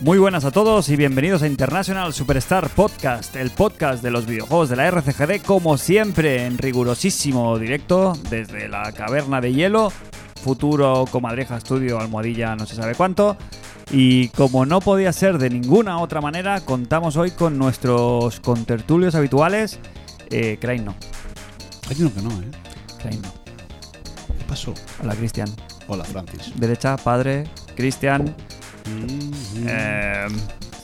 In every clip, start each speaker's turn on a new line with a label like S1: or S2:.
S1: Muy buenas a todos y bienvenidos a International Superstar Podcast, el podcast de los videojuegos de la RCGD, como siempre, en rigurosísimo directo desde la caverna de hielo, futuro comadreja estudio almohadilla no se sabe cuánto. Y como no podía ser de ninguna otra manera, contamos hoy con nuestros contertulios habituales. Eh, Crane no,
S2: Hay uno que no, ¿eh?
S1: Crane no.
S2: ¿Qué pasó?
S1: Hola, Cristian.
S2: Hola, Francis.
S1: Derecha, padre, Cristian. eh,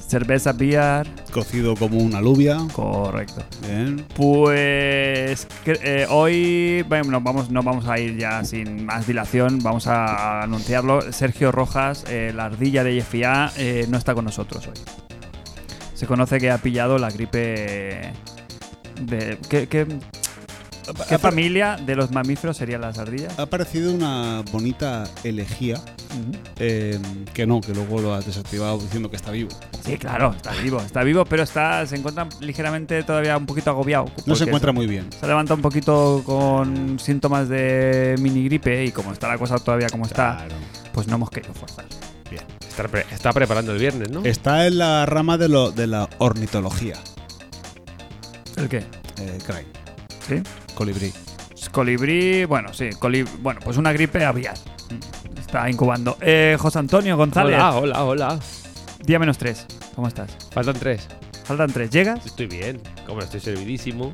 S1: cerveza, beer.
S2: Cocido como una alubia. ¿eh?
S1: Correcto.
S2: Bien.
S1: Pues cre- eh, hoy bueno, nos vamos, nos vamos a ir ya sin más dilación, vamos a anunciarlo. Sergio Rojas, eh, la ardilla de Jeffia, eh, no está con nosotros hoy. Se conoce que ha pillado la gripe de... ¿Qué, qué- qué
S2: Ha-
S1: familia de los mamíferos serían las ardillas?
S2: Ha aparecido una bonita elegía
S1: Ujú.
S2: eh, que no, que luego lo has desactivado diciendo que está vivo.
S1: Sí, claro, está vivo, está vivo, pero está, se encuentra ligeramente todavía un poquito agobiado.
S2: No
S1: porque
S2: se encuentra muy bien.
S1: Se levanta un poquito con síntomas de mini gripe y como está la cosa todavía como está,
S2: Claro.
S1: pues no hemos querido forzar.
S3: Está, pre- está preparando el viernes, ¿no?
S2: Está en la rama de, lo, de la ornitología.
S1: ¿El qué?
S2: Eh, Cray.
S1: ¿Sí?
S2: Colibrí.
S1: Colibrí, bueno, sí, colib- bueno, pues una gripe aviar. Mm, Está incubando. Eh, José Antonio González,
S3: Hola, hola, hola.
S1: día menos tres. ¿Cómo estás?
S3: Faltan tres.
S1: Faltan tres. ¿Llegas?
S3: Estoy bien. Como estoy servidísimo.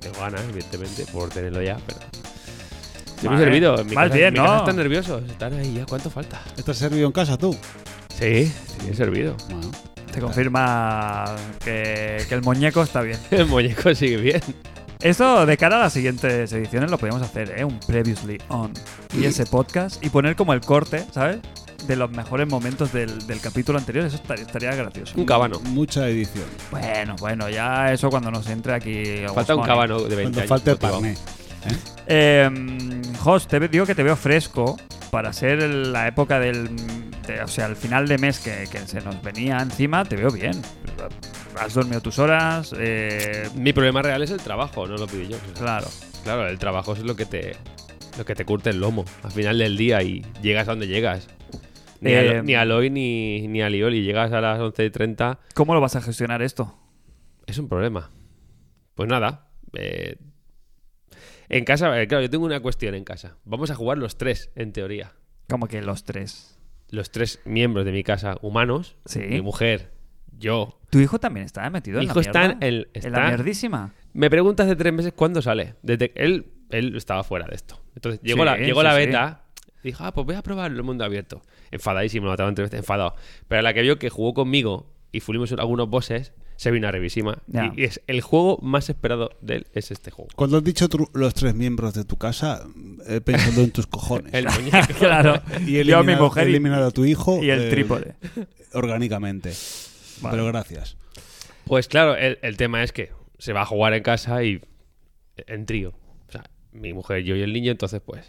S3: Tengo ganas, evidentemente, por tenerlo ya, pero. Estoy muy
S1: Vale.
S3: servido. En mi
S1: Vas
S3: casa-
S1: bien,
S3: en mi casa
S1: ¿no?
S3: Están nerviosos. Están ahí ya. ¿Cuánto falta?
S2: ¿Estás servido en casa tú?
S3: Sí, estoy bien servido.
S2: Bueno.
S1: Te confirma que, que el muñeco está bien.
S3: El muñeco sigue bien.
S1: Eso de cara a las siguientes ediciones lo podemos hacer, ¿eh? Un Previously On y ese podcast y poner como el corte, ¿sabes? De los mejores momentos del, del capítulo anterior. Eso estaría, estaría gracioso.
S3: Un cabano.
S2: Mucha edición.
S1: Bueno, bueno, ya eso cuando nos entre aquí.
S3: Falta un
S1: Guzmán.
S3: cabano de 20
S2: Cuando
S3: años.
S2: falte el
S3: motivado.
S2: parné.
S1: Eh, Jos, te ve- digo que te veo fresco para ser el- la época del. de- o sea, el final de mes que, que se nos venía encima, te veo bien. Has dormido tus horas. eh,
S3: Mi problema real es el trabajo, no lo pido yo.
S1: claro.
S3: Claro, el trabajo es lo que te lo que te curte el lomo al final del día y llegas a donde llegas. Ni, a,
S1: Eh,
S3: Lo- ni a Eloy ni, ni a Lioli, llegas a las 11.30,
S1: ¿Cómo lo vas a gestionar esto?
S3: es un problema. Pues nada, eh, en casa, eh, claro, yo tengo una cuestión en casa. Vamos a jugar los tres, en teoría.
S1: Como que los tres.
S3: Los tres miembros de mi casa humanos,
S1: Sí.
S3: mi mujer, yo.
S1: Tu hijo también está metido
S3: Mi
S1: en la
S3: hijo está
S1: mierda?
S3: en-
S1: en la
S3: está-
S1: mierdísima.
S3: Me preguntas de tres meses cuándo sale. Desde él, él estaba fuera de esto. Entonces llegó,
S1: Sí,
S3: la, llegó
S1: sí,
S3: la
S1: sí.
S3: beta. y Dijo, ah, pues voy a probar el mundo abierto. Enfadadísimo, lo mataron tres veces, enfadado. Pero a la que vio que jugó conmigo y fuimos algunos bosses, se vino a revísima.
S1: Ya.
S3: Y, y es el juego más esperado de él, es este juego.
S2: Cuando has dicho tru- los tres miembros de tu casa, he pensado en tus cojones.
S3: El muñeco.
S1: claro.
S2: y
S1: Yo a mi
S2: eliminado-
S1: mujer y,
S2: eliminado a tu hijo
S1: y el
S2: eh,
S1: trípode.
S2: orgánicamente.
S1: Vale.
S2: Pero gracias.
S3: Pues claro, el, el tema es que se va a jugar en casa y en trío. O sea, mi mujer, yo y el niño, entonces pues...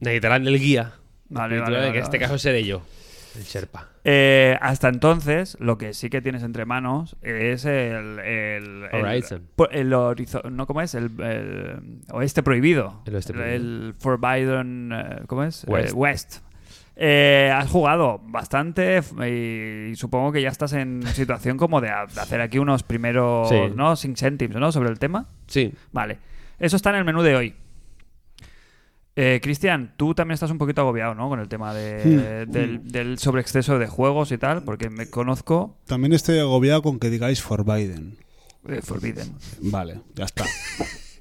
S3: Necesitarán del guía.
S1: Vale,
S3: espiritual,
S1: vale,
S3: que
S1: vale,
S3: en este
S1: vale.
S3: caso seré yo, el Sherpa.
S1: Eh, hasta entonces, lo que sí que tienes entre manos es el. el- el-
S3: Horizon.
S1: po- El, horizo- No, ¿cómo es? El, el oeste prohibido.
S3: El oeste prohibido.
S1: el Forbidden. eh, ¿Cómo es? Eh,
S3: West.
S1: West. Eh, has jugado bastante f- y supongo que ya estás en situación como de, a- de hacer aquí unos primeros,
S3: Sí.
S1: ¿no? Sin centimes, ¿no? Sobre el tema.
S3: Sí,
S1: Vale. Eso está en el menú de hoy. Eh, Cristian, tú también estás un poquito agobiado, ¿no? Con el tema de, del, del sobreexceso de juegos y tal, porque me conozco
S2: También estoy agobiado con que digáis for Biden.
S1: eh, Forbidden.
S2: Vale, ya está.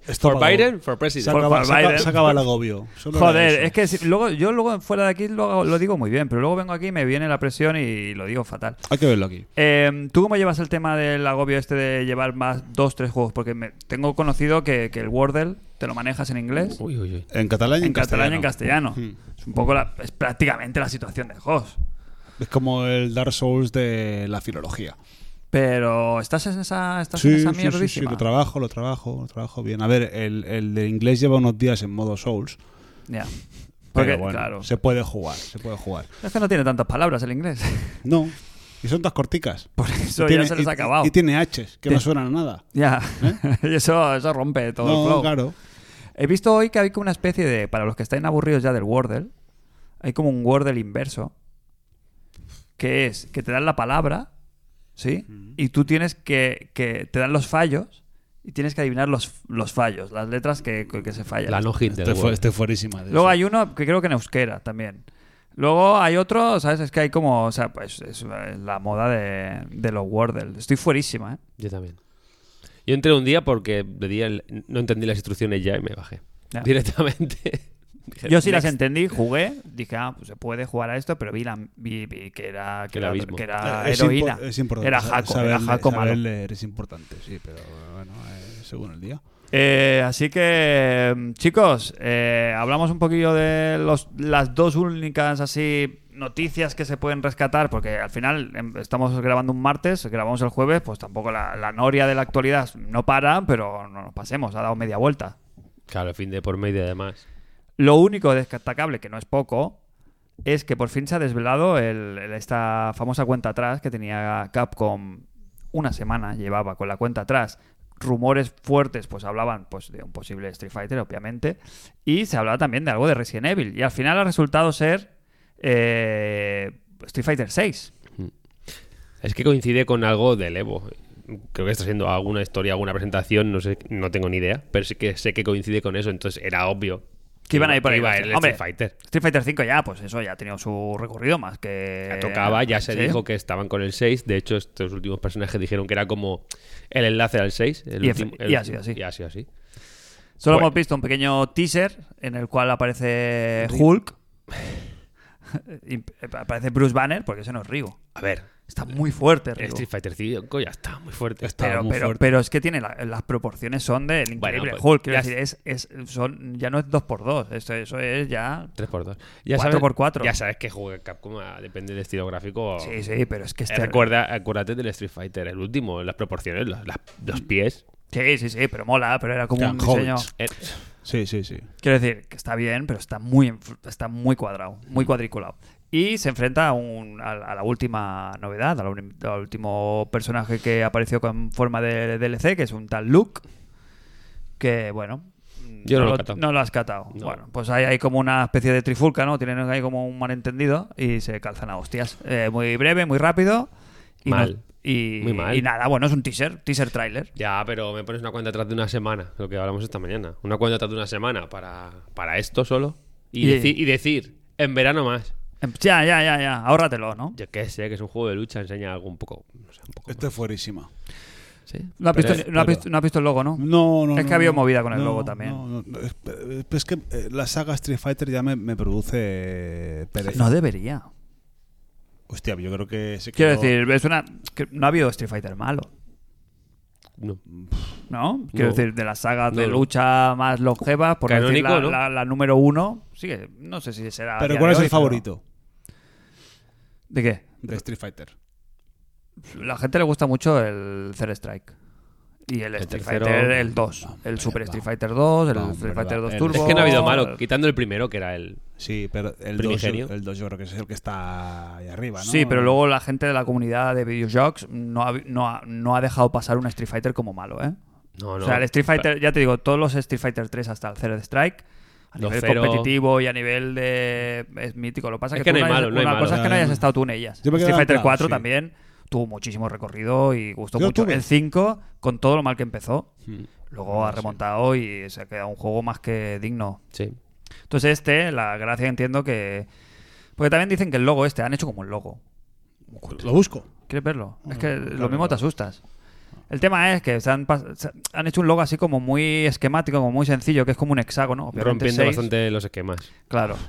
S2: Esto
S3: For
S2: va-
S3: Biden, for
S2: Se
S3: president.
S1: For
S2: acaba, se acaba-
S1: Biden.
S2: se acaba el agobio. Solo era
S1: Joder,
S2: eso.
S1: es que si- luego, yo luego fuera de aquí lo, lo digo muy bien, pero luego vengo aquí y me viene la presión y lo digo fatal.
S2: Hay que verlo aquí.
S1: Eh, ¿Tú cómo llevas el tema del agobio este de llevar más dos, tres juegos? Porque me- tengo conocido que, que el Wordle te lo manejas en inglés,
S3: Uy, uy, uy.
S2: En catalán y en,
S1: en catalán y en castellano.
S2: Mm.
S1: Es un poco la- es prácticamente la situación de Hoss.
S2: Es como el Dark Souls de la filología.
S1: Pero estás en esa, estás en
S2: Sí,
S1: esa
S2: sí, sí, sí,
S1: mierdísima.
S2: lo trabajo, lo trabajo, lo trabajo bien. A ver, el, el de inglés lleva unos días en modo Souls.
S1: Ya.
S2: Pero
S1: Porque,
S2: bueno,
S1: claro.
S2: se puede jugar, se puede jugar.
S1: Es que no tiene tantas palabras el inglés.
S2: No, y son tan corticas.
S1: Por eso
S2: Y tiene-
S1: ya se les ha
S2: y-
S1: acabado.
S2: Y, tiene H's, que
S1: Te-
S2: no suenan a nada.
S1: ya. y eso, eso rompe todo el
S2: no,
S1: flow.
S2: claro.
S1: He visto hoy que hay como una especie de. Para los que están aburridos ya del Wordle, hay como un Wordle inverso. que es que te dan la palabra, ¿sí? Y tú tienes que, que te dan los fallos y tienes que adivinar los, los fallos, las letras que, que se fallan.
S3: La no hit del
S2: Estoy, fu-
S3: huevo.
S2: estoy fuerísima de
S1: Luego
S2: eso.
S1: hay uno que creo que en euskera también. Luego hay otro, ¿sabes? Es que hay como, o sea, pues es la moda de, de los Wordle. Estoy fuerísima, ¿eh?
S3: Yo también. Yo entré un día porque le di el- no entendí las instrucciones ya y me bajé.
S1: Ya.
S3: Directamente. Dije,
S1: Yo sí las
S3: "Next".
S1: entendí, jugué, dije, ah, pues se puede jugar a esto, pero vi, la, vi, vi que era, que
S3: El
S1: era,
S3: abismo.
S1: que era
S2: Ah, Es
S1: heroína.
S2: impor- es importante.
S1: Era
S2: sa-
S1: jaco, era
S2: saber-
S1: jaco
S2: saber
S1: malo.
S2: leer es importante, sí, pero bueno, eh, según el día.
S1: Eh, así que, mm, chicos, eh, hablamos un poquillo de los, las dos únicas así noticias que se pueden rescatar, porque al final em, estamos grabando un martes, grabamos el jueves, pues tampoco la, la noria de la actualidad no para, pero no nos pasemos, ha dado media vuelta.
S3: Claro, el fin de por medio además.
S1: Lo único destacable, que no es poco, es que por fin se ha desvelado el- el- esta famosa cuenta atrás que tenía Capcom una semana llevaba con la cuenta atrás. Rumores fuertes, pues hablaban pues, de un posible Street Fighter, obviamente, y se hablaba también de algo de Resident Evil. Y al final ha resultado ser eh, Street Fighter 6.
S3: Es que coincide con algo del Evo. Creo que está siendo alguna historia, alguna presentación, no sé, no tengo ni idea, pero sí que sé que coincide con eso, entonces era obvio.
S1: Que iban a ir por ahí.
S3: Iba
S1: los-
S3: el
S1: Hombre,
S3: Street Fighter.
S1: Street Fighter 5 ya, pues eso ya ha tenido su recorrido más que.
S3: Ya tocaba, ya se
S1: eh, Sí.
S3: dijo que estaban con el 6. De hecho, estos últimos personajes dijeron que era como el enlace al 6. El
S1: Y
S3: último-
S1: efe-
S3: el
S1: y ha sido
S3: último-
S1: así.
S3: Y ha sido así.
S1: Solo
S3: Bueno.
S1: hemos visto un pequeño teaser en el cual aparece Hulk. Y eh, aparece Bruce Banner, porque ese no es Rigo.
S3: A ver,
S1: Está muy fuerte, Rigo.
S3: Street Fighter 5 ya está muy fuerte.
S2: Está
S1: Pero,
S2: muy
S1: pero,
S2: fuerte.
S1: pero es que tiene la- las proporciones son del
S3: Bueno,
S1: increíble
S3: pues,
S1: Hulk. Quiero
S3: ya
S1: decir, es, es- son, ya no es 2x2. Esto, eso es ya.
S3: 3x2. Ya
S1: Cuatro
S3: sabes,
S1: por cuatro.
S3: Ya sabes que juega Capcom, ah, depende del estilo gráfico.
S1: Sí, sí, pero es que
S3: Eh,
S1: este.
S3: Recuerda, acuérdate del Street Fighter, el último, las proporciones, los, las- los pies.
S1: Sí, sí, sí, pero mola, pero era como
S2: Ya,
S1: un
S2: Hulk.
S1: diseño.
S3: Eh,
S2: Sí, sí, sí.
S1: Quiero decir, que está bien, pero está muy, en- está muy cuadrado,
S3: Mm.
S1: muy cuadriculado. Y se enfrenta a, un- a la a la última novedad, al uni- al último personaje que apareció con forma de DLC, que es un tal Luke, que bueno...
S3: Yo no lo he
S1: lo-
S3: catado.
S1: no lo has catado.
S3: No.
S1: Bueno, pues ahí hay como una especie de trifulca, ¿no? Tienen ahí como un malentendido y se calzan a hostias. Eh, muy breve, muy rápido. Y no-
S3: Mal.
S1: y,
S3: Muy mal.
S1: y nada, bueno, es un teaser, teaser trailer.
S3: ya, pero me pones una cuenta atrás de una semana, lo que hablamos esta mañana. Una cuenta atrás de una semana para, para esto solo.
S1: Y-
S3: Y, deci- y decir, en verano más.
S1: Em, Ya, ya, ya, ya, ahórratelo, ¿no?
S3: Yo qué sé, que es un juego de lucha, enseña algo un poco. No sé, un poco.
S2: Estoy Este fuerísima.
S3: Sí.
S1: No has,
S3: Pero-
S1: visto, no has
S2: pero-
S1: visto- no has visto el logo, ¿no?
S2: No, no.
S1: Es
S2: no,
S1: que había
S2: no.
S1: movida con el
S2: No,
S1: logo también.
S2: no, no, no. Es, es que eh, la saga Street Fighter ya me, me produce eh, pereza.
S1: No debería.
S2: Hostia, yo creo que se
S1: Quiero
S2: quedó-
S1: decir, es una. que no ha habido Street Fighter malo.
S3: no.
S1: ¿No? Quiero
S3: No.
S1: decir, de las sagas de
S3: No, no.
S1: lucha más longevas, por no decir
S3: Canónico,
S1: la, la-
S3: ¿no?
S1: la número uno. Sí, que no sé si será. a
S2: Pero
S1: día
S2: ¿cuál
S1: de
S2: es
S1: hoy,
S2: el
S1: pero-
S2: favorito
S1: ¿De qué?
S2: de Street Fighter?
S1: La gente le gusta mucho el Third Strike. Y el, Street
S3: tercero-
S1: Fighter, el 2. el
S2: Hombre,
S1: Super
S2: va.
S1: Street Fighter 2, el
S2: Va,
S1: Street
S2: hombre,
S1: Fighter
S2: va.
S1: 2
S2: El-
S1: Turbo.
S3: Es que no ha habido malo,
S1: el-
S3: quitando el primero, que era el.
S2: Sí, pero el 2
S3: Primigenio.
S2: el dos yo creo que es el que está ahí arriba, ¿no?
S1: Sí, pero luego la gente de la comunidad de videojuegos no ha, no ha- no ha dejado pasar un Street Fighter como malo, ¿eh?
S3: No, no.
S1: O sea, el Street Fighter, ya te digo, todos los Street Fighter 3 hasta el Zero Strike, a
S3: Los
S1: nivel
S3: Zero.
S1: competitivo y a nivel de. Es mítico. Lo que pasa
S3: Es
S1: es
S3: que
S1: que, tú
S3: no hay
S1: hayas-
S3: malo, no hay
S1: una
S3: malo.
S1: cosa es que no
S2: No,
S1: hayas
S2: no.
S1: estado tú en ellas.
S2: Yo me
S1: Street
S2: quedaba en
S1: Fighter
S2: plan,
S1: 4
S2: sí.
S1: también tuvo muchísimo recorrido y gustó
S2: Yo
S1: mucho.
S2: tuve.
S1: El 5, con todo lo mal que empezó,
S3: Hmm. Ah,
S1: luego ha remontado y se ha quedado un juego más que digno.
S3: Sí.
S1: Entonces, este, la gracia entiendo que. Porque también dicen que el logo este, han hecho como un logo.
S2: Lo busco.
S1: ¿Quieres verlo? Es que lo
S2: claro,
S1: mismo te
S2: claro.
S1: asustas. El tema es que se han, pas- se han hecho un logo así como muy esquemático, como muy sencillo, que es como un hexágono. obviamente
S3: Rompiendo
S1: seis.
S3: bastante los esquemas.
S1: Claro.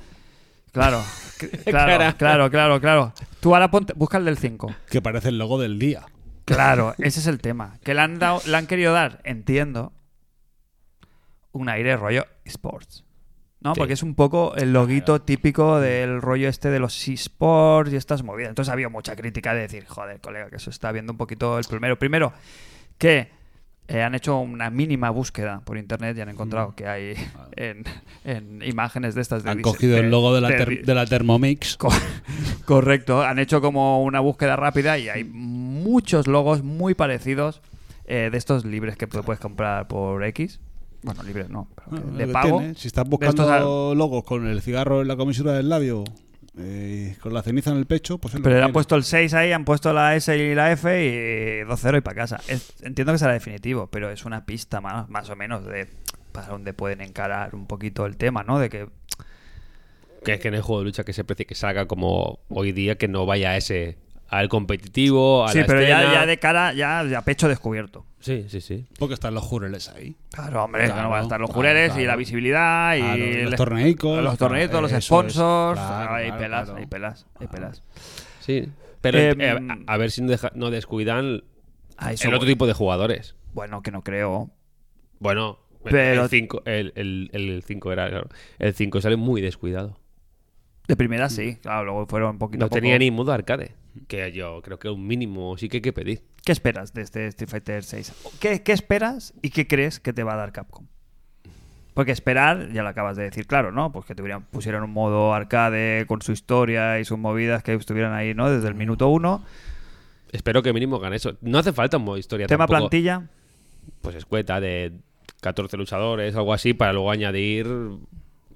S1: Claro. C- claro,
S3: Cara.
S1: claro, claro, claro. Tú ahora ponte, busca el del 5.
S2: Que parece el logo del día.
S1: Claro, ese es el tema. Que le han, dado, le han querido dar, entiendo, un aire rollo sports. ¿No?
S3: Sí.
S1: Porque es un poco el loguito típico del rollo este de los esports y estas movidas. Entonces había mucha crítica de decir, joder, colega, que eso está viendo un poquito el primero. Primero, que eh, han hecho una mínima búsqueda por internet y han encontrado que hay en, en imágenes de estas de
S2: Mm. Han
S1: dise-
S2: cogido el logo de la, ter-
S1: di-
S2: de la Thermomix.
S1: Co- Correcto, han hecho como una búsqueda rápida y hay muchos logos muy parecidos eh, de estos libres que pu- puedes comprar por X. Bueno, libres no, pero que
S2: Ah,
S1: de
S2: lo que
S1: pago.
S2: tiene. Si estás
S1: De estos
S2: buscando logos con el cigarro en la comisura del labio,
S1: a-
S2: eh, con la ceniza en el pecho, pues es lo
S1: Pero
S2: que
S1: le han
S2: tiene.
S1: puesto el 6 ahí, han puesto la S y la F y 2-0 y para casa. Es- entiendo que será definitivo, pero es una pista más, más o menos de para dónde pueden encarar un poquito el tema, ¿no? De que
S3: Que es que en el juego de lucha que se precie que salga como hoy día, que no vaya a ese. al competitivo, a
S1: sí,
S3: la
S1: pero ya,
S3: escena.
S1: ya de cara, ya, ya pecho descubierto.
S3: Sí, sí, sí.
S2: Porque están los jureles ahí.
S1: Claro, hombre,
S2: Claro,
S1: no van a estar los
S2: claro,
S1: jureles y
S2: claro.
S1: la visibilidad y
S2: Claro, los
S1: el-
S2: torneicos,
S1: los torneitos,
S2: claro,
S1: los
S2: eso es.
S1: sponsors,
S2: Claro,
S1: hay
S2: claro,
S1: pelas,
S2: claro.
S1: hay pelas, hay pelas.
S3: Sí. Pero
S1: Em,
S3: eh, a, a ver si no, deja- no descuidan
S2: Ah,
S1: A eso
S3: el otro
S1: voy.
S3: tipo de jugadores.
S1: Bueno, que no creo.
S3: Bueno, el-
S1: Pero-
S3: el 5 el, el, el cinco era, claro. El 5 sale muy descuidado.
S1: De primera
S2: Mm.
S1: sí, claro, luego fueron un poquito
S3: No
S1: a poco.
S3: tenía ni modo arcade. Que yo creo que un mínimo sí que hay que pedir.
S1: ¿Qué esperas de este Street Fighter 6? ¿Qué, qué esperas y qué crees que te va a dar Capcom? Porque esperar, ya lo acabas de decir, claro, ¿no? Pues que tuvieran, pusieran un modo arcade con su historia y sus movidas que estuvieran ahí, ¿no? Desde el minuto uno.
S3: Espero que mínimo hagan eso. No hace falta un modo historia
S1: Tema
S3: tampoco.
S1: plantilla.
S3: Pues escueta de 14 luchadores, algo así, para luego añadir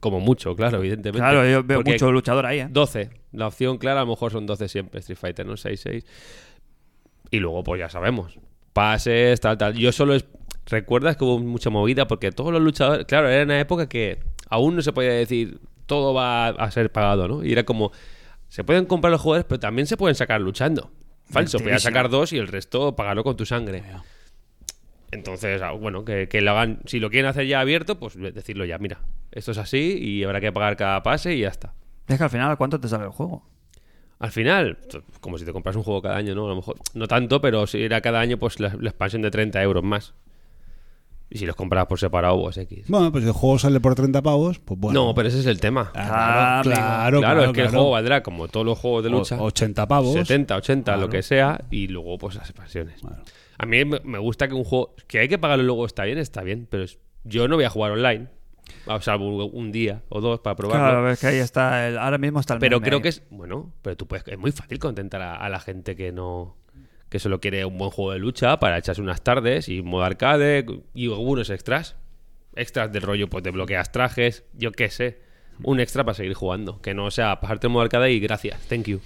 S3: como mucho, claro, evidentemente.
S1: Claro, yo veo
S3: Porque
S1: mucho luchador ahí, ¿eh?
S3: 12. La opción clara a lo mejor son 12 siempre, Street Fighter, ¿no? 6, 6. Y luego, pues ya sabemos. Pases, tal, tal. Yo solo es... ¿Recuerdas que hubo mucha movida? Porque todos los luchadores... Claro, era una época que aún no se podía decir todo va a ser pagado, ¿no? Y era como... Se pueden comprar los jugadores, pero también se pueden sacar luchando. Falso, podías
S1: Mentirísimo.
S3: sacar dos y el resto pagarlo con tu sangre. Entonces, ah, bueno, que, que lo hagan... Si lo quieren hacer ya abierto, pues decirlo ya. Mira, esto es así y habrá que pagar cada pase y ya está.
S1: Es que al final, ¿cuánto te sale el juego?
S3: Al final, t- como si te compras un juego cada año, ¿no? A lo mejor, no tanto, pero si era cada año, pues la, la expansión de 30 euros más. Y si los compras por separado, pues X.
S2: Bueno, pues el juego sale por 30 pavos, pues bueno.
S3: No, pero ese es el tema.
S2: Ah,
S1: Ah, amigo.
S2: claro, claro,
S3: claro, es que el
S2: claro.
S3: juego valdrá, como todos los juegos de
S2: O-
S3: lucha,
S2: 80 pavos.
S3: 70, 80, lo que sea, y luego, pues las expansiones. A mí me me gusta que un juego. Que hay que pagarlo luego, está bien, está bien, pero es- yo no voy a jugar online, a- salvo un día o dos para probarlo.
S1: Claro, es que ahí está, el- ahora mismo está el
S3: Pero
S1: meme
S3: creo
S1: ahí.
S3: que es. Bueno, pero tú puedes. Es muy fácil contentar a, a la gente que no. Que solo quiere un buen juego de lucha para echarse unas tardes y un modo arcade y algunos extras. Extras del rollo, pues te bloqueas trajes, yo qué sé. Un extra para seguir jugando. Que no sea pasarte el modo arcade y gracias, thank you.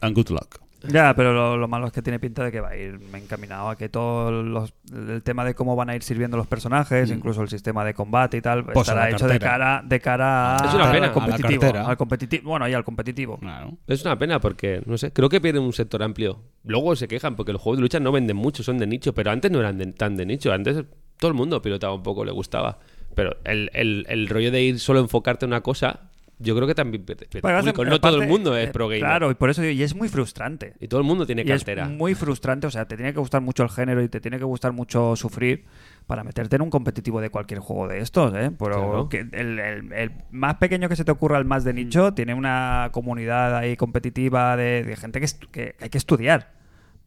S2: And good luck.
S1: Ya, pero lo, lo malo es que tiene pinta de que va a ir encaminado a que todo los- el tema de cómo van a ir sirviendo los
S3: Mm.
S1: personajes, incluso el sistema de combate y tal,
S2: Pues a
S1: estará
S2: la
S1: hecho de
S2: cartera.
S1: cara, de cara
S3: Es una
S1: al
S3: pena. A la
S1: competitivo.
S2: cartera.
S1: al competitivo. Bueno, y al competitivo.
S2: Claro.
S3: Es una pena porque, no sé, creo que pierden un sector amplio. Luego se quejan porque los juegos de lucha no venden mucho, son de nicho, pero antes no eran de- tan de nicho. Antes todo el mundo pilotaba un poco, le gustaba. Pero el, el- el rollo de ir solo a enfocarte en una cosa, yo creo que también pierde- pierde
S1: Porque
S3: público.
S1: hace-
S3: No todo el
S1: aparte,
S3: mundo es
S1: eh,
S3: pro gamer.
S1: Claro, y por eso digo, y es muy frustrante.
S3: Y todo el mundo tiene
S1: Y es
S3: cartera.
S1: muy frustrante, o sea, te tiene que gustar mucho el género y te tiene que gustar mucho sufrir para meterte en un competitivo de cualquier juego de estos, ¿eh? Pero
S3: Claro.
S1: que el, el- el más pequeño que se te ocurra, el más de nicho,
S3: Mm.
S1: tiene una comunidad ahí competitiva de, de gente que, estu- que hay que estudiar,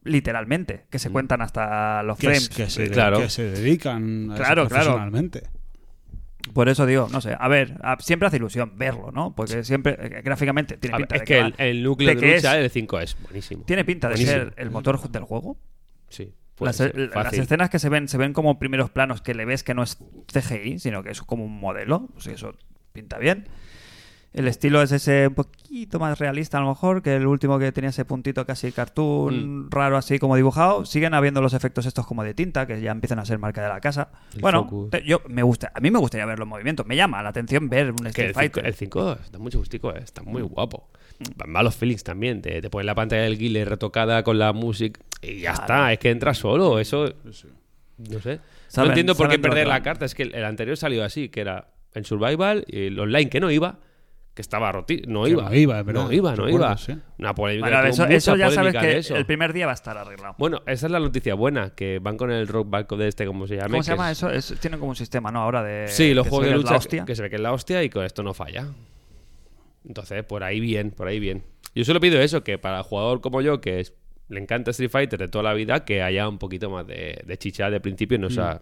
S1: literalmente, que
S3: Mm.
S1: se cuentan hasta los
S2: Que,
S1: frames.
S2: es- que se,
S3: Claro.
S2: que se dedican a eso
S1: Claro, claro.
S2: profesionalmente.
S1: Por eso digo, no sé, a ver, a- siempre hace ilusión verlo, ¿no? Porque siempre, eh, gráficamente, tiene
S3: A ver,
S1: pinta
S3: es
S1: de
S3: que,
S1: va-
S3: el, el núcleo
S1: de
S3: de,
S1: que es-
S3: lucha del 5 es buenísimo.
S1: Tiene pinta de
S3: Buenísimo.
S1: ser el motor del juego.
S3: Sí, puede
S1: Las,
S3: ser,
S1: l- las
S3: fácil.
S1: escenas que se ven, se ven como primeros planos que le ves que no es CGI, sino que es como un modelo. Pues eso pinta bien. El estilo es ese un poquito más realista, a lo mejor, que el último que tenía ese puntito casi cartoon,
S3: Mm.
S1: raro así como dibujado. Siguen habiendo los efectos estos como de tinta, que ya empiezan a ser marca de la casa.
S3: El
S1: bueno,
S3: focus.
S1: te- yo me gusta, a mí me gustaría ver los movimientos. Me llama la atención ver un
S3: Que
S1: Street
S3: el cinco-
S1: Fighter. Mm.
S3: el 5 está mucho gustico, eh, está muy guapo. Van malos feelings también. Te, te ponen la pantalla del guile retocada con la música y ya está. Es que entra solo. Eso. No sé.
S1: Saben-
S3: no entiendo por qué
S1: saben
S3: perder
S1: rotar.
S3: la carta. Es que el, el anterior salió así, que era en Survival, y el online que no iba, que estaba roti no
S2: Que
S3: iba.
S2: no iba, es verdad.
S3: No iba, no
S2: Recuerdo,
S3: iba.
S2: sí.
S3: Una polémica.
S1: Bueno,
S3: tuvo
S1: eso,
S3: mucha
S1: eso ya sabes
S3: polémica de
S1: que
S3: eso.
S1: el primer día va a estar arreglado.
S3: Bueno, esa es la noticia buena, que van con el rock back de este, como se llama.
S1: ¿Cómo se llama eso? Es- tienen como un sistema, ¿no? Ahora de.
S3: Sí, los
S1: Eh, que se ve
S3: juegos de
S1: que es la
S3: lucha
S1: hostia.
S3: que- que se ve que es la hostia y con esto no falla. Entonces, por ahí bien, por ahí bien. Yo solo pido eso, que para el jugador como yo, que es- le encanta Street Fighter de toda la vida, que haya un poquito más de, de chicha de principio
S1: Mm.
S3: y no sea...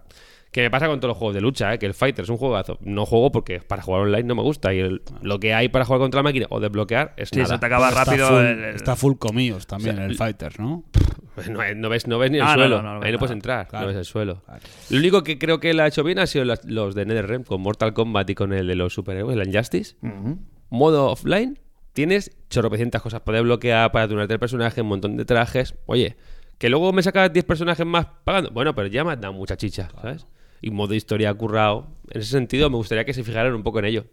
S3: Que me pasa con todos los juegos de lucha, ¿eh? que el Fighter es un juegazo. No juego porque para jugar online no me gusta y el- lo que hay para jugar contra la máquina o desbloquear es
S1: Sí, se te
S3: nada.
S1: acaba
S2: Está
S1: rápido.
S2: full-
S1: el- el-
S2: Está full comíos también
S3: O sea,
S2: el Fighter, ¿no?
S3: No, hay- no ves, no ves ni el
S1: Ah, no,
S3: suelo.
S1: no, no, no
S3: ahí
S1: ves
S3: no puedes
S1: nada.
S3: entrar,
S2: Claro.
S3: no ves el suelo.
S2: Claro.
S3: Lo único que creo que él ha hecho bien ha sido las- los de NetherRealm con Mortal Kombat y con el de los superhéroes, el Injustice.
S1: Ujú.
S3: modo offline Tienes choropecientas cosas para desbloquear, para tunarte el personaje, un montón de trajes. Oye, que luego me sacas 10 personajes más pagando. Bueno, pero ya me has dado mucha chicha, ¿sabes? Y modo historia currado. En ese sentido, me gustaría que se fijaran un poco en ello.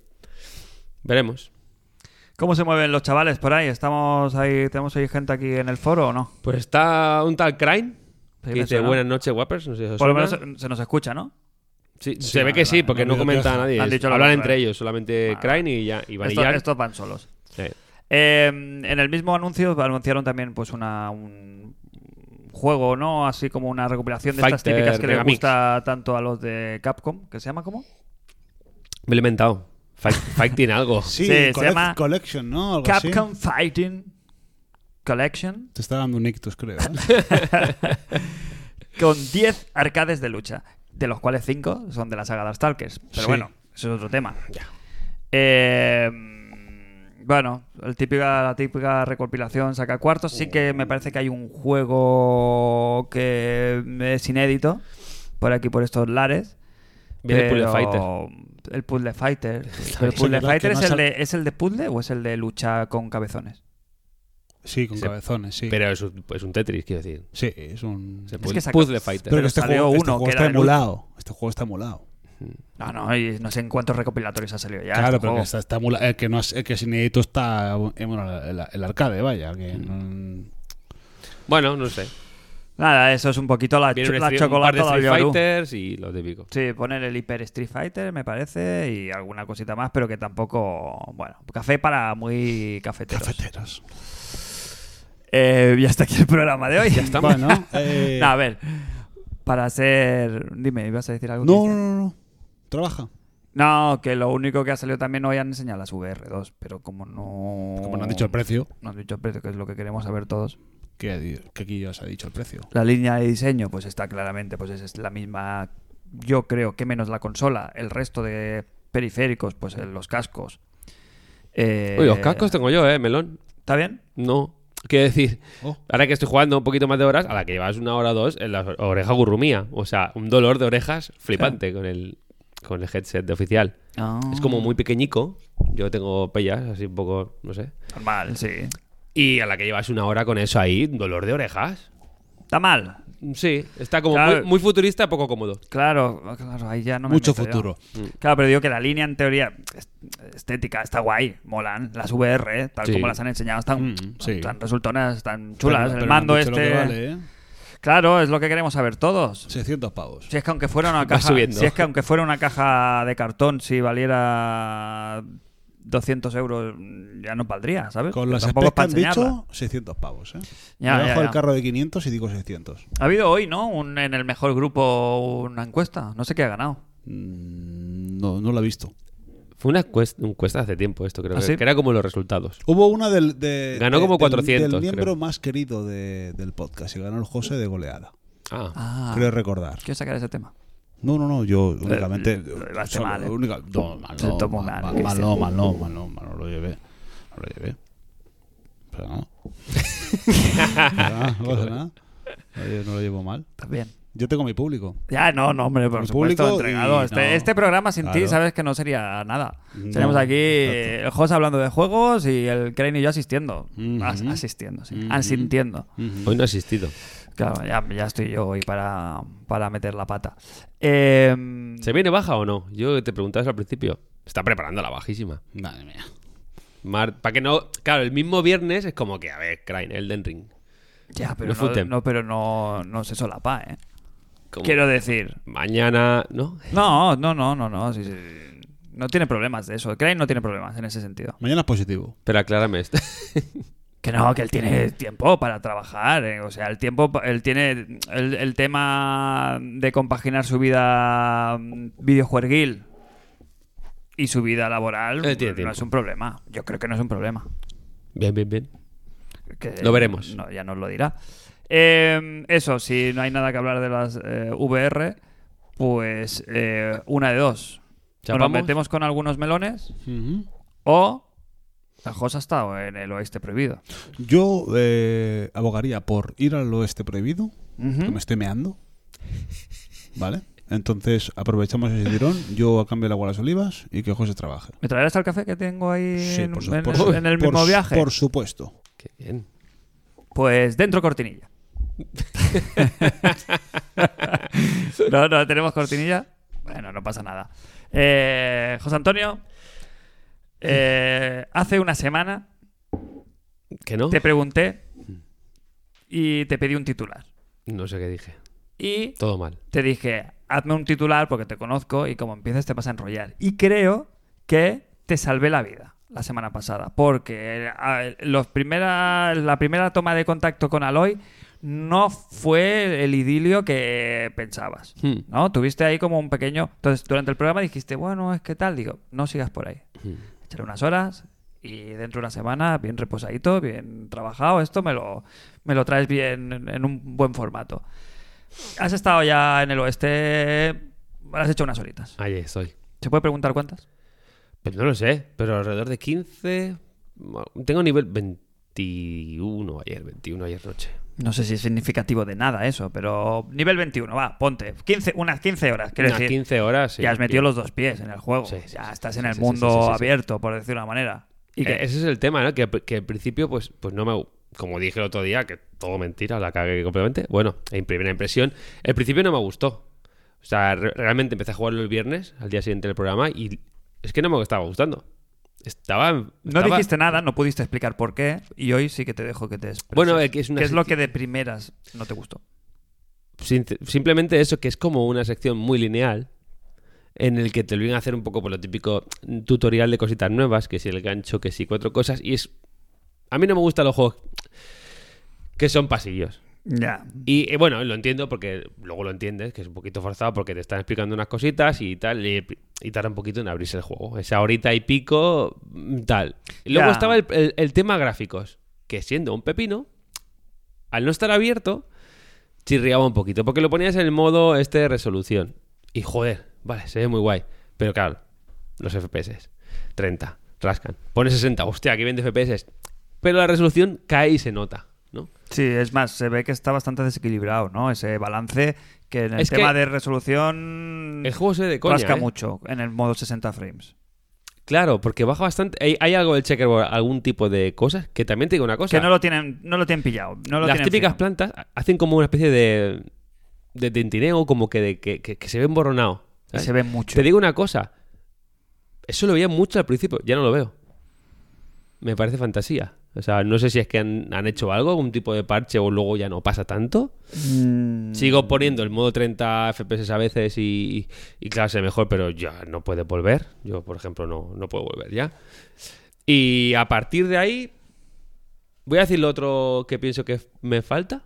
S3: Veremos.
S1: ¿Cómo se mueven los chavales por ahí? ¿Estamos ahí? ¿Tenemos ahí gente aquí en el foro o no?
S3: Pues está un tal Crane.
S1: Sí,
S3: que
S1: me
S3: dice
S1: suena.
S3: buenas noches, guapers. No sé si os
S1: Por lo
S3: suena.
S1: menos se, se nos escucha, ¿no?
S3: Sí,
S2: Sí,
S3: se ve que
S2: verdad,
S3: sí, porque
S2: no
S3: no
S2: ha habido
S3: comenta a
S2: queja.
S3: nadie.
S1: Han dicho lo
S3: Hablan
S1: mismo,
S3: entre
S1: ¿eh?
S3: ellos, solamente
S1: Vale.
S3: Crane y ya. Y
S1: Estos,
S3: Vanillar.
S1: estos van solos.
S3: Sí.
S1: Eh, en el mismo anuncio anunciaron también pues una, un juego, ¿no? Así como una recopilación de estas
S3: Fighter
S1: típicas que les
S3: Megamix.
S1: gusta tanto a los de Capcom, que se llama ¿cómo?
S3: Me lo he inventado. Fight- Fighting algo.
S2: Sí,
S1: Sí, se
S2: collect-
S1: llama
S2: Collection, ¿no? Algo así.
S1: Capcom Fighting Collection
S2: Te está dando un ictus, creo. ¿eh?
S1: con 10 arcades de lucha, de los cuales 5 son de la saga Darkstalkers. Pero
S2: Sí.
S1: bueno, eso es otro tema. Eh, bueno, el típica, la típica recopilación saca cuartos. Sí que
S2: Uh.
S1: me parece que hay un juego que es inédito por aquí, por estos lares.
S3: Viene el Puzzle
S1: pero-
S3: Fighter.
S1: El Puzzle Fighter. Pero ¿El
S2: bien.
S1: Puzzle
S2: Que no- que
S1: Fighter
S2: no
S1: es el,
S2: sal-
S1: de, es el de puzzle o es el de lucha con cabezones?
S2: Sí, con
S3: Sí.
S2: cabezones, sí.
S3: Pero es un, es un Tetris, quiero decir.
S2: sí, es un...
S3: Se
S2: Pero,
S3: puede-
S1: que saca-
S3: Puzzle Fighter.
S1: pero
S2: que este
S1: salió
S2: juego, este
S1: uno
S2: juego
S1: que era
S2: está
S1: de lucha.
S2: emulado. Este juego está emulado.
S1: No, no, y no sé en cuántos recopilatorios ha salido ya.
S2: claro,
S1: este
S2: pero que
S1: juego.
S2: está, está emulado. El que, no es, el que es inédito está emulado el, el arcade, vaya. Que
S1: Mm.
S2: no-
S3: Bueno, no sé.
S1: Nada, eso es un poquito la,
S3: Viene
S1: cho-
S3: un,
S1: la
S3: Street- un par de
S1: chocolata
S3: Street
S1: de Yoru.
S3: Fighters y lo típico.
S1: Sí, poner el Hyper Street Fighter, me parece, y alguna cosita más, pero que tampoco. Bueno, café para muy cafeteros.
S2: Cafeteros.
S1: Eh, y hasta aquí el programa de hoy. Ya
S3: está.
S2: Bueno, eh,
S1: a ver, para ser. Dime, ¿ibas a decir algo?
S2: no, no, no, no. Trabaja.
S1: No, que lo único que ha salido también hoy han enseñado las VR2, pero como no.
S2: Como no han dicho el precio,
S1: No han dicho el precio, que es lo que queremos saber todos.
S2: que, que aquí ya os ha dicho el precio.
S1: La línea de diseño, pues está claramente, pues es- es la misma, yo creo que menos la consola, el resto de periféricos, pues eh, los cascos. Eh,
S3: Uy, los cascos tengo yo, ¿eh, Melón?
S1: ¿Está bien?
S3: No. Quiero decir,
S2: Oh.
S3: ahora que estoy jugando un poquito más de horas, a la que llevas una hora o dos, en la oreja gurrumía. O sea, un dolor de orejas flipante con el con el headset de oficial.
S2: Ah.
S3: Es
S1: Ah.
S3: como muy pequeñico. Yo tengo pellas, así un poco, no sé.
S1: Normal, sí.
S3: Y a la que llevas una hora con eso ahí, dolor de orejas.
S1: Está mal.
S3: Sí, está como
S1: Claro.
S3: muy, muy futurista, poco cómodo.
S1: Claro, claro, ahí ya no me
S2: Mucho
S1: meto yo.
S2: futuro.
S1: Claro, pero digo que la línea en teoría est- estética está guay, molan. Las VR, eh, tal
S3: Sí.
S1: como las han enseñado, están,
S2: Mm, sí.
S1: están resultonas, están chulas.
S2: Pero-
S1: el
S2: pero no
S1: mando
S2: han dicho lo que
S1: este.
S2: vale, ¿eh?
S1: Claro, es lo que queremos saber todos.
S2: 600 pavos.
S1: Si es que aunque fuera una caja,
S3: subiendo.
S1: si es que aunque fuera una caja de cartón, si valiera 200 euros, ya no valdría, ¿sabes?
S2: Con
S1: Que
S2: las
S1: tampoco
S2: especies
S1: es
S2: que
S1: para
S2: han
S1: enseñarla.
S2: dicho, 600 pavos. ¿eh?
S1: Ya,
S2: Me
S1: ya,
S2: bajo
S1: ya.
S2: el carro de 500 y digo 600.
S1: Ha habido hoy, ¿no? Un- en el mejor grupo una encuesta. No sé qué ha ganado.
S2: Mm, No, no lo he visto.
S3: Fue una cuesta, un cuesta hace tiempo esto, creo.
S1: ¿Ah,
S3: que,
S1: sí?
S3: que era como los resultados.
S2: Hubo una del. de-
S3: Ganó
S2: de-
S3: como
S2: del-
S3: 400,
S2: Del miembro
S3: creo.
S2: más querido de- del podcast y ganó el José de goleada.
S3: Ah.
S1: Ah,
S2: Creo recordar.
S1: quiero sacar ese tema.
S2: No, no, no, yo únicamente.
S1: lo llevaste
S2: solo-
S1: mal, ¿eh?
S2: única- no, mal,
S1: Se
S2: no,
S1: tomó
S2: mal,
S1: mal,
S2: mal,
S1: Cristian.
S2: no, mal, no, mal, no, mal, no lo llevé. No lo llevé. Pero no. Ah, no pasa nada. No, yo no lo llevo mal.
S1: También.
S2: Yo tengo mi público.
S1: Ya, no, no, hombre, por
S2: El
S1: supuesto,
S2: público
S1: entregado.
S2: y
S1: Este,
S2: no.
S1: este programa sin ti,
S2: Claro.
S1: sabes que no sería nada.
S2: No,
S1: Tenemos aquí
S2: exacto.
S1: el José hablando de juegos y el Crane y yo asistiendo.
S2: Ujú.
S1: As- asistiendo, sí.
S2: Ujú.
S1: Asintiendo.
S3: Hoy no he asistido.
S1: Claro, ya, ya estoy yo hoy para, para meter la pata. Eh,
S3: ¿Se viene baja o no? Yo te preguntabas al principio. Está preparando la bajísima.
S2: Madre mía.
S3: Para que no. Claro, el mismo viernes es como que, a ver, Crane, Elden Ring.
S1: ya, pero
S3: No
S1: no,
S3: futen.
S1: no, pero no, no se solapa, ¿eh?
S3: Como
S1: Quiero decir.
S3: Mañana, ¿no?
S1: No, no, no, no, no. sí, sí. No tiene problemas de eso. Crane no tiene problemas en ese sentido.
S2: Mañana es positivo.
S3: Pero aclárame esto.
S1: Que no, que él tiene tiempo para trabajar. eh. O sea, el tiempo, pa- él tiene el, el tema de compaginar su vida mm, videojueguil y su vida laboral.
S3: Él tiene
S1: No
S3: tiempo.
S1: es un problema. Yo creo que no es un problema.
S3: bien, bien, bien.
S1: que-
S3: Lo veremos.
S1: no, ya nos lo dirá. Eh, eso, si no hay nada que hablar de las eh, VR, pues eh, una de dos. O nos
S3: ¿Chapamos?
S1: metemos con algunos melones o la cosa está en el oeste prohibido.
S2: Yo eh, abogaría por ir al oeste prohibido,
S1: Ujú.
S2: que me estoy meando. ¿Vale? Entonces aprovechamos ese tirón. Yo a cambio le hago las olivas y que José trabaje.
S1: ¿Me traerás el café que tengo ahí
S2: Sí,
S1: en,
S2: por, su-
S1: en-
S2: por su-
S1: en el
S2: por
S1: mismo
S2: su-
S1: viaje?
S2: Por supuesto.
S3: Qué bien.
S1: Pues dentro cortinilla. no, no, tenemos cortinilla. Bueno, no pasa nada. Eh, José Antonio, eh, hace una semana
S3: ¿Que no?
S1: te pregunté y te pedí un titular.
S3: No sé qué dije.
S1: Y
S3: Todo mal.
S1: te dije, hazme un titular porque te conozco y como empieces te vas a enrollar. Y creo que te salvé la vida la semana pasada, porque eh, a- los primera, la primera toma de contacto con Aloy no fue el idilio que pensabas.
S3: Hmm.
S1: ¿No? Tuviste ahí como un pequeño... Entonces, durante el programa dijiste, bueno, es que tal, digo, no sigas por ahí. Echaré unas horas y dentro de una semana, bien reposadito, bien trabajado, esto me lo, me lo traes bien en- en un buen formato. Has estado ya en el oeste. Has hecho unas horitas.
S3: Ahí estoy.
S1: ¿Se puede preguntar cuántas?
S3: Pues no lo sé, pero alrededor de 15. bueno, Tengo nivel 21 ayer, 21 ayer noche.
S1: No sé si es significativo de nada eso, pero nivel 21, va, ponte. 15, unas 15 horas, quiero
S3: Unas
S1: decir.
S3: 15 horas. sí,
S1: ya has metido
S3: bien.
S1: los dos pies en el juego.
S3: Sí, sí,
S1: ya
S3: sí,
S1: estás
S3: sí,
S1: en
S3: sí,
S1: el
S3: sí,
S1: mundo
S3: sí, sí, sí.
S1: abierto, por decirlo de una manera. ¿Y
S3: Eh,
S1: que
S3: Ese es el tema, ¿no? Que, que al principio, pues, pues no me. Como dije el otro día, que todo mentira, la cagué completamente. Bueno, en primera impresión, el principio no me gustó. O sea, re- realmente empecé a jugarlo el viernes, al día siguiente del programa, y es que no me estaba gustando. Estaba.
S1: No
S3: estaba-
S1: dijiste nada, no pudiste explicar por qué, y hoy sí que te dejo que te expreses.
S3: Bueno, eh, que es una
S1: ¿Qué es lo
S3: sección-
S1: que de primeras no te gustó?
S3: Sin- simplemente eso, que es como una sección muy lineal en el que te obligan a hacer un poco por lo típico tutorial de cositas nuevas, que si el gancho, que si cuatro cosas, y es... A mí no me gustan los juegos que son pasillos.
S1: Ya.
S3: Y eh, bueno, lo entiendo porque luego lo entiendes, que es un poquito forzado porque te están explicando unas cositas y tal, y, y tarda un poquito en abrirse el juego. Esa horita y pico, mm, tal. Y luego
S1: Ya.
S3: estaba el, el- el tema gráficos, que siendo un pepino, al no estar abierto, chirriaba un poquito, porque lo ponías en el modo este de resolución. Y joder, vale, se ve muy guay. Pero claro, los FPS, 30, rascan. Pones 60, hostia, que bien de FPS. Pero la resolución cae y se nota, ¿no?
S1: Sí, es más, se ve que está bastante desequilibrado, ¿no? Ese balance que en el
S3: Es que
S1: tema de resolución
S3: El juego se ve de coña.
S1: rasca
S3: ¿eh?
S1: mucho en el modo 60 frames.
S3: Claro, porque baja bastante. Hay, hay algo del checkerboard, algún tipo de cosas. Que también te digo una cosa.
S1: que no lo tienen, no lo tienen pillado. No lo
S3: las
S1: tienen
S3: típicas
S1: fino.
S3: plantas hacen como una especie de. de tintineo, como que, de, que, que- que se ve emborronado.
S1: Y
S3: ¿sabes?
S1: se ven mucho.
S3: Te digo una cosa. Eso lo veía mucho al principio, ya no lo veo. Me parece fantasía. O sea, no sé si es que han, han hecho algo, algún tipo de parche o luego ya no pasa tanto.
S1: Mm,
S3: Sigo poniendo el modo 30 FPS a veces y, y claro, se ve mejor, pero ya no puede volver. Yo, por ejemplo, no, no puedo volver ya. Y a partir de ahí, voy a decir lo otro que pienso que me falta,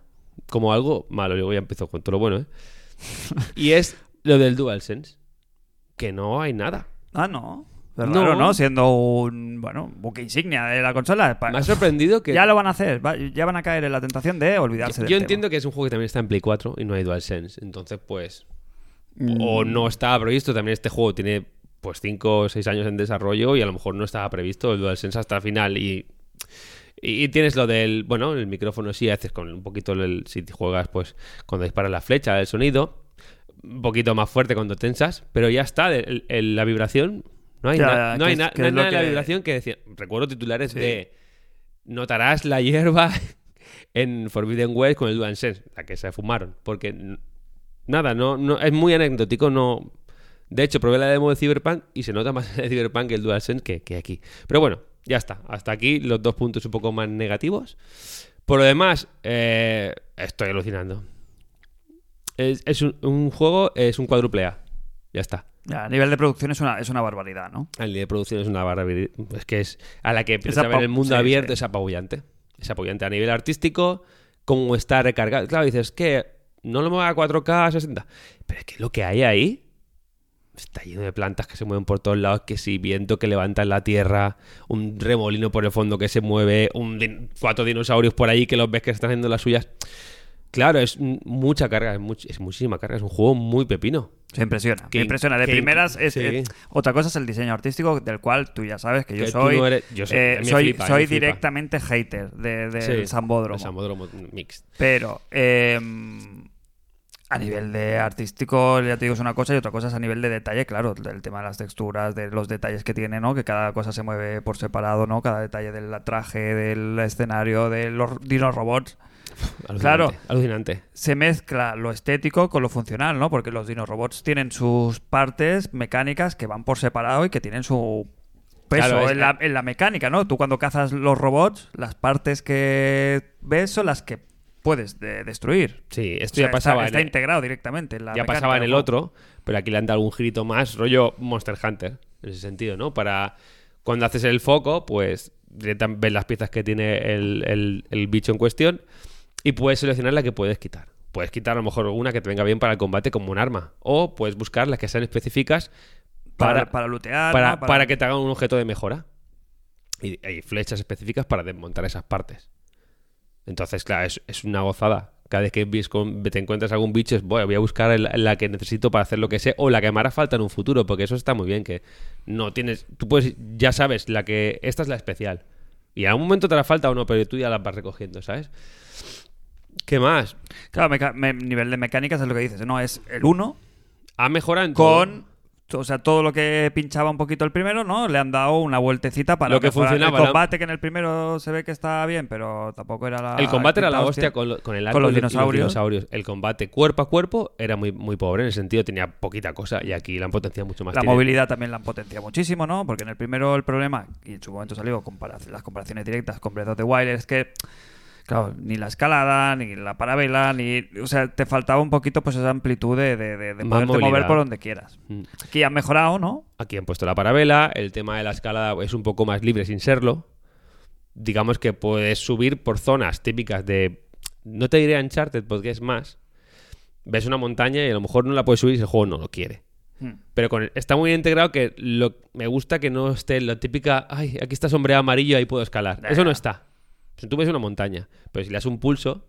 S3: como algo malo. Luego ya empiezo con todo lo bueno, ¿eh? Y es lo del DualSense, que no hay nada.
S1: Ah, no. Pero
S3: No.
S1: raro, ¿no? Siendo un, bueno, buque insignia de la consola. Pa-
S3: Me ha sorprendido que.
S1: Ya lo van a hacer. va- ya van a caer en la tentación de olvidarse
S3: yo
S1: del
S3: entiendo que es un juego que también está en Play 4 y no hay DualSense. Entonces, pues. O no estaba previsto. También este juego tiene pues 5 o 6 años en desarrollo y a lo mejor no estaba previsto el DualSense hasta el final. Y, y, y tienes lo del. Bueno, el micrófono sí haces con un poquito el. Si juegas, pues cuando disparas la flecha, el sonido. Un poquito más fuerte cuando tensas. Pero ya está. el- el- la vibración. No hay,
S1: Ya,
S3: na-
S1: que
S3: no hay,
S1: es-
S3: na-
S1: que
S3: no hay
S1: es lo
S3: nada de la
S1: que-
S3: vibración que decía. Recuerdo titulares de. Notarás la hierba en Forbidden West con el DualSense, la que se fumaron, porque n- nada, no, no es muy anecdótico, no. De hecho, probé la demo de Cyberpunk y se nota más el Cyberpunk que el DualSense que, que aquí. Pero bueno, ya está. Hasta aquí los dos puntos un poco más negativos. Por lo demás, eh, estoy alucinando. Es, es un, un juego, es un cuádruple A. Ya está.
S1: Ya, a nivel de producción es una, es una barbaridad, ¿no?
S3: El nivel de producción es una barra. vir- Es que es a la que empiezas a
S1: apa-
S3: ver el
S1: sí,
S3: mundo abierto,
S1: sí.
S3: es apabullante. Es apabullante a nivel artístico, cómo está recargado. Claro, dices que no lo mueva a 4K a 60. Pero es que lo que hay ahí está lleno de plantas que se mueven por todos lados, que si viento que levanta en la tierra, un remolino por el fondo que se mueve, un din- cuatro dinosaurios por ahí que los ves que están haciendo las suyas. Claro, es m- mucha carga, es, much- es muchísima carga, es un juego muy pepino.
S1: Se impresiona,
S3: Que-
S1: me impresiona. De
S3: que-
S1: primeras, es,
S3: sí.
S1: es- otra cosa es el diseño artístico, del cual tú ya sabes que yo
S3: Que tú
S1: soy.
S3: no eres- yo soy-
S1: eh,
S3: a mí me
S1: soy,
S3: flipa,
S1: soy
S3: me flipa.
S1: directamente hater de- del
S3: Sí,
S1: Sambódromo.
S3: El Sambódromo mixed.
S1: Pero eh, A nivel de artístico, ya te digo, es una cosa y otra cosa es a nivel de detalle, claro, el tema de las texturas, de los detalles que tiene, ¿no? Que cada cosa se mueve por separado, ¿no? Cada detalle del traje, del escenario, de los dinos robots.
S3: Alucinante,
S1: Claro.
S3: Alucinante.
S1: Se mezcla lo estético con lo funcional, ¿no? Porque los dinorobots tienen sus partes mecánicas que van por separado y que tienen su peso
S3: Claro, es-
S1: en, la, en la mecánica, ¿no? Tú cuando cazas los robots, las partes que ves son las que puedes de- destruir.
S3: Sí,
S1: O
S3: esto
S1: sea,
S3: ya pasaba.
S1: está, está
S3: en el-
S1: integrado directamente en la
S3: ya
S1: mecánica
S3: pasaba en
S1: del
S3: el
S1: juego.
S3: otro, pero aquí le han dado un girito más, rollo Monster Hunter, en ese sentido, ¿no? Para cuando haces el foco, pues directa- ves las piezas que tiene el, el- el bicho en cuestión y puedes seleccionar la que puedes quitar. Puedes quitar a lo mejor una que te venga bien para el combate como un arma, o puedes buscar las que sean específicas
S1: para,
S3: para,
S1: para, lootear,
S3: para,
S1: ¿no?
S3: para que te hagan un objeto de mejora. Y hay flechas específicas para desmontar esas partes. Entonces, claro, es, es una gozada. Cada vez que ves con- te encuentras algún bicho, es, "Buah, voy a buscar el- la que necesito para hacer lo que sé o la que me hará falta en un futuro, porque eso está muy bien, que no tienes, tú puedes, ya sabes, la que, esta es la especial. Y a un momento te hará falta o no, pero tú ya la vas recogiendo, ¿sabes? ¿Qué más?
S1: Claro, meca- me- nivel de mecánicas es lo que dices, ¿no? Es el 1
S3: Ha mejorado en todo.
S1: con... O sea, todo lo que pinchaba un poquito el primero, ¿no? Le han dado una vueltecita para
S3: Lo que
S1: mejorar
S3: funcionaba,
S1: El
S3: ¿no?
S1: combate que en el primero se ve que está bien, pero tampoco era la...
S3: El combate era la
S1: quinta
S3: hostia con, lo- con el arco
S1: Con los
S3: y los- y
S1: dinosaurios.
S3: dinosaurios. El combate cuerpo a cuerpo era muy, muy pobre en el sentido, tenía poquita cosa y aquí la han potenciado mucho más.
S1: La
S3: Tiene-
S1: movilidad también la han potenciado muchísimo, ¿no? Porque en el primero el problema, y en su momento salió compara- las comparaciones directas con Breath of the Wild, es que, claro, ni la escalada, ni la parabela, ni... O sea, te faltaba un poquito pues esa amplitud de, de, de- de
S3: Más
S1: poderte mover
S3: movilidad.
S1: por donde quieras.
S3: Mm.
S1: Aquí han mejorado, ¿no?
S3: Aquí han puesto la parabela, el tema de la escalada es un poco más libre sin serlo. Digamos que puedes subir por zonas típicas de... No te diré Uncharted porque es más. Ves una montaña y a lo mejor no la puedes subir si el juego no lo quiere.
S1: Hmm.
S3: Pero con, está muy bien integrado que lo, me gusta que no esté la típica, ay, aquí está sombreado amarillo, ahí puedo escalar.
S1: Ya,
S3: Eso no
S1: ya.
S3: está. Si tú ves una montaña, pero si le das un pulso,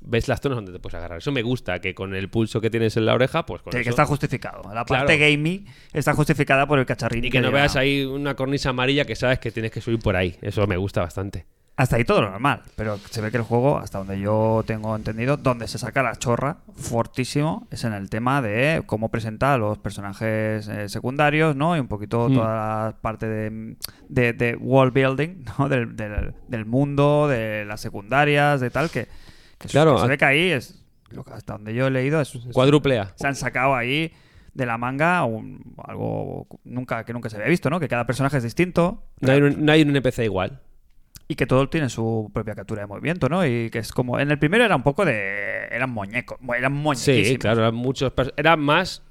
S3: ves las zonas donde te puedes agarrar. Eso me gusta, que con el pulso que tienes en la oreja, pues con
S1: Sí, que
S3: eso-
S1: está justificado. La
S3: Claro.
S1: parte gaming está justificada por el cacharrín.
S3: Y que no
S1: lleva.
S3: veas ahí una cornisa amarilla que sabes que tienes que subir por ahí. Eso me gusta bastante.
S1: Hasta ahí todo lo normal, pero se ve que el juego, hasta donde yo tengo entendido, donde se saca la chorra fortísimo es en el tema de cómo presenta a los personajes eh, secundarios, ¿no? Y un poquito
S3: Mm.
S1: toda la parte de, de, de world building, ¿no? Del, del- del mundo, de las secundarias, de tal, que, que se-
S3: Claro,
S1: que se
S3: a-
S1: ve que ahí es, lo que hasta donde yo he leído, es, es-
S3: Cuadruplea.
S1: se han sacado ahí de la manga un- algo nunca, que nunca se había visto, ¿no? Que cada personaje es distinto,
S3: No hay, un, no hay un NPC igual.
S1: y que todo tiene su propia captura de movimiento, ¿no? Y que es como. En el primero era un poco de. Eran muñecos. mu- Eran
S3: Sí,
S1: muñequísimos.
S3: claro, eran muchos pers- Era más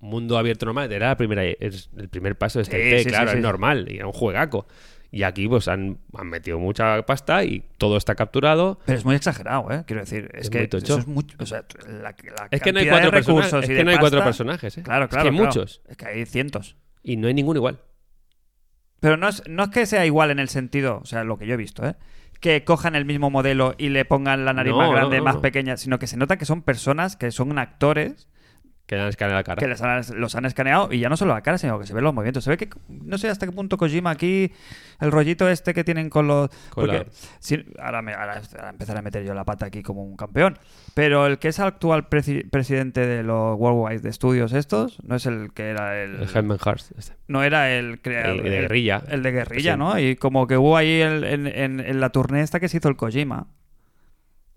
S3: mundo abierto normal. Era la primera, es el primer paso de este
S1: Sí,
S3: IP,
S1: sí,
S3: claro,
S1: sí,
S3: es
S1: sí.
S3: normal. Y era un juegaco. Y aquí pues han, han metido mucha pasta y todo está capturado.
S1: Pero es muy exagerado, ¿eh? Quiero decir, es,
S3: Es
S1: que
S3: muy tocho.
S1: eso es mucho. O sea, t- la, la
S3: Es que no
S1: cantidad
S3: hay
S1: de
S3: cuatro persona-
S1: recursos
S3: es
S1: y
S3: que
S1: de
S3: no hay cuatro
S1: pasta-
S3: personajes, ¿eh?
S1: Claro,
S3: Es
S1: claro.
S3: que hay
S1: claro.
S3: muchos.
S1: Es que hay cientos.
S3: Y no hay ninguno igual.
S1: Pero no es, no es que sea igual en el sentido, o sea, lo que yo he visto, ¿eh? Que cojan el mismo modelo y le pongan la nariz
S3: No,
S1: más
S3: no,
S1: grande,
S3: no,
S1: más
S3: no.
S1: pequeña, sino que se nota que son personas que son actores
S3: Que le han escaneado la cara.
S1: que les han- los han escaneado y ya no solo la cara, sino que se ven los movimientos. Se ve que no sé hasta qué punto Kojima aquí, el rollito este que tienen con los.
S3: Con la-
S1: porque si- ahora, me, ahora- ahora empezaré a meter yo la pata aquí como un campeón. Pero el que es actual presi- presidente de los Worldwide Studios, estos, no es el que era el.
S3: El Headman Hearst. este.
S1: no era el creador.
S3: El de guerrilla.
S1: El de guerrilla,
S3: Sí.
S1: ¿no? Y como que hubo ahí el- en, en- en la turné esta que se hizo el Kojima.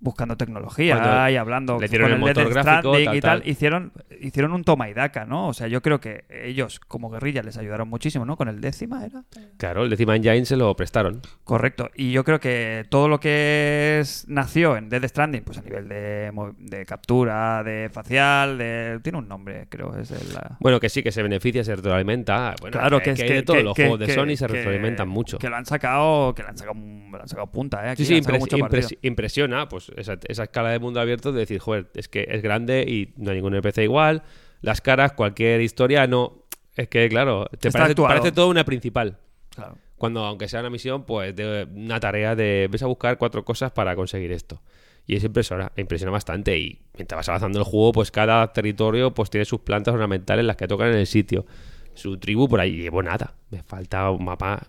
S1: Buscando tecnología
S3: Cuando
S1: y hablando
S3: le dieron el motor
S1: Death
S3: gráfico,
S1: Stranding
S3: tal,
S1: y tal,
S3: tal.
S1: hicieron, hicieron un toma y daca, ¿no? O sea, yo creo que ellos como guerrilla les ayudaron muchísimo, ¿no? Con el décima era.
S3: Claro, el Decima Engine se lo prestaron.
S1: Correcto. Y yo creo que todo lo que es- nació en Death Stranding, pues a nivel de, mo- de captura, de facial, de, tiene un nombre, creo. Es el, la-
S3: Bueno, que sí, que se beneficia, se retroalimenta. Bueno,
S1: claro que es
S3: que,
S1: que,
S3: hay de todo.
S1: que-
S3: los
S1: que-
S3: juegos de
S1: que-
S3: Sony se
S1: que-
S3: retroalimentan mucho.
S1: Que lo han sacado, que lo han sacado, le han sacado punta, ¿eh? Aquí
S3: sí, sí,
S1: le han sacado
S3: impres-
S1: mucho
S3: impres-
S1: partido.
S3: impresiona pues esa, esa escala de mundo abierto de decir, joder, es que es grande y no hay ningún NPC igual. Las caras, cualquier historia, no. Es que, claro, te
S1: Está
S3: parece,
S1: actuado.
S3: parece todo una principal.
S1: Claro.
S3: Cuando, aunque sea una misión, pues de una tarea de ves a buscar cuatro cosas para conseguir esto. Y es impresiona, impresiona bastante. Y mientras vas avanzando el juego, pues cada territorio pues tiene sus plantas ornamentales, las que tocan en el sitio. Su tribu por ahí llevo nada. Me falta un mapa.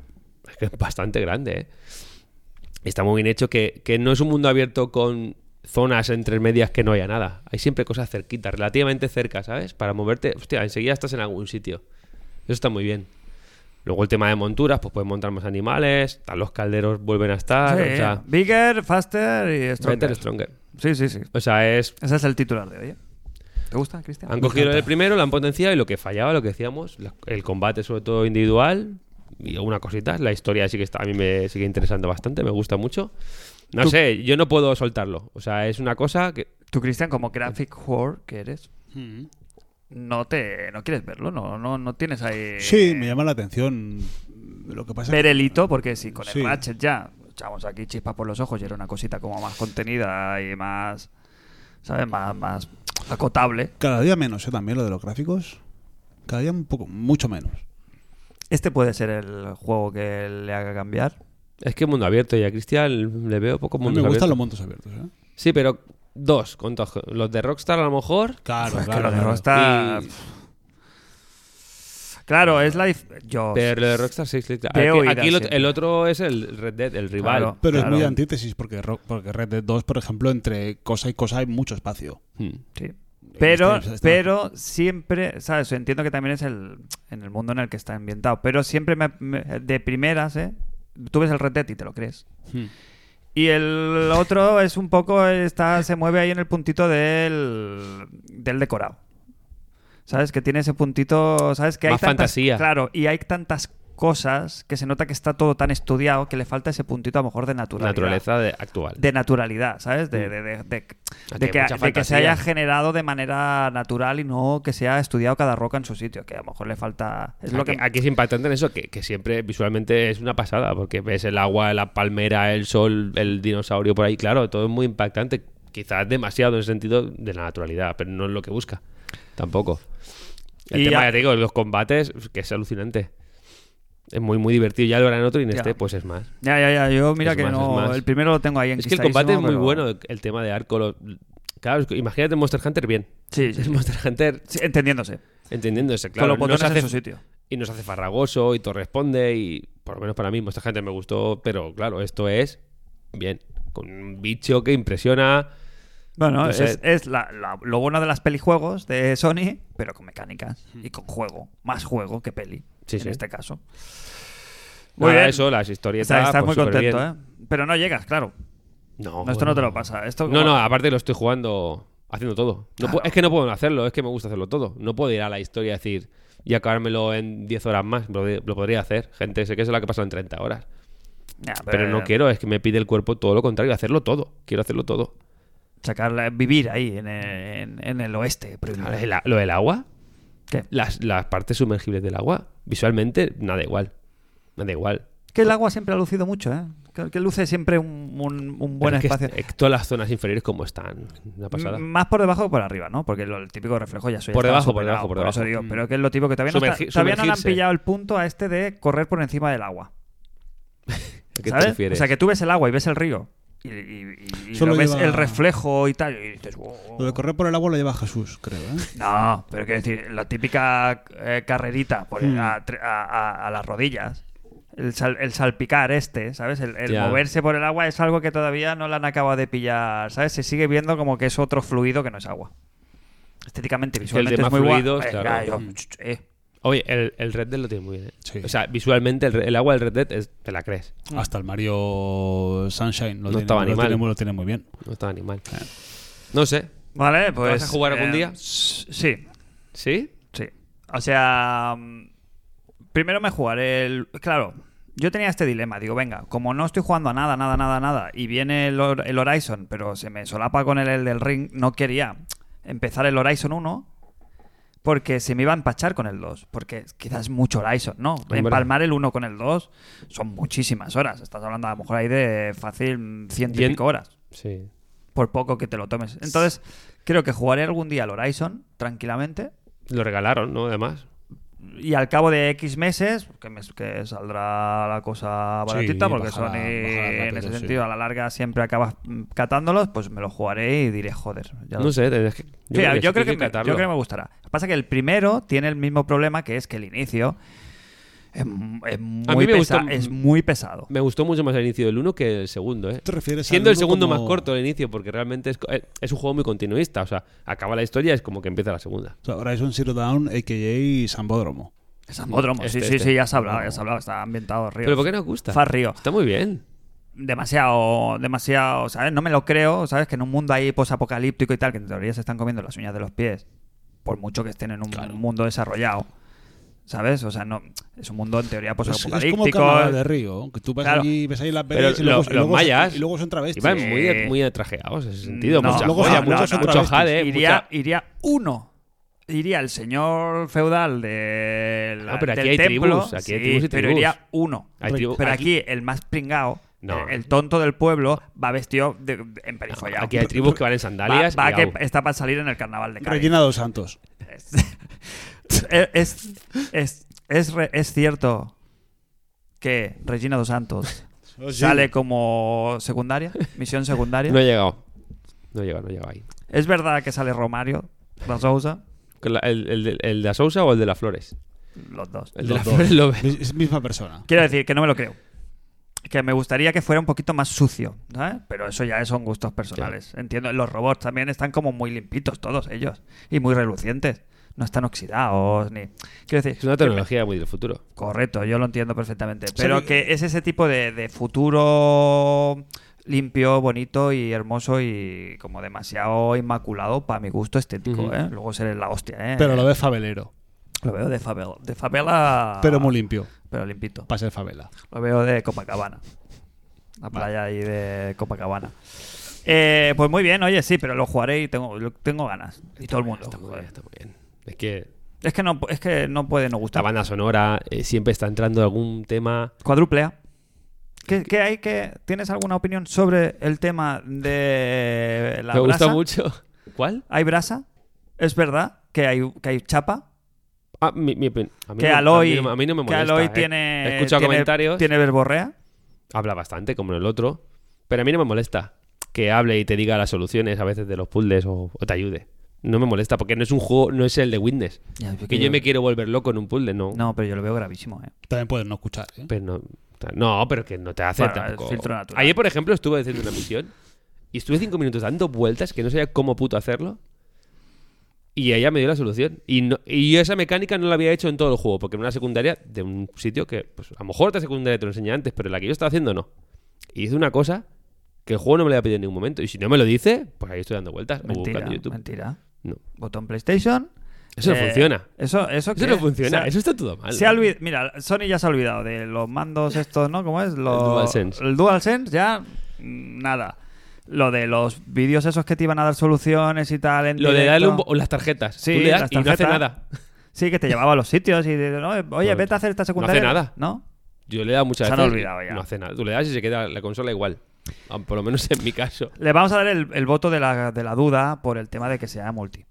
S3: Es que es bastante grande, ¿eh? Está muy bien hecho que, que no es un mundo abierto con zonas entre medias que no haya nada. Hay siempre cosas cerquitas, relativamente cerca, ¿sabes? Para moverte, hostia, enseguida estás en algún sitio. Eso está muy bien. Luego el tema de monturas, pues puedes montar más animales, están los calderos vuelven a estar,
S1: Sí,
S3: o sea,
S1: bigger, faster y stronger.
S3: Better Stronger.
S1: Sí, sí, sí.
S3: O sea, es
S1: Ese es el titular de hoy. ¿eh? ¿Te gusta, Cristian?
S3: Han cogido el primero, lo han potenciado y lo que fallaba, lo que decíamos, la- el combate sobre todo individual y alguna cosita. La historia sí que está, a mí me sigue interesando bastante, me gusta mucho. No
S1: Tú-
S3: sé, yo no puedo soltarlo. O sea, es una cosa que...
S1: Tú, Cristian, como graphic whore que eres,
S2: Mm.
S1: no te no quieres verlo, no no, no tienes ahí eh,
S2: Sí, me llama la atención. Lo que pasa
S1: ver el hito, porque si con el
S2: Sí.
S1: Ratchet ya echamos aquí chispas por los ojos y era una cosita como más contenida y más, ¿sabes? Más, más acotable.
S2: Cada día menos, ¿eh? También lo de los gráficos. Cada día un poco, mucho menos.
S1: Este puede ser el juego que le haga cambiar.
S3: Es que mundo abierto y a Cristian le veo poco
S2: A mí
S3: mundo
S2: me
S3: abierto.
S2: gustan los montos abiertos, ¿eh?
S3: Sí, pero dos, con to- los de Rockstar a lo mejor.
S2: Claro,
S1: Pues Es que lo de Rockstar...
S3: Y-
S1: Claro, es life... Yo...
S3: Pero lo de Rockstar sí, sí, claro.
S1: Te
S3: Aquí,
S1: oirás
S3: aquí el, ot-
S1: siempre.
S3: el otro es el Red Dead, el rival.
S1: Claro.
S2: Pero
S1: Claro.
S2: es muy antítesis porque, Ro- porque Red Dead 2, por ejemplo, entre cosa y cosa hay mucho espacio.
S3: Hmm.
S1: Sí. Pero,
S2: está- está-
S1: pero siempre, ¿sabes? Entiendo que también es el, en el mundo en el que está ambientado, pero siempre me- me- de primeras, ¿eh? Tú ves el Red Dead y te lo crees.
S3: Hmm.
S1: Y el otro es un poco, está, se mueve ahí en el puntito del, del decorado. ¿Sabes? Que tiene ese puntito, ¿sabes? Que hay
S3: Más
S1: tantas,
S3: fantasía.
S1: Claro, y hay tantas cosas que se nota que está todo tan estudiado que le falta ese puntito a lo mejor de naturalidad
S3: Naturaleza de- actual.
S1: de naturalidad, ¿sabes? De, de- de- de-
S3: Ah,
S1: de
S3: que
S1: que,
S3: Mm. mucha
S1: de que se
S3: fantasía.
S1: haya generado de manera natural y no que se haya estudiado cada roca en su sitio, que a lo mejor le falta... Es lo
S3: aquí,
S1: que...
S3: aquí es impactante en eso, que, que siempre visualmente es una pasada, porque ves el agua, la palmera, el sol, el dinosaurio por ahí, claro, todo es muy impactante, quizás demasiado en el sentido de la naturalidad, pero no es lo que busca, tampoco. El
S1: Y
S3: tema,
S1: ya-
S3: ya... te digo, los combates, que es alucinante. Es muy, muy divertido, ya lo harán otro y en
S1: Ya.
S3: este pues es más.
S1: Ya, ya, ya, yo mira
S3: Es
S1: que
S3: más, es
S1: no...
S3: más.
S1: El primero lo tengo ahí en
S3: Es que el combate es muy bueno, eh.
S1: Sí,
S3: el tema de arco. lo- Claro, es que imagínate Monster Hunter bien.
S1: sí,
S3: Es
S1: sí.
S3: Monster Hunter
S1: Sí, entendiéndose.
S3: entendiéndose,
S1: con
S3: claro.
S1: los botones
S3: nos hace-
S1: en su sitio.
S3: y nos hace farragoso y todo responde y por lo menos para mí mucha gente me gustó pero claro esto es bien con un bicho que impresiona
S1: Bueno,
S3: no sé.
S1: es, es la- la- lo bueno de las pelijuegos de Sony, pero con mecánicas y con juego. Más juego que peli,
S3: Mm. Sí,
S1: en
S3: sí.
S1: este caso.
S3: Nada, eso las
S1: O
S3: historietas
S1: sea, estás
S3: pues,
S1: muy
S3: superbién.
S1: contento, ¿eh? Pero no llegas, claro.
S3: no,
S1: No, esto
S3: bueno.
S1: no te lo pasa. Esto
S3: no
S1: como-
S3: no aparte lo estoy jugando haciendo todo No pu- es que no puedo hacerlo es que me gusta hacerlo todo no puedo ir a la historia y decir y acabármelo en 10 horas más lo, de- lo podría hacer gente sé que eso es la que pasa en 30 horas
S1: Ya,
S3: pero no quiero es que me pide el cuerpo todo lo contrario hacerlo todo quiero hacerlo todo
S1: sacarla, vivir ahí en el, en- en el oeste. primero.
S3: Ahora, el a- lo del agua
S1: ¿Qué?
S3: las, las partes sumergibles del agua, visualmente, nada igual. Nada igual.
S1: Que el agua siempre ha lucido mucho, ¿eh? Que, que luce siempre un, un- un buen
S3: Pero es que
S1: espacio. Mm,
S3: es- es- todas las zonas inferiores como están. Una pasada.
S1: M- Más por debajo que por arriba, ¿no? Porque lo- el típico reflejo ya soy
S3: Por debajo, por debajo, por
S1: Eso
S3: debajo. Mm.
S1: digo, pero que es lo típico que todavía, no, está-
S3: Sumergi-
S1: todavía no le han
S3: sumergirse.
S1: pillado el punto a este de correr por encima del agua.
S3: ¿A qué
S1: ¿sabes?
S3: te
S1: O
S3: refieres?
S1: sea, que tú ves el agua y ves el río. Y, y- y- y
S2: Solo
S1: lo ves
S2: lleva-
S1: el reflejo y tal. Y dices, "Wow".
S2: Lo de correr por el agua lo lleva Jesús, creo, ¿eh?
S1: No, pero quiero decir, la típica eh, carrerita por-
S3: Hmm.
S2: Mm.
S1: a, tre- a- a- a las rodillas, el, sal- el salpicar este, ¿sabes? El, el
S3: Ya.
S1: moverse por el agua es algo que todavía no le han acabado de pillar, ¿sabes? Se sigue viendo como que es otro fluido que no es agua. Estéticamente,
S3: Es que el
S1: visualmente
S3: tema
S1: es muy Eh, guay.
S3: fluidos, claro. Mm.
S1: Eh.
S3: Oye, el, el Red Dead lo tiene muy bien. ¿eh?
S2: Sí.
S3: O sea, visualmente el, re- el agua del Red Dead es- te la crees.
S2: Hasta el Mario Sunshine lo,
S3: No
S2: tiene,
S3: estaba
S2: lo,
S3: animal.
S2: tiene, muy- lo tiene muy bien.
S3: No está animal. No sé.
S1: Vale, pues...
S3: vas a jugar algún día?
S1: s- Sí,
S3: ¿Sí?
S1: sí. O sea, mm, primero me jugaré el... Claro, yo tenía este dilema. Digo, venga, como no estoy jugando a nada, nada, nada, nada, y viene el, Hor- el Horizon, pero se me solapa con el, el del Ring, no quería empezar el Horizon 1 porque se me iba a empachar con el 2. Porque quizás es mucho Horizon, ¿no?
S3: Hombre.
S1: Empalmar el 1 con el 2 son muchísimas horas. Estás hablando a lo mejor ahí de fácil mm, ciento y
S3: Yen-
S1: pico horas.
S3: Sí.
S1: Por poco que te lo tomes. Entonces, creo que jugaré algún día al Horizon tranquilamente
S3: Lo regalaron, ¿no? Además.
S1: y al cabo de X meses, que, me- que saldrá la cosa
S2: Sí,
S1: baratita, porque
S2: bajará-
S1: Sony
S2: bajará
S1: en
S2: rápido,
S1: ese
S2: sí.
S1: sentido a la larga siempre acabas mm, catándolos, pues me lo jugaré y diré, joder. ya lo-
S3: No sé. tendrías que-
S1: Sí, Yo, creo,
S3: eso tienes
S1: que me, yo
S3: catarlo.
S1: creo que me gustará. Lo que pasa es que el primero tiene el mismo problema que es que el inicio Es, m- es muy
S3: me
S1: pesa-
S3: gusta-
S1: es muy pesado.
S3: Me gustó mucho más el inicio del 1 que el segundo, ¿eh?
S2: ¿Te refieres
S3: Siendo
S2: al
S3: el
S2: uno
S3: segundo
S2: como-
S3: más corto el inicio, porque realmente es, co- eh, es un juego muy continuista. O sea, acaba la historia, es como que empieza la segunda.
S2: O sea, Horizon Zero Dawn, a.k.a. Sambódromo.
S1: Es Ambódromo,
S3: Este,
S1: sí, sí,
S3: este.
S1: sí, ya se ha hablado, ya se ha hablado, está ambientado río.
S3: Pero ¿por qué nos gusta?
S1: Far Río.
S3: Está muy bien.
S1: Demasiado, demasiado, ¿sabes? No me lo creo, ¿sabes? Que en un mundo ahí posapocalíptico y tal, que en teoría se están comiendo las uñas de los pies, por mucho que estén en un mundo desarrollado, ¿sabes? O sea, no es un mundo en teoría
S2: Pues
S3: Pues
S2: Es, es como el
S1: posapocalíptico.
S2: carnaval de Río, que tú vas
S1: Claro.
S2: allí, ves ahí las
S3: Pero
S2: velas y, luego,
S3: los-
S2: y luego-
S3: los mayas-
S2: y luego son travestis.
S3: Iban
S1: Sí.
S3: muy, muy atrajeados en ese sentido.
S1: No,
S3: mucha
S2: luego
S3: joya,
S2: son-
S3: mucho,
S2: no, no,
S3: mucho
S2: no.
S3: jade.
S1: iría,
S3: mucha-
S1: iría uno. Iría el señor feudal de la-
S3: Ah, pero aquí
S1: del
S3: hay
S1: templo,
S3: tribus, aquí hay
S1: sí,
S3: tribus y
S1: pero
S3: tribus.
S1: iría uno.
S3: Hay tribu-
S1: pero aquí, el más pringao,
S3: No.
S1: el tonto del pueblo, va vestido de, de emperifollado.
S3: Aquí hay tribus que van en sandalias.
S1: Va, va
S3: y
S1: que
S3: au.
S1: está para salir en el carnaval de Cádiz.
S2: Rellenado santos.
S1: Es, es, es- es re- es cierto que Regina dos Santos sale como secundaria, misión secundaria.
S3: No he llegado. No he llegado, no he llegado ahí.
S1: Es verdad que sale Romario da Sousa,
S3: Con la- el, el de- el de la Sousa o el de las flores?
S1: los dos.
S3: El de
S2: Los
S3: las
S2: dos.
S3: flores lo ve.
S2: Es misma persona.
S1: Quiero decir que no me lo creo. Que me gustaría que fuera un poquito más sucio, ¿sabes? Pero eso ya son gustos personales. Entiendo, los robots también están como muy limpitos todos ellos y muy relucientes. No están oxidados ni. Quiero decir,
S3: Es una tecnología muy del futuro.
S1: Correcto, yo lo entiendo perfectamente. Pero que es ese tipo de, de futuro limpio, bonito y hermoso y como demasiado inmaculado para mi gusto estético.
S3: Ujú.
S1: ¿eh? Luego seré la hostia. ¿eh?
S2: Pero lo ves fabelero.
S1: Lo veo de favela. De favela.
S2: Pero muy limpio.
S1: Pero limpito.
S2: Para ser favela.
S1: Lo veo de Copacabana. La playa ahí de Copacabana. Eh, pues muy bien, oye, sí, pero lo jugaré y tengo, lo- tengo ganas. Y todo el mundo.
S3: Está muy
S1: joder.
S3: bien, está muy bien. Es que
S1: Es que no, es que no puede no
S3: la
S1: gustar.
S3: banda sonora eh, siempre está entrando algún tema.
S1: Cuádruple A. ¿Qué, qué hay que tienes alguna opinión sobre el tema de la
S3: Me
S1: brasa?
S3: gusta mucho. ¿Cuál?
S1: ¿Hay brasa? ¿Es verdad que hay, que hay chapa?
S3: Ah, mi- mi opin- a mí
S1: que
S3: no-
S1: Aloy,
S3: a mí no- a mí no me
S1: que
S3: molesta.
S1: Aloy
S3: eh.
S1: tiene,
S3: He escuchado
S1: tiene-
S3: comentarios.
S1: tiene verborrea.
S3: Habla bastante, como en el otro. Pero a mí no me molesta que hable y te diga las soluciones a veces de los puzzles o, o te ayude. No me molesta porque no es un juego, no es el de Witness. Que yo me quiero volver loco en un puzzle, no.
S1: No, pero yo lo veo gravísimo, ¿eh?
S2: También puedes no escuchar. ¿eh?
S3: Pero no, no, pero que no te hace
S1: Bueno,
S3: tampoco-
S1: el filtro natural.
S3: Ayer, por ejemplo, estuve haciendo una misión y estuve cinco minutos dando vueltas que no sabía cómo puto hacerlo. Y ella me dio la solución. Y, no- y yo esa mecánica no la había hecho en todo el juego, porque en una secundaria de un sitio que, pues, a lo mejor otra secundaria te lo enseña antes, pero la que yo estaba haciendo no. Y hice una cosa que el juego no me la había pedido en ningún momento. Y si no me lo dice, pues ahí estoy dando vueltas. o
S1: Mentira,
S3: buscando en YouTube.
S1: mentira.
S3: No.
S1: Botón PlayStation. Eh,
S3: Eso no funciona.
S1: Eso, eso,
S3: Eso
S1: que-
S3: no funciona,
S1: o sea,
S3: eso está todo mal.
S1: Se ha olvid- Mira, Sony ya se ha olvidado de los mandos estos, ¿no? ¿Cómo es? Los-
S3: El DualSense.
S1: El DualSense ya mm, nada. Lo de los vídeos esos que te iban a dar soluciones y tal. en
S3: Lo de
S1: directo.
S3: darle un bo- o las tarjetas.
S1: Sí,
S3: Tú le das
S1: las
S3: y no hace
S1: tarjetas.
S3: nada.
S1: Sí, que te llevaba a los sitios y de, no, oye,
S3: Bueno,
S1: vete a hacer esta
S3: no hace
S1: secundaria.
S3: nada.
S1: ¿No?
S3: Yo le he dado muchas
S1: Se han
S3: veces. y
S1: olvidado ya.
S3: No hace nada. Tú le das y se queda la consola igual. Ah, Por lo menos en mi caso.
S1: Le vamos a dar el, el voto de la, de la duda por el tema de que sea multi.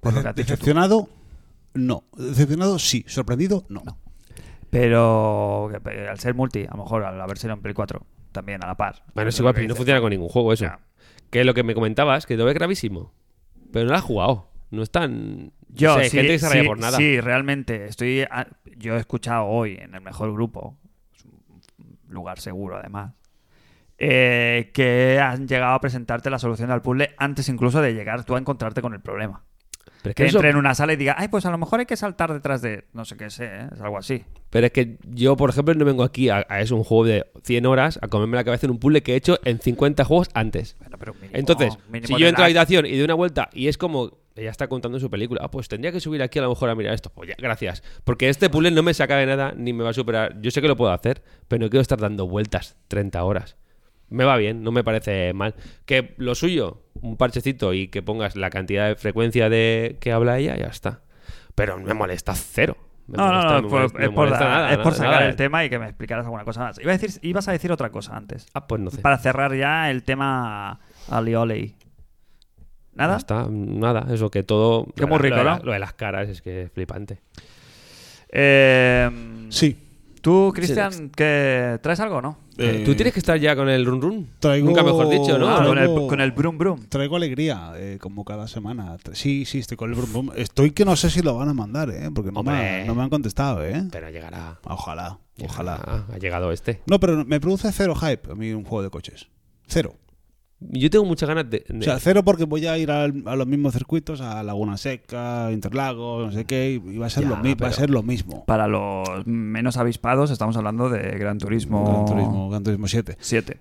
S1: Por lo que has dicho tú.
S2: Decepcionado, no. Decepcionado, sí. Sorprendido, no.
S1: Pero que- pero al ser multi, a lo mejor al haber sido en Play 4, también a la par.
S3: Bueno, es
S1: Lo
S3: igual,
S1: que
S3: pero no
S1: dices.
S3: funciona con ningún juego eso.
S1: Ya.
S3: Que lo que me comentabas, que lo ves gravísimo. Pero no lo has jugado. No es tan.
S1: Yo,
S3: O sea, hay
S1: sí,
S3: gente que se
S1: sí,
S3: raya por nada.
S1: sí, realmente. Estoy, a- yo he escuchado hoy en el mejor grupo, es un lugar seguro además, eh, que han llegado a presentarte la solución al puzzle antes incluso de llegar tú a encontrarte con el problema.
S3: Pero, es que
S1: Que
S3: eso-
S1: entre en una sala y diga, ay, pues a lo mejor hay que saltar detrás de no sé qué sé, ¿eh? es algo así.
S3: pero es que yo, por ejemplo, no vengo aquí a, a eso, un juego de 100 horas, a comerme la cabeza en un puzzle que he hecho en 50 juegos antes.
S1: Bueno, pero mínimo-
S3: Entonces,
S1: mínimo
S3: si
S1: de
S3: yo entro a la
S1: lag.
S3: habitación y doy una vuelta y es como ella está contando su película, ah, pues tendría que subir aquí a lo mejor a mirar esto. Pues ya, gracias. Porque este puzzle no me saca de nada ni me va a superar. Yo sé que lo puedo hacer, pero no quiero estar dando vueltas 30 horas. Me va bien, no me parece mal. Que lo suyo, un parchecito y que pongas la cantidad de frecuencia de que habla ella, ya está. Pero me molesta cero. Me
S1: No, no,
S3: molesta,
S1: no,
S3: me
S1: es por,
S3: molesta- me
S1: es por
S3: molesta
S1: dar-
S3: nada,
S1: es por
S3: nada,
S1: sacar
S3: nada.
S1: el tema y que me explicaras alguna cosa más. Iba a decir, ibas a decir otra cosa antes.
S3: Ah, pues no sé.
S1: Para cerrar ya el tema Alioli.
S3: Ya
S1: ¿Nada?
S3: está, nada. Eso que todo.
S1: Qué
S3: lo de
S1: muy rico,
S3: la- lo de
S1: ¿no?
S3: la- Lo de las caras es que es flipante.
S1: Eh,
S2: Sí.
S1: Tú, Cristian, que traes algo, o ¿no?
S3: Eh, Tú tienes que estar ya con el run run.
S2: Traigo-
S3: Nunca mejor dicho, ¿no?
S2: Ah,
S1: con, el,
S2: luego-
S1: con el brum brum.
S2: Traigo alegría, eh, como cada semana. Tra- Sí, sí, estoy con el brum brum. Estoy que no sé si lo van a mandar, ¿eh? Porque no, me,
S3: Hombre.
S2: ha- no me han contestado, ¿eh?
S3: Pero llegará.
S2: Ojalá, ojalá.
S3: Ah, ha llegado este.
S2: No, pero me produce cero hype a mí un juego de coches. Cero.
S3: Yo tengo muchas ganas de.
S2: O
S3: de-
S2: sea, cero porque voy a ir al- a los mismos circuitos, a Laguna Seca, Interlagos, no sé qué, y va a ser,
S3: Ya,
S2: lo, mi- va
S3: pero-
S2: a ser lo mismo.
S1: Para los menos avispados, estamos hablando de Gran Turismo,
S3: Oh.
S2: Gran Turismo, Gran Turismo 7.
S1: 7.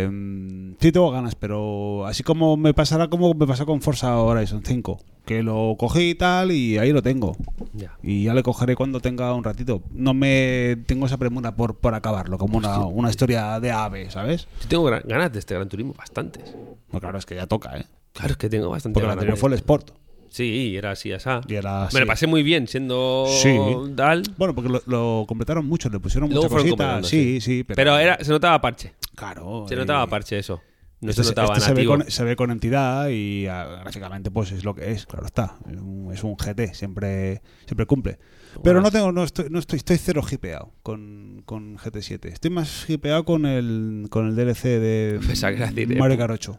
S2: Eh, sí tengo ganas, pero así como me pasará como me pasó con Forza Horizon 5, que lo cogí y tal y ahí lo tengo.
S3: Ya.
S2: Y ya le cogeré cuando tenga un ratito. No me tengo esa premura por, por acabarlo, como una, una historia de ave, ¿sabes?
S3: Yo tengo gra- ganas de este Gran Turismo, bastantes.
S2: No, claro, es que ya toca, ¿eh?
S3: Claro, es que tengo bastante
S2: Porque el
S3: ganas.
S2: anterior
S3: de-
S2: fue el Sport.
S3: Sí, era así, asá.
S2: Y era así.
S3: Me lo pasé muy bien siendo
S2: Sí.
S3: tal.
S2: Bueno, porque lo, lo completaron mucho, le pusieron
S3: Luego
S2: mucha
S3: fueron
S2: cosita.
S3: comprando,
S2: Sí,
S3: sí.
S2: sí, pero,
S3: Pero era, se notaba parche.
S2: Claro.
S3: Se
S2: eh,
S3: notaba parche eso. No
S2: este
S3: se
S2: se-
S3: notaba
S2: este se ve,
S3: nativo.
S2: con, se ve con entidad y ah, gráficamente pues es lo que es, claro está. Es un, es un GT, siempre, siempre cumple. Pero no tengo, no estoy, no estoy, estoy cero hipeado con, con GT7. Estoy más hipeado con el con el DLC de
S3: Pensaba que era decir, eh,
S2: Mario Kart 8.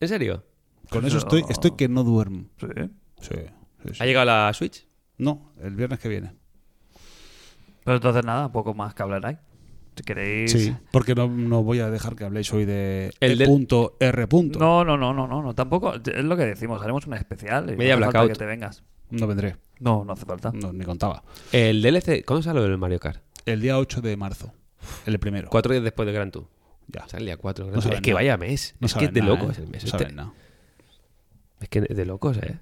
S3: ¿En serio?
S2: Con
S1: eso-
S2: eso estoy, estoy que no duermo.
S1: Sí.
S2: Sí, sí, sí.
S3: ¿Ha llegado la Switch?
S2: No, el viernes que viene.
S1: Pero entonces nada, poco más que hablar ahí. Si queréis...
S2: Sí, porque no, no voy a dejar que habléis hoy de
S3: El
S2: el
S3: del-
S2: punto R punto. No.
S1: No, no, no, no, no, no, tampoco. Es lo que decimos, haremos un especial. y
S3: Media
S1: no hace falta
S3: blackout.
S1: que te vengas.
S2: vendré,
S1: No, no hace falta.
S3: Ah.
S2: no, ni contaba.
S3: El DLC. ¿Cuándo sale el Mario Kart?
S2: El día 8 de marzo, el primero.
S3: Cuatro días después de Gran Tour.
S2: Ya.
S3: Sale el día cuatro. Gran
S2: No
S3: Tour.
S2: saben
S3: es que
S2: nada.
S3: vaya mes.
S2: No
S3: es que
S2: saben
S3: es de
S2: nada,
S3: locos
S2: ¿eh?
S3: el mes.
S2: No
S3: este.
S2: saben nada.
S3: Es que es de locos, ¿eh?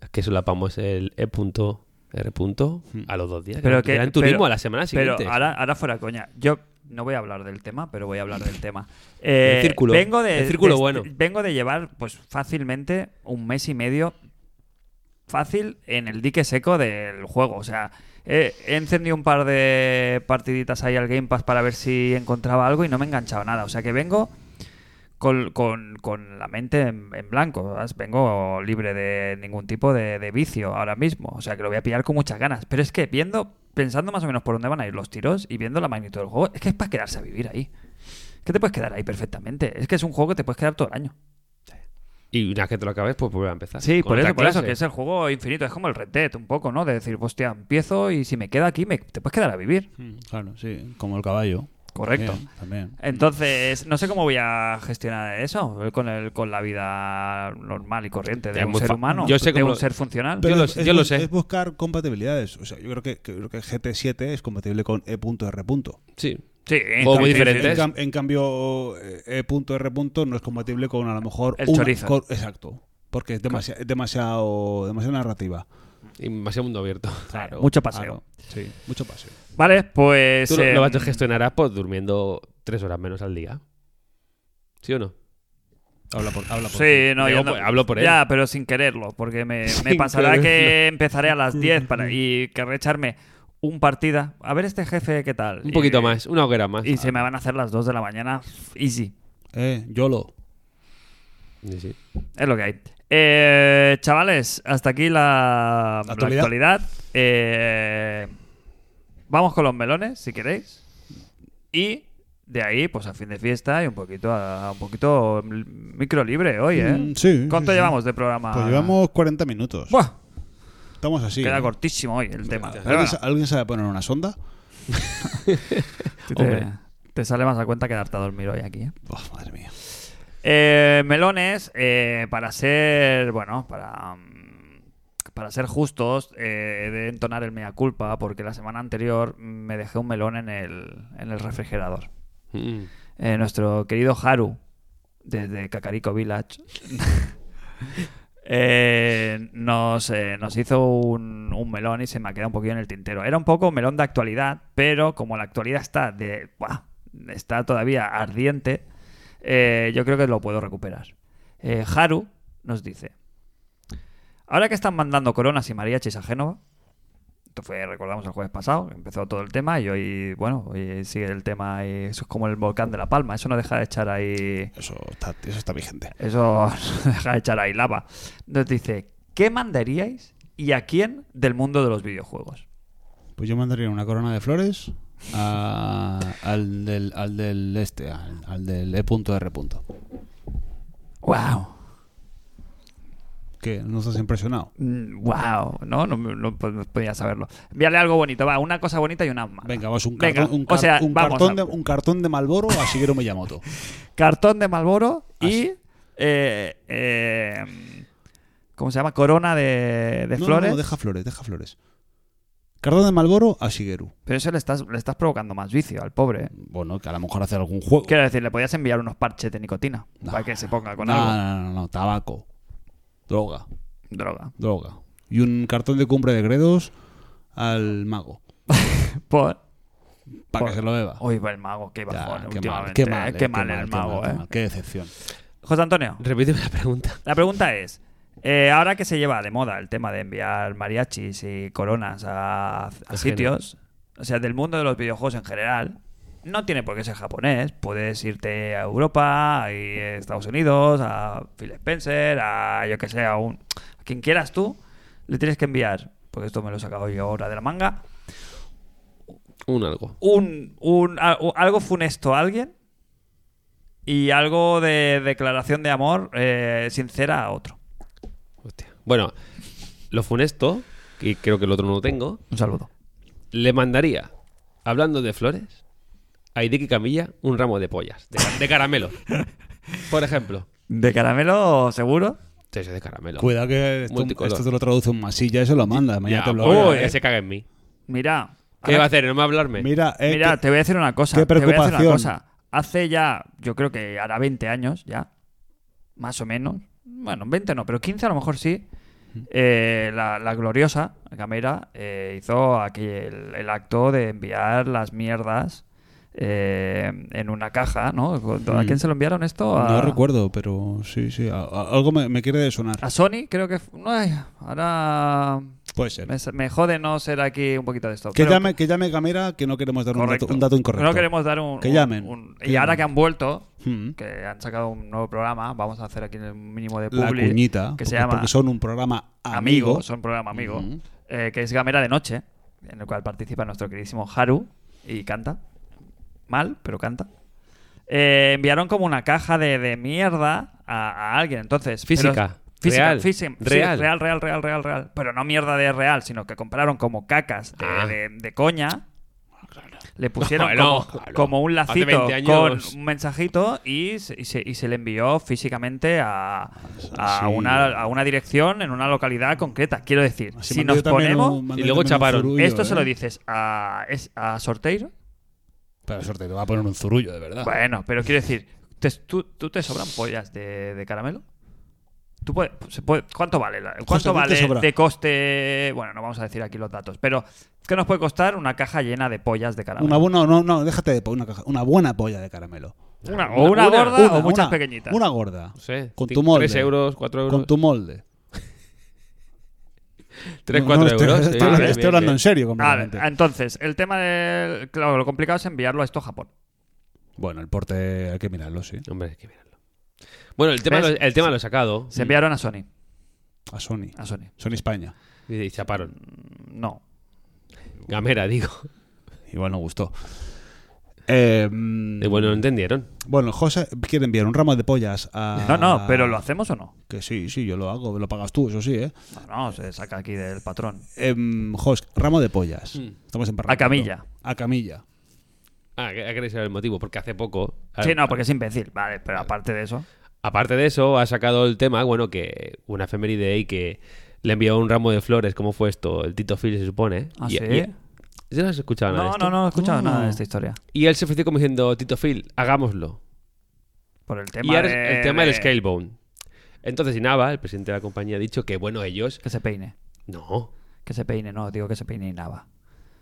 S3: Es que solapamos el E.R.
S2: Hmm.
S3: a los dos días.
S1: Pero
S3: Gran-
S1: que,
S3: Gran Turismo
S1: pero-
S3: a la semana siguiente.
S1: Pero ahora, ahora fuera coña. Yo no voy a hablar del tema, pero voy a hablar del tema. Eh,
S3: El círculo.
S1: Vengo de,
S3: El círculo
S1: de-
S3: bueno.
S1: Vengo de llevar, pues fácilmente, un mes y medio fácil en el dique seco del juego. O sea, eh, he encendido un par de partiditas ahí al Game Pass para ver si encontraba algo y no me he enganchado nada. O sea que vengo con, con- con la mente en, en blanco. ¿sabes? Vengo libre de ningún tipo de, de vicio ahora mismo. O sea que lo voy a pillar con muchas ganas. Pero es que viendo, pensando más o menos por dónde van a ir los tiros y viendo la magnitud del juego, es que es para quedarse a vivir ahí. Es Que te puedes quedar ahí perfectamente. Es que es un juego que te puedes quedar todo el año.
S3: Y una vez que te lo acabes, pues vuelve a empezar.
S1: Sí,
S3: Con
S1: por
S3: otra
S1: eso, por eso,
S3: clase.
S1: que es el juego infinito. Es como el Red Dead, un poco, ¿no? De decir, hostia, empiezo y si me queda aquí, me, te puedes quedar a vivir.
S2: Mm, Claro, sí, como el caballo.
S1: Correcto.
S2: Bien, también.
S1: Entonces, no sé cómo voy a gestionar eso eh, con, el, con la vida normal y corriente de
S3: Ya,
S1: un
S3: muy
S1: ser
S3: fa-
S1: humano,
S3: yo sé
S1: de
S3: cómo
S1: un
S3: lo-
S1: ser funcional.
S3: Pero- yo lo-
S2: es,
S3: yo lo
S2: es-
S3: sé.
S2: es buscar compatibilidades. O sea, yo creo que, que- creo que GT7 es compatible con E.R.
S3: Sí.
S1: sí,
S3: juego muy
S1: sí, sí,
S2: En,
S3: diferente.
S1: sí.
S3: Entonces-
S2: cam- en cambio, eh, E.R. no es compatible con a lo mejor.
S1: El chorizo.
S2: con- exacto. Porque es demasi- es demasiado, demasiado, narrativa.
S3: Y demasiado mundo abierto.
S2: Claro.
S1: Mucho paseo.
S2: claro. Sí, mucho paseo.
S1: Vale, pues.
S3: Tú lo-
S1: eh,
S3: lo, vas a gestionarás pues durmiendo tres horas menos al día. ¿Sí o no?
S2: Habla por, habla por
S1: eh, Sí, no,
S3: Digo,
S1: yo no-
S3: pues, hablo por él.
S1: Ya, pero sin quererlo, porque me, me
S3: Sin
S1: pasará que
S3: quererlo.
S1: empezaré a las 10 para, y querré echarme un partida. A ver este jefe, ¿qué tal?
S3: Un
S1: Y-
S3: poquito más, una hoguera más.
S1: Y se me van a hacer las 2 de la mañana. Easy.
S2: ti. Eh, YOLO.
S3: Sí, sí.
S1: Es lo que hay. Eh, chavales, hasta aquí la la actualidad.
S2: Actualidad.
S1: Eh, vamos con los melones, si queréis. Y de ahí, pues a fin de fiesta y un poquito a, un poquito micro libre hoy, ¿eh?
S2: Mm, sí,
S1: ¿Cuánto
S2: sí, sí.
S1: llevamos de programa?
S2: Pues llevamos 40 minutos.
S1: Buah,
S2: Estamos así.
S1: queda
S2: ¿eh?
S1: cortísimo hoy el tema.
S2: ¿Alguien,
S1: Pero bueno,
S2: sa- alguien sabe poner una sonda?
S1: te, te sale más a cuenta quedarte a dormir hoy aquí, ¿eh?
S2: Oh, madre mía.
S1: Eh, melones, eh, para ser, bueno, para, mm, para ser justos, eh, he de entonar el mea culpa porque la semana anterior me dejé un melón en el, en el refrigerador.
S3: Mm.
S1: Eh, nuestro querido Haru, desde Kakariko Village, eh, nos, eh, nos hizo un, un melón y se me ha quedado un poquillo en el tintero. Era un poco un melón de actualidad, pero como la actualidad está, de, ¡buah! está todavía ardiente, eh, yo creo que lo puedo recuperar. Eh, Haru nos dice, ahora que están mandando coronas y mariachis a Génova, esto fue, recordamos, el jueves pasado, empezó todo el tema y hoy, bueno, hoy sigue el tema y eso es como el volcán de La Palma, eso no deja de echar ahí...
S2: Eso está, eso está vigente.
S1: Eso no deja de echar ahí lava. Nos dice, ¿qué mandaríais y a quién del mundo de los videojuegos?
S2: Pues yo mandaría una corona de flores, a- al, del, al del este, al, al del E.R.
S1: ¡Wow!
S2: ¿Qué? ¿No estás impresionado?
S1: ¡Wow! Mm, No, no, me- no po- podía saberlo. Envíale algo bonito, va, una cosa bonita y una mala.
S2: Venga, vamos, un,
S1: Venga,
S2: cartón, un, car-
S1: o sea,
S2: un
S1: vamos
S2: cartón
S1: a-
S2: de, un cartón de Malboro a Shigeru Miyamoto.
S1: Cartón de Malboro y.
S2: Así.
S1: eh, eh, ¿Cómo se llama? Corona de, de
S2: No,
S1: flores.
S2: No, deja flores, deja flores. Cartón de Malboro a Shigeru.
S1: Pero eso le estás, le estás provocando más vicio al pobre. ¿eh?
S2: Bueno, que a lo mejor hace algún juego.
S1: Quiero decir, le podías enviar unos parches de nicotina
S2: No.
S1: para que se ponga con
S2: no,
S1: algo.
S2: no, no, no, tabaco. Droga,
S1: Droga.
S2: droga. Y un cartón de cumbre de gredos al mago.
S1: Por.
S2: Para
S1: Por-
S2: que se lo beba.
S1: Uy, va el mago, qué
S2: Ya,
S1: bajón.
S2: qué mal,
S1: últimamente,
S2: qué
S1: eh,
S2: mal, eh,
S1: qué mal el
S2: qué
S1: mago,
S2: mal, qué
S1: eh.
S2: mal, Qué decepción.
S1: José Antonio,
S3: Repíteme la pregunta.
S1: la pregunta es: eh, ahora que se lleva de moda el tema de enviar mariachis y coronas a, a sitios, o sea, del mundo de los videojuegos en general, no tiene por qué ser japonés. Puedes irte a Europa, a Estados Unidos, a Phil Spencer, a yo que sé, a, un, a quien quieras tú, le tienes que enviar, porque esto me lo he sacado yo ahora de la manga,
S3: Un algo.
S1: un, un- a- u- algo funesto a alguien y algo de declaración de amor eh, sincera a otro.
S3: Hostia. Bueno, lo funesto, y creo que el otro no lo tengo,
S1: Un saludo.
S3: le mandaría, hablando de flores, a Hideki Camilla un ramo de pollas, de, ca- de caramelo. Por ejemplo.
S1: ¿De caramelo seguro?
S3: Sí, sí, de caramelo.
S2: Cuidado que esto,
S3: Multicolor.
S2: esto te lo traduce un masilla, eso lo manda. eh.
S3: Ya,
S2: Mañana te
S3: pues,
S2: lo
S1: Uy.
S3: que se caga en mí.
S1: Mira,
S3: ¿Qué
S1: ahora-
S3: va a hacer? ¿No me va a hablarme?
S2: Mira, eh,
S1: mira,
S2: que-
S1: te voy a decir una cosa.
S2: qué
S1: te voy a decir una
S2: preocupación.
S1: cosa. Hace ya, yo creo que hará 20 años ya, más o menos. Bueno, 20 no, pero 15 a lo mejor sí. eh, la, la gloriosa Gamera eh, hizo aquel, el acto de enviar las mierdas eh, en una caja, ¿no? ¿A quién se lo enviaron esto? A,
S2: Hmm. no recuerdo, pero sí, sí. a- a- algo me, me quiere sonar.
S1: A Sony, creo que. fu- Ay, ahora.
S2: Puede ser.
S1: Me, me jode no ser aquí un poquito de esto.
S2: Que
S1: pero-
S2: llame, que llame Gamera, que no queremos dar un dato,
S1: Correcto.
S2: un dato incorrecto.
S1: No queremos dar un.
S2: Que
S1: un-
S2: llamen.
S1: un-
S2: Que
S1: y ahora
S2: llamen.
S1: que han vuelto,
S2: Hmm.
S1: que han sacado un nuevo programa, vamos a hacer aquí un mínimo de
S2: La
S1: publi.
S2: cuñita,
S1: Que
S2: porque,
S1: se llama
S2: porque son un programa
S1: Amigo,
S2: amigo.
S1: son programa Amigo,
S2: Ujú.
S1: eh, que es Gamera de Noche, en el cual participa nuestro queridísimo Haru y canta. Mal, pero canta. Eh, enviaron como una caja de, de mierda a, a alguien, entonces.
S3: Física,
S1: pero- física,
S3: real,
S1: física, sí,
S3: real.
S1: real, real, real, real, real. Pero no mierda de real, sino que compraron como cacas de,
S3: Ah.
S1: de- de coña. Le pusieron
S3: Claro,
S1: como,
S3: claro.
S1: como un
S3: Hace 20
S1: lacito con
S3: años.
S1: un mensajito y se, y se- y se le envió físicamente a, a
S2: Sí.
S1: una, a una dirección en una localidad concreta. Quiero decir,
S2: Así
S1: si
S2: mandé
S1: nos
S2: también un-
S1: ponemos,
S2: mandé
S3: Y luego
S2: también un
S3: chaparon.
S2: zurullo,
S1: esto se
S2: ¿eh?
S1: lo dices a, es- a Sorteiro.
S2: Pero suerte, te va a poner un zurullo, de verdad.
S1: Bueno, pero quiero decir, te- tú, tú te sobran pollas de, de caramelo? ¿Tú puede- se puede- ¿Cuánto vale, la-
S2: José,
S1: cuánto
S2: ¿a ti te
S1: vale
S2: sobra?
S1: de coste? Bueno, no vamos a decir aquí los datos, pero ¿qué nos puede costar una caja llena de pollas de caramelo?
S2: Una buena, no, no, déjate de po- una caja. Una buena polla de caramelo.
S1: Una- o una,
S3: una-
S1: gorda
S2: Una,
S1: o muchas
S2: una-
S1: pequeñitas.
S2: Una gorda.
S3: No sé.
S2: Con
S3: ti-
S2: tu molde.
S3: 3 euros, 4 euros.
S2: Con tu molde.
S3: 3,
S2: No,
S3: 4
S2: no, estoy-
S3: euros.
S2: Estoy,
S3: Sí,
S2: estoy
S3: bien, bien,
S2: hablando en
S3: bien.
S2: serio
S1: Vale,
S2: completamente.
S1: entonces, el tema del. Claro, lo complicado es enviarlo a esto a Japón.
S2: Bueno, el porte hay que mirarlo, sí.
S3: Hombre, hay que mirarlo. Bueno, el tema, lo,
S1: ¿Ves?
S3: el tema lo he sacado.
S1: Se enviaron a Sony.
S2: A Sony.
S1: A Sony.
S2: Sony España.
S3: Y chaparon.
S1: No.
S3: Gamera, digo.
S2: Igual no gustó. Eh, mm,
S3: Y bueno, no entendieron.
S2: bueno, José quiere enviar un ramo de pollas a.
S1: No,
S3: Ah.
S1: no, pero ¿lo hacemos o no?
S2: Que sí, sí, yo lo hago. Lo pagas tú, eso sí, ¿eh?
S1: No, no, se saca aquí del patrón.
S2: Em, Jos, ramo de pollas.
S3: Mm.
S2: Estamos en Parra-
S1: A Camilla.
S2: A Camilla.
S3: Ah, que- queréis saber el motivo, porque hace poco.
S1: Sí, no, porque es imbécil. Vale, pero aparte de eso.
S3: Aparte de eso, ha sacado el tema, bueno, que una efeméride ahí que le envió un ramo de flores. ¿Cómo fue esto? El Tito Phil, se supone.
S1: Ah,
S3: Y-
S1: ¿sí?
S3: y- ¿Ya no has escuchado nada de
S1: No,
S3: esto?
S1: no, no he escuchado
S2: No.
S1: nada de esta historia.
S3: Y él se ofreció como diciendo, Tito Phil, hagámoslo.
S1: Por el
S3: y
S1: tema,
S3: ahora
S1: de-
S3: el tema
S1: de-
S3: del Scalebone. Entonces, Inaba, el presidente de la compañía, ha dicho que, bueno, ellos...
S1: Que se peine.
S3: No,
S1: Que se peine, no, digo que se peine y nada.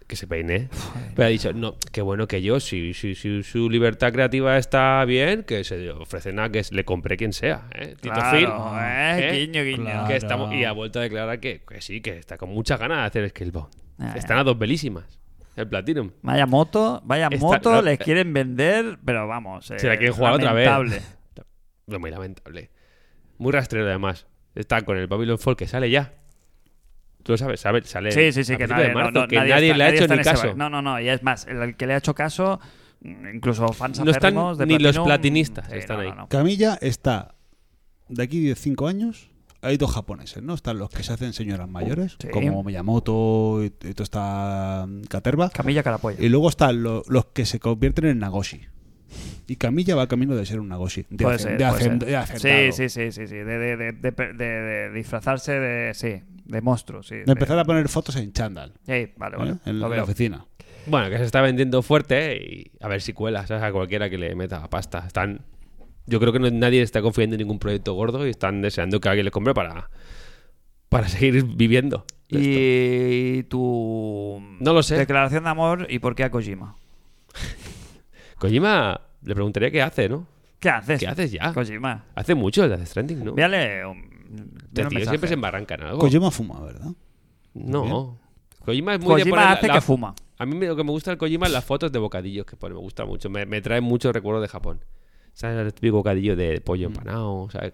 S3: que se peine. Pero ha dicho, no, que bueno que ellos, si, si, si su libertad creativa está bien, que se ofrecen a que le compre quien sea. ¿eh? Tito
S1: Claro,
S3: Phil.
S1: eh, guiño, guiño.
S2: Claro.
S3: Que estamos, y ha vuelto a declarar que, que sí, que está con muchas ganas de hacer Scalebone.
S1: Ah,
S3: Están a dos velísimas. El Platinum.
S1: Vaya moto, vaya
S3: Esta-
S1: moto,
S3: la-
S1: les quieren vender, pero vamos.
S3: Se la
S1: eh,
S3: quieren jugar otra vez.
S1: lamentable.
S3: Lo muy lamentable. Muy rastrero, además. Está con el Babylon Fall que sale ya. Tú lo sabes, sabes, sale.
S1: Sí, sí, sí,
S3: Eh, a
S1: que
S3: principio de
S1: nadie, no,
S3: marzo,
S1: no,
S3: que nadie
S1: está-
S3: le ha hecho
S1: está en
S3: ni
S1: ese
S3: caso.
S1: barco. No, no, no, y es más, el, el que le ha hecho caso, mm, incluso fans
S3: No están
S1: acérrimos de
S3: ni los
S1: Platinum,
S3: platinistas, están
S1: no, no,
S3: ahí.
S1: no.
S2: Camilla está de aquí 10, 5 años. Hay dos japoneses, ¿no? Están los que se hacen señoras mayores,
S1: Sí.
S2: como Miyamoto y, y toda esta mm, Caterva.
S1: Camilla Carapolla.
S2: Y luego están lo- los que se convierten en Nagoshi. Y Camilla va camino de ser un Nagoshi. De,
S1: puede
S2: acen-
S1: ser,
S2: de
S1: puede
S2: acen-
S1: ser.
S2: de
S1: Sí,
S2: acertado.
S1: sí, sí, sí, sí. De, de, de, de, de- de disfrazarse de, sí, de monstruos, sí.
S2: De empezar a poner fotos en chándal.
S1: Sí, vale, vale.
S2: ¿eh? En
S1: lo
S2: la
S1: veo.
S2: oficina.
S3: Bueno, que se está vendiendo fuerte ¿eh? y a ver si cuela, ¿sabes? A cualquiera que le meta pasta. Están. Yo creo que no- nadie está confiando en ningún proyecto gordo y están deseando que alguien le compre para. Para seguir viviendo. de
S1: Y
S3: esto.
S1: tu
S3: No lo sé.
S1: declaración de amor y por qué a Kojima.
S3: Kojima le preguntaría qué hace, ¿no?
S1: ¿Qué haces?
S3: ¿Qué haces ya?
S1: Kojima.
S3: Hace mucho el Death Stranding, ¿no?
S1: Véale un,
S3: Este
S1: dale un
S3: tío
S1: mensaje.
S3: siempre se embarranca en algo.
S2: Kojima fuma, ¿verdad?
S3: No. Kojima es muy de
S1: Kojima
S3: poner la-
S1: hace
S3: la-
S1: que fuma.
S3: A mí me- lo que me gusta del Kojima es las fotos de bocadillos que pone. Me gusta mucho. Me, me trae muchos recuerdos de Japón. ¿Sabes? El típico bocadillo de
S1: Mm.
S3: pollo empanado, ¿sabes?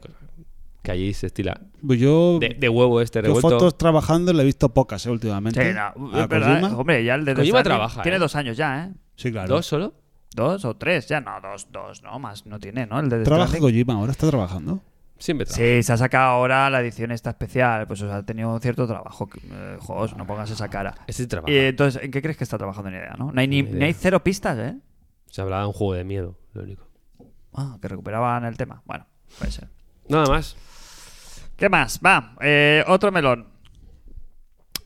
S3: Que allí se estila.
S2: Pues yo,
S3: De, de huevo este
S2: yo
S3: revuelto.
S2: fotos trabajando le he visto pocas eh, últimamente.
S1: Sí, no,
S2: ¿A
S1: es verdad,
S2: Kojima?
S1: hombre, ya el de Death
S3: Kojima
S1: Stranding
S3: trabaja,
S1: Tiene
S3: ¿eh?
S1: dos años ya, ¿eh?
S2: Sí, claro.
S3: ¿Dos solo?
S1: Dos o tres, ya no, dos, dos, no, más no tiene, ¿no? El de Death
S2: Trabaja
S1: Stranding.
S2: Kojima, ahora está trabajando.
S3: Siempre trabaja.
S1: Sí, se ha sacado ahora la edición esta especial, pues o sea, ha tenido cierto trabajo. Eh, joder, no pongas esa cara.
S3: Este trabaja.
S1: Y entonces, ¿en qué crees que está trabajando? Ni idea, ¿no? No hay, ni,
S3: Ni idea.
S1: no hay cero pistas, ¿eh?
S3: Se hablaba de un juego de miedo, lo único.
S1: Ah, que recuperaban el tema. Bueno, puede ser.
S3: Nada más.
S1: ¿Qué más? Va, eh, otro melón.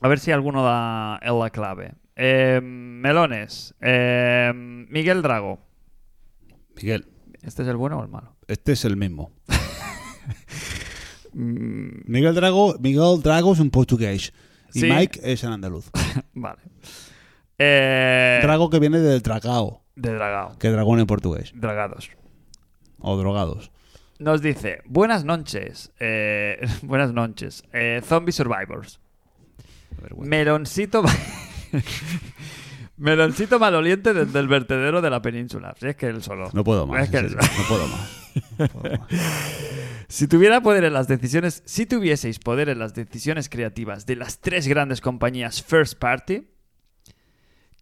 S1: A ver si alguno da en la clave. Eh, melones. Eh, Miguel Drago.
S2: Miguel,
S1: ¿Este es el bueno o el malo?
S2: este es el mismo. Miguel Drago, Miguel Drago es un portugués. Y
S1: Mm. Sí.
S2: Mike es en andaluz.
S1: Vale. Eh,
S2: Drago que viene del tracao,
S1: de Dragao.
S2: que dragón en portugués.
S1: Dragados.
S2: O drogados.
S1: Nos dice, buenas noches. eh, buenas noches. eh, zombie Survivors. Meloncito... va- Meloncito maloliente desde el vertedero de la península. Si es que él solo.
S2: No puedo más.
S1: Es que
S2: en
S1: él-
S2: serio, No puedo más. No puedo más.
S1: Si tuviera poder en las decisiones, si tuvieseis poder en las decisiones creativas de las tres grandes compañías First Party,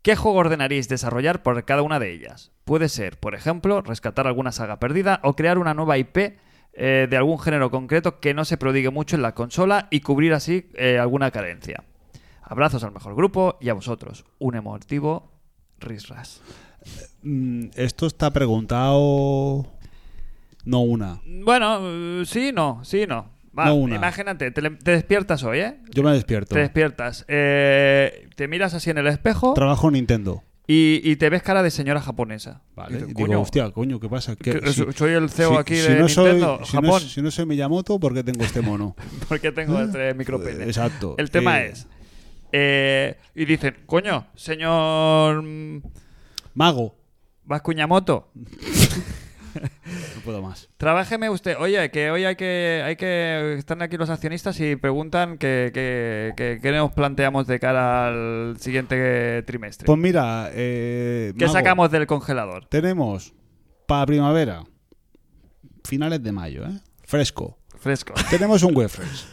S1: ¿qué juego ordenaríais desarrollar por cada una de ellas? Puede ser, por ejemplo, rescatar alguna saga perdida o crear una nueva IP eh, de algún género concreto que no se prodigue mucho en la consola y cubrir así eh, alguna carencia. Abrazos al mejor grupo y a vosotros. Un emotivo risras.
S2: Mm, Esto está preguntado. No una.
S1: Bueno, eh, sí, no, sí, no. Va,
S2: No una.
S1: imagínate, te le- te despiertas hoy, ¿eh?
S2: Yo me despierto.
S1: Te despiertas, eh, te miras así en el espejo
S2: Trabajo en Nintendo.
S1: y, y te ves cara de señora japonesa.
S2: Vale.
S1: Y dices,
S2: Y digo,
S1: "Coño,
S2: hostia, coño, ¿qué pasa? ¿Qué-
S1: que
S2: si-
S1: so- soy el CEO
S2: si-
S1: aquí
S2: si
S1: de
S2: no soy-
S1: Nintendo,
S2: si no-
S1: Japón.
S2: si no soy Miyamoto, ¿por qué tengo este mono?
S1: ¿Por qué tengo este micropene?
S2: Exacto.
S1: El tema
S2: Eh,
S1: es... eh, y dicen, coño, señor mm,
S2: Mago.
S1: Vascuñamoto,
S2: No puedo más.
S1: trabájeme usted. Oye, que hoy hay que... hay que Están aquí los accionistas y preguntan que, que, que- qué nos planteamos de cara al siguiente trimestre.
S2: Pues mira, eh,
S1: ¿Qué
S2: Mago,
S1: sacamos del congelador?
S2: Tenemos para primavera, finales de mayo, ¿eh? fresco.
S1: Fresco.
S2: Tenemos un Wefres.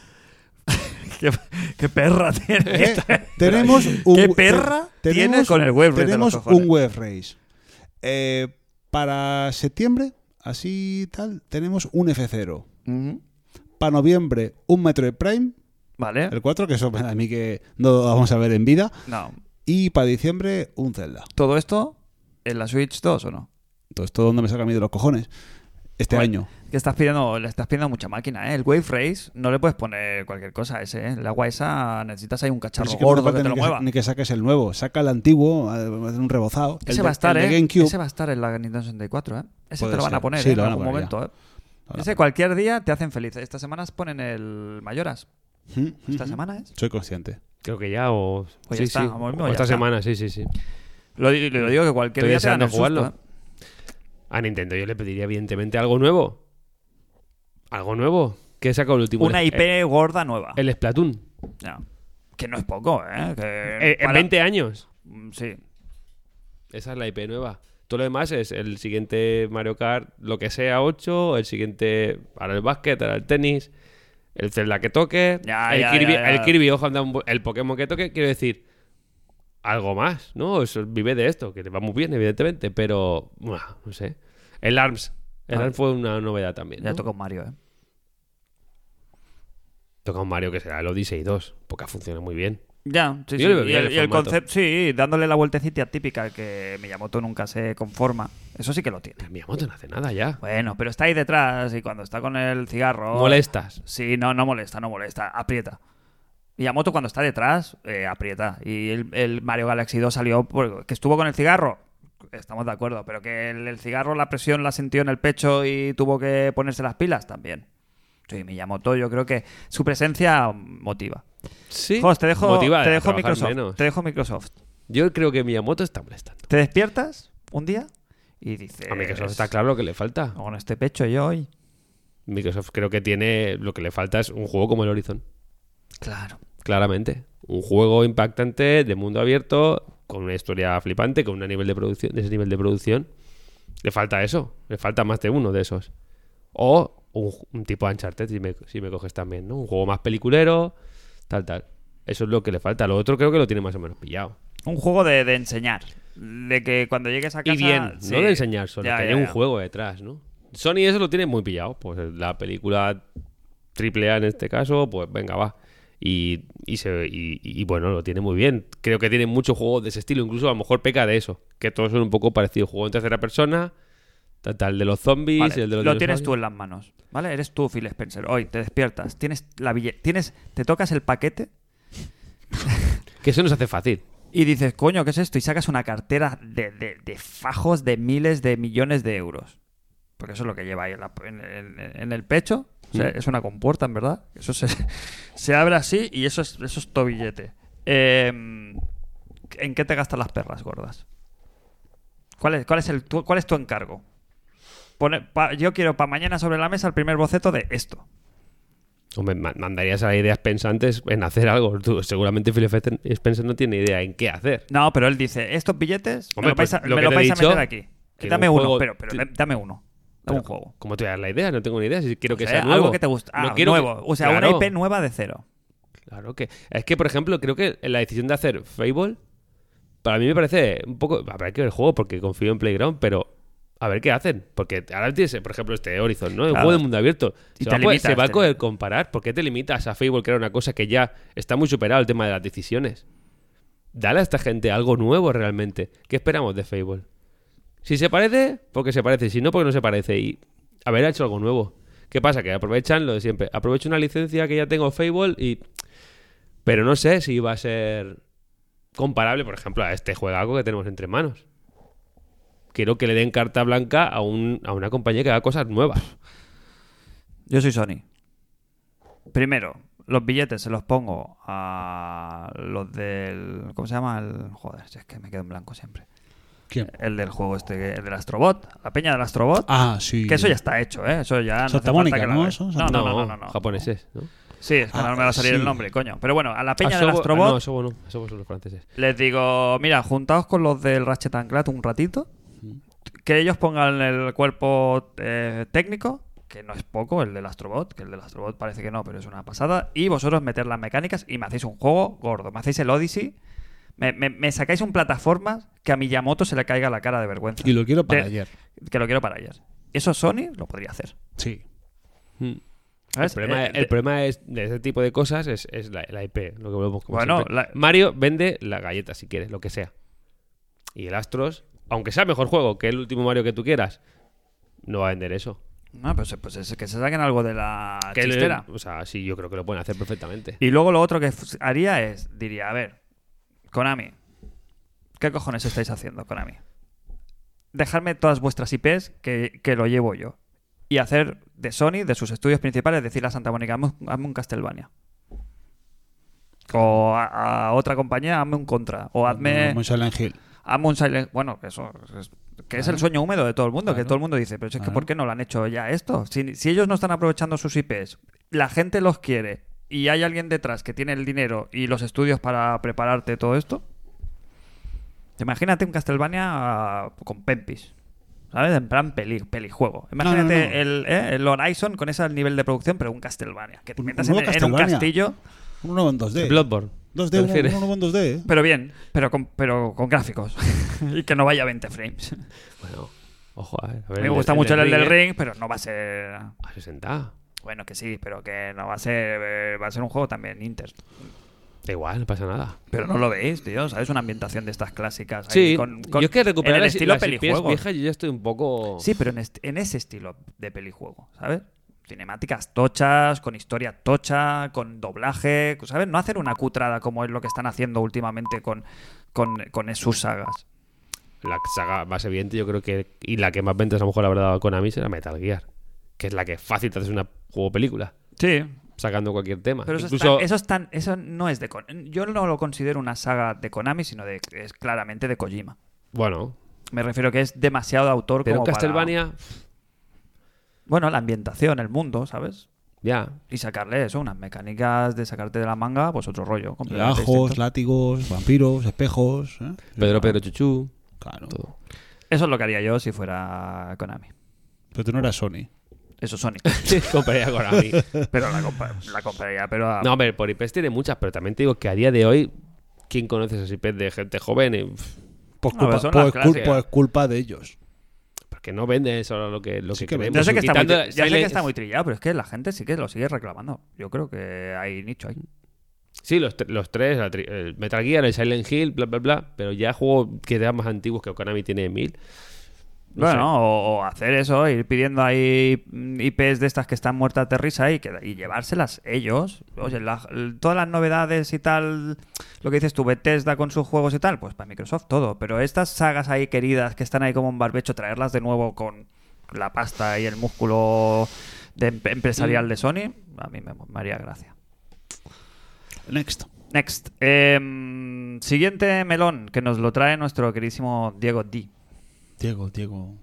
S1: ¿Qué, qué perra tiene?
S2: ¿eh?
S1: esta?
S2: tenemos un
S1: ¿Qué
S2: we-
S1: perra
S2: te-
S1: tiene
S2: tenemos-
S1: con el web race de los
S2: Tenemos
S1: cojones?
S2: un web race. Eh, para septiembre, así tal, tenemos un F0.
S1: Ujú.
S2: Para noviembre, un Metroid Prime,
S1: Vale.
S2: el 4, que eso para mí que no lo vamos a ver en vida.
S1: No.
S2: Y para diciembre, un Zelda.
S1: ¿Todo esto en la Switch 2 o no?
S2: Entonces, ¿esto dónde me saca a mí de los cojones? Este
S1: Joder,
S2: año.
S1: Que estás pidiendo, le estás pidiendo mucha máquina, ¿eh? El Wave Race no le puedes poner cualquier cosa a ese, ¿eh? El agua esa necesitas ahí un
S2: Pero
S1: cacharro
S2: sí que no hace
S1: gordo que
S2: falta
S1: te lo
S2: ni,
S1: mueva.
S2: que, ni que saques el nuevo, saca el antiguo, eh, un rebozado. El
S1: Ese
S2: de-
S1: va a estar,
S2: el de
S1: ¿eh?
S2: GameCube.
S1: Ese va a estar en la Nintendo 64, ¿eh? Ese
S2: Puede
S1: te lo van a
S2: ser.
S1: poner
S2: Sí,
S1: ¿eh? en
S2: lo van a
S1: algún
S2: poner
S1: momento, ¿eh?
S2: Ahora,
S1: Ese cualquier día te hacen feliz. Estas semanas ponen el Mayoras.
S2: ujú,
S1: Esta
S2: ujú.
S1: semana es.
S2: Mm, Soy consciente.
S3: Creo que ya o.
S1: Pues ya
S3: sí,
S1: está,
S3: sí.
S1: ahora mismo
S3: O
S1: ya
S3: esta
S1: está.
S3: semana, sí, sí, sí.
S1: Lo, di- lo digo que cualquier
S3: Estoy
S1: día te dan
S3: deseando
S1: el susto,
S3: jugarlo.
S1: ¿eh?
S3: A Nintendo yo le pediría, evidentemente, algo nuevo. ¿Algo nuevo? ¿Qué sacó el último?
S2: eh,
S1: Una
S3: El-
S1: IP gorda nueva.
S3: El, Splatoon.
S1: Ya. Que no es poco, ¿eh? Que
S3: Eh, En
S1: para-
S3: 20 años.
S1: Mm, Sí.
S3: Esa es la IP nueva. Todo lo demás es el siguiente Mario Kart, lo que sea, 8, el siguiente para el básquet, para el tenis. El Zelda que toque,
S1: Ya,
S3: el,
S1: ya,
S3: Kirby,
S1: ya, ya.
S3: el Kirby Ojo and Down Boy- el Pokémon que toque, quiero decir, algo más, ¿no? Eso, vive de esto, que te va muy bien, evidentemente, pero, buah, no sé. El ARMS. El
S1: Ah.
S3: ARMS fue una novedad también.
S1: Ya
S3: ¿no?
S1: toca un Mario, ¿eh?
S3: Toca un Mario que será el Odyssey 2, porque funciona muy bien.
S1: Ya, sí,
S3: Yo
S1: sí.
S3: le veo
S1: Y
S3: bien
S1: el,
S3: el
S1: y el
S3: formato.
S1: concepto, sí, dándole la vueltecita típica que Miyamoto nunca se conforma. Eso sí que lo tiene.
S3: Pero Miyamoto no hace nada ya.
S1: Bueno, pero está ahí detrás y cuando está con el cigarro.
S3: Molestas.
S1: Sí, no, no molesta, no molesta. Aprieta. Miyamoto cuando está detrás, eh, aprieta. Y el, el Mario Galaxy 2 salió por- que estuvo con el cigarro. Estamos de acuerdo, pero que el, el cigarro la presión la sintió en el pecho y tuvo que ponerse las pilas también. Sí, Miyamoto, yo creo que su presencia motiva.
S3: Sí.
S1: Jos, te dejo,
S3: Motiva
S1: te
S3: a
S1: dejo
S3: trabajar
S1: Microsoft.
S3: menos.
S1: Te dejo Microsoft.
S3: Yo creo que Miyamoto está molestando.
S1: Te despiertas un día y dices.
S3: A Ah, Microsoft está claro lo que le falta.
S1: Con este pecho yo hoy.
S3: Microsoft creo que tiene lo que le falta es un juego como el Horizon.
S1: Claro.
S3: claramente. Un juego impactante, de mundo abierto, con una historia flipante, con un nivel de producción, de ese nivel de producción. Le falta eso, le falta más de uno de esos. O un, ju- un tipo Uncharted, si me, si me coges también, ¿no? Un juego más peliculero, tal, tal. Eso es lo que le falta. Lo otro creo que lo tiene más o menos pillado.
S1: Un juego de, de enseñar. De que cuando llegues a casa.
S3: Y bien,
S1: sí.
S3: no de enseñar solo,
S1: Ya,
S3: que
S1: ya,
S3: haya un
S1: ya.
S3: juego detrás, ¿no? Sony eso lo tiene muy pillado. Pues la película triple A en este caso, pues venga, va. Y, y, se- y- y, bueno, lo tiene muy bien. Creo que tiene muchos juegos de ese estilo, incluso a lo mejor peca de eso, que todos son un poco parecidos. Juego en tercera persona, tal, tal, de los zombies,
S1: Vale,
S3: el de los
S1: lo tienes tú
S3: dinosaurios.
S1: en las manos, ¿vale? Eres tú, Phil Spencer. Hoy te despiertas, tienes la bille- tienes, te tocas el paquete
S3: Que eso nos hace fácil.
S1: y dices, coño, ¿qué es esto? Y sacas una cartera de, de- de fajos de miles de millones de euros. Porque eso es lo que lleva ahí en, la- en- en- en el pecho. O sea,
S3: Mm.
S1: Es una compuerta, en verdad. Eso se, se abre así y eso es, eso es tu billete. Eh, ¿En qué te gastas las perras gordas? ¿Cuál es, cuál es, el, tu, cuál es tu encargo? Pone- pa- yo quiero para mañana sobre la mesa el primer boceto de esto.
S3: Hombre, ma- mandarías a ideas pensantes en hacer algo. Tú, seguramente Phil Spencer no tiene idea en qué hacer.
S1: No, pero él dice, estos billetes me
S3: Hombre,
S1: lo vais a,
S3: pues, lo
S1: me
S3: que
S1: los
S3: te he
S1: vais a
S3: dicho,
S1: meter aquí. Eh,
S3: que
S1: Dame
S3: un
S1: uno,
S3: juego
S1: pero, pero
S3: te-
S1: dame- dame uno. Dame un
S3: Pero,
S1: juego.
S3: ¿Cómo te voy a dar la idea? No tengo ni idea. Si quiero que
S1: O sea,
S3: sea, nuevo.
S1: algo que te gusta. Ah,
S3: No quiero que-
S1: nuevo. O sea, E
S3: Claro,
S1: una IP nueva de cero.
S3: Claro que. Es que, por ejemplo, creo que la decisión de hacer Fable. Para mí me parece un poco. Habrá que ver el juego porque confío en Playground, pero. A ver qué hacen. Porque ahora tienes, por ejemplo, este Horizon, ¿no? El
S1: Claro.
S3: juego de mundo abierto.
S1: Y te
S3: se, va, a poder-
S1: limitas,
S3: se va a
S1: te
S3: poder
S1: limitas.
S3: comparar. ¿Por qué te limitas a Fable, que era una cosa que ya está muy superado el tema de las decisiones? Dale a esta gente algo nuevo realmente. ¿Qué esperamos de Fable? Si se parece, porque se parece. Si no, porque no se parece. Y haber hecho algo nuevo. ¿Qué pasa? Que aprovechan lo de siempre. Aprovecho una licencia que ya tengo Fable y... Pero no sé si va a ser comparable, por ejemplo, a este juegaco que tenemos entre manos. Quiero que le den carta blanca a, un, a una compañía que haga cosas nuevas.
S1: Yo soy Sony. Primero, los billetes se los pongo a los del. ¿Cómo se llama? El, joder, si es que me quedo en blanco siempre.
S2: ¿Quién?
S1: El del juego este, el del Astrobot. La peña del Astrobot.
S2: Ah, sí.
S1: Que eso ya está hecho, ¿eh? Eso ya. no hace
S2: Santa Mónica,
S1: falta que lo
S2: ¿no?
S1: hagas.
S2: Eso,
S1: No,
S2: Santa-
S1: no, no, no, no.
S3: Japoneses, ¿no?
S1: Sí, es que
S2: Ah,
S1: no me va a salir
S2: sí.
S1: el nombre, coño. Pero bueno, a la peña
S3: Asobo-
S1: del Astrobot.
S3: ah, No, Asobo no. Asobo son los franceses.
S1: Les digo, mira, juntaos con los del Ratchet and Clank un ratito, que ellos pongan el cuerpo eh, técnico, que no es poco, el del Astrobot, que el del Astrobot parece que no, pero es una pasada, y vosotros meter las mecánicas y me hacéis un juego gordo, me hacéis el Odyssey, me, me- me sacáis un plataforma que a Miyamoto se le caiga la cara de vergüenza.
S2: Y lo quiero para
S1: Te-
S2: ayer.
S1: Que lo quiero para ayer. Eso Sony lo podría hacer.
S2: Sí.
S3: Mm. El
S1: ¿sabes?
S3: problema,
S1: Eh,
S3: el
S1: de-
S3: problema es de ese tipo de cosas es, es la, la IP, lo que volvemos como
S1: Bueno,
S3: siempre.
S1: la-
S3: Mario vende la galleta si quieres, lo que sea. Y el Astros, aunque sea mejor juego que el último Mario que tú quieras, no va a vender eso.
S1: No, pues, pues es que se saquen algo de la
S3: Que le-
S1: chistera.
S3: o sea, sí, yo creo que lo pueden hacer perfectamente.
S1: Y luego lo otro que f- haría es, diría, a ver, Konami, ¿qué cojones estáis haciendo, Konami? Dejarme todas vuestras IPs que, que lo llevo yo. Y hacer de Sony, de sus estudios principales, decirle a Santa Mónica, hazme, un- hazme un Castlevania. O a, a otra compañía, hazme un Contra. O hazme,
S2: Como en Silent Hill.
S1: hazme un Silent... Bueno, que eso... es- que es el sueño húmedo de todo el mundo, que todo el mundo dice, pero es que
S2: Claro.
S1: ¿por qué no lo han hecho ya esto? Si, si ellos no están aprovechando sus IPs, la gente los quiere y hay alguien detrás que tiene el dinero y los estudios para prepararte todo esto. Imagínate un Castlevania ah, con Pempis. ¿Sabes? En plan peli, pelijuego.
S2: no,
S1: Imagínate
S2: no.
S1: El, ¿eh? el Horizon con ese nivel de producción, pero un Castlevania. Que te
S2: Un
S1: metas en,
S2: nuevo
S1: en un
S2: Castlevania.
S1: castillo,
S2: Un nuevo en 2D.
S3: Bloodborne. ¿te
S2: 2D, un-
S3: refieres?
S2: un nuevo en 2D. ¿eh?
S1: pero bien, pero con, pero con gráficos. y que no vaya a 20 frames.
S3: Bueno, ojo, a ver. a ver,
S1: Me
S3: el-
S1: gusta mucho el, del
S3: ¿eh?
S1: ring, pero no va a ser.
S3: A 60.
S1: Bueno, que sí, pero que no va a ser. eh, Va a ser un juego también Inter.
S3: Da igual, no pasa nada.
S1: Pero no lo veis, tío, ¿sabes? Una ambientación de estas clásicas. ahí
S3: Sí,
S1: con- con-
S3: yo es que recuperar
S1: en el
S3: las,
S1: estilo
S3: las IPs
S1: pelijuego.
S3: viejas yo ya estoy un poco...
S1: Sí, pero en, est- en ese estilo de pelijuego, ¿sabes? Cinemáticas tochas, con historia tocha, con doblaje, ¿sabes? No hacer una cutrada como es lo que están haciendo últimamente con, con, con sus sagas.
S3: La saga más evidente yo creo que... Y la que más ventas a lo mejor habrá dado Konami será Metal Gear. Que es la que fácil te haces una juego película.
S1: Sí.
S3: Sacando cualquier tema.
S1: Pero eso, es
S3: Incluso
S1: tan- eso, es tan- eso no es de Konami. Yo no lo considero una saga de Konami, sino de, es claramente de Kojima.
S3: Bueno,
S1: Me refiero que es demasiado de autor
S3: pero
S1: como para-
S3: Castlevania,
S1: Bueno, la ambientación, el mundo, ¿sabes?
S3: ya.
S1: Y sacarle eso, unas mecánicas de sacarte de la manga, pues otro rollo. completamente
S2: Lajos,
S1: distinto.
S2: látigos, vampiros, espejos. ¿eh?
S3: Pedro Pedro Chuchu,
S2: Claro.
S3: todo.
S1: Eso es lo que haría yo si fuera Konami.
S2: Pero tú no eras Sony.
S1: Eso es Sony.
S3: Compraría Konami.
S1: Pero la, compa- la compraría, pero a-
S3: No, hombre, por IPs tiene muchas, pero también te digo que a día de hoy, ¿quién conoce esas IPs de gente joven? Eh, pf,
S2: Por
S1: No, pero
S2: Pues culpa,
S1: son
S2: por
S1: las
S2: cul-
S1: clásicas.
S2: por culpa de ellos.
S3: Porque no venden eso ahora lo que, lo
S2: Sí
S3: que
S2: que
S3: queremos.
S1: ya sé, que está, muy,
S3: pues Quitando
S1: tri- ya sé que
S3: Silent-
S1: está muy trillado, pero es que la gente sí que lo sigue reclamando. Yo creo que hay nicho ahí.
S3: Sí, los, tre- los tres, la tri- el Metal Gear, el Silent Hill, bla, bla, bla. Pero ya juegos que sean más antiguos que Konami tiene mil. No
S1: bueno, o, o hacer eso, ir pidiendo ahí mm, IPs de estas que están muertas de risa y, que, y llevárselas ellos. Oye, la- l- todas las novedades y tal, lo que dices tú, Bethesda con sus juegos y tal, pues para Microsoft todo. Pero estas sagas ahí queridas que están ahí como un barbecho, traerlas de nuevo con la pasta y el músculo de em- empresarial de Sony, a mí me, me haría gracia.
S2: Next.
S1: Next. Em, siguiente melón que nos lo trae nuestro queridísimo Diego D.
S2: Diego, Diego.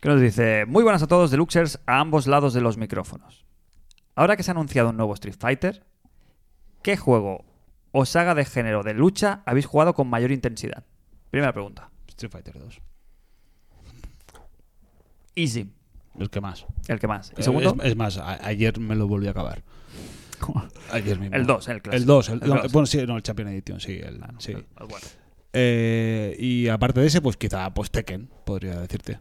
S1: que nos dice, muy buenas a todos Deluxers a ambos lados de los micrófonos. Ahora que se ha anunciado un nuevo Street Fighter, ¿qué juego o saga de género de lucha habéis jugado con mayor intensidad? Primera pregunta.
S2: Street Fighter 2.
S1: Easy,
S2: El que más.
S1: el que más.
S3: Eh,
S1: ¿Y segundo?
S2: Es, es más, a- ayer me lo volví a acabar. Ayer mismo.
S1: El 2, el clásico.
S2: El 2. El,
S1: El
S2: no,
S1: dos.
S2: bueno, sí, no, el Champion Edition, sí. el- sí.
S1: Ah, bueno.
S2: Eh, y aparte de ese, pues quizá pues Tekken, podría decirte.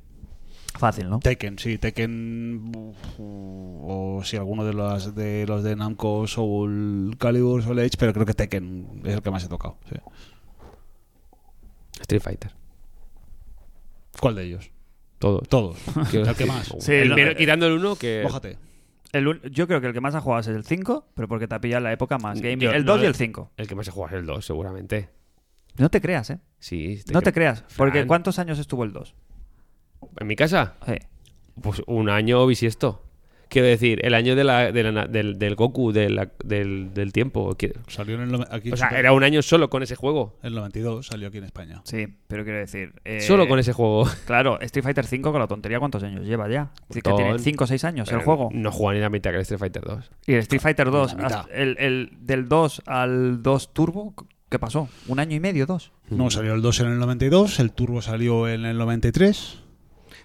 S1: Fácil, ¿no?
S2: Tekken, sí, Tekken uf, o si alguno de los de los de Namco, Soul Calibur, Soul Edge, pero creo que Tekken es el que más he tocado. sí.
S3: Street Fighter.
S2: ¿Cuál de ellos?
S3: Todo.
S2: Todos.
S3: Quiero
S2: el que
S3: decir,
S2: más.
S1: Sí,
S3: el
S1: no,
S3: primero-
S1: eh,
S3: quitando el uno que...
S2: Mójate.
S1: El un- yo creo que el que más ha jugado es el 5, pero porque te ha pillado la época más gaming.
S3: Yo-
S1: el
S3: no,
S1: 2 y
S3: eh.
S1: el 5.
S3: El que más se juega es el 2, seguramente.
S1: No te creas, ¿eh?
S3: Sí. este
S1: No
S3: que-
S1: te creas, porque
S3: Fran.
S1: ¿cuántos años estuvo el 2?
S3: ¿En mi casa?
S1: Sí.
S3: Pues un año bisiesto. Quiero decir, el año de la, de la na- del, del Goku, de la- del, del tiempo. Que-
S2: Salió en el, no- aquí en
S3: O sea,
S2: Super-
S3: era un año solo con ese juego.
S2: el 92, salió aquí en España.
S1: Sí, pero quiero decir... eh,
S3: Solo con ese juego.
S1: Claro, Street Fighter 5 con la tontería, ¿cuántos años lleva ya? Es decir, que
S3: Montón.
S1: tiene 5 o 6 años
S3: Pero
S1: el juego.
S3: No juega ni la mitad que el Street Fighter 2.
S1: Y el Street Fighter 2,
S2: la mitad.
S1: hasta el, el- del 2 al 2 Turbo, ¿qué pasó? ¿Un año y medio, dos?
S2: No, salió el 2 en el 92, el Turbo salió en el 93.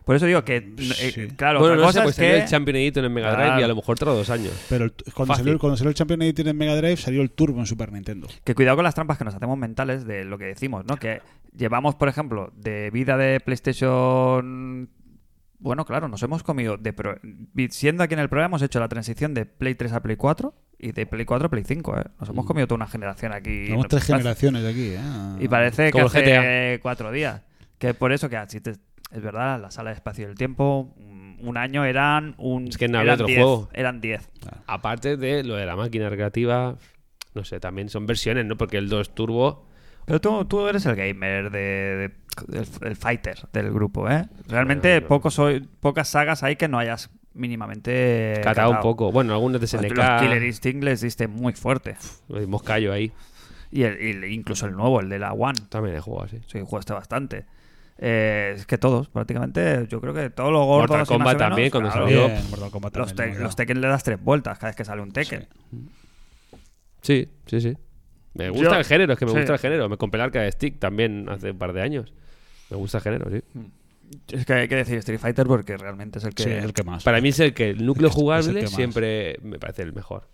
S1: Por eso digo que, eh,
S2: Sí.
S1: claro,
S3: bueno,
S1: otra
S3: no sé,
S1: cosa
S3: pues
S1: es que...
S3: salió el Champion Edition en Mega Drive
S1: Claro.
S3: y a lo mejor tras dos años.
S2: Pero el- cuando,
S3: Fácil.
S2: salió, cuando salió el Champion Edition en Mega Drive, salió el Turbo en Super Nintendo.
S1: Que cuidado con las trampas que nos hacemos mentales de lo que decimos, ¿no? Que llevamos, por ejemplo, de vida de PlayStation. Bueno, claro, nos hemos comido. De pro- Siendo aquí en el programa, hemos hecho la transición de Play 3 a Play 4 y de Play 4 a Play 5, ¿eh? Nos
S3: Mm.
S1: hemos comido toda una generación aquí.
S2: Tenemos tres
S1: Parece-
S2: generaciones de aquí, ¿eh?
S1: Y parece que
S3: Como el
S1: hace cuatro días. Que por eso que así te- Es verdad, la sala de espacio y el tiempo, mm, un año eran un.
S3: Es que no había
S1: eran
S3: otro
S1: 10,
S3: juego.
S1: Eran 10.
S3: Aparte de lo de la máquina recreativa, no sé, también son versiones, ¿no? Porque el 2 Turbo.
S1: Pero tú, tú eres el gamer de, de- del- el fighter del grupo, ¿eh? Realmente
S3: Bueno,
S1: pocos hoy- pocas sagas hay que no hayas mínimamente Pues
S3: Catado un poco. Bueno, algunos de
S1: Los Killer
S3: SNK.
S1: Instinct les diste muy fuerte.
S3: Los Moscayo ahí.
S1: Y, el- y el- incluso el nuevo, el de la One.
S3: También he jugado así.
S1: Sí, jugaste bastante. Eh, es que todos, prácticamente. Yo creo que todos los gordos. y
S3: Mortal
S1: más
S3: Kombat
S1: o menos,
S3: también, cuando
S1: claro,
S3: salió.
S2: Ah, Bien, Mortal Kombat
S1: Los,
S2: también,
S1: te-
S2: ¿no?
S1: los Tekken le das tres vueltas cada vez que sale un Tekken.
S3: Sí, sí, sí. Me gusta
S1: Yo-
S3: el género, es que me
S1: sí.
S3: gusta el género. Me compré el arca de Stick también hace un par de años. Me gusta el género, sí.
S1: Es que hay que decir Street Fighter porque realmente es el que.
S2: Sí, es el que más.
S3: Para mí es el que el núcleo
S2: Es- es el
S3: jugable
S2: que más.
S3: siempre me parece el mejor.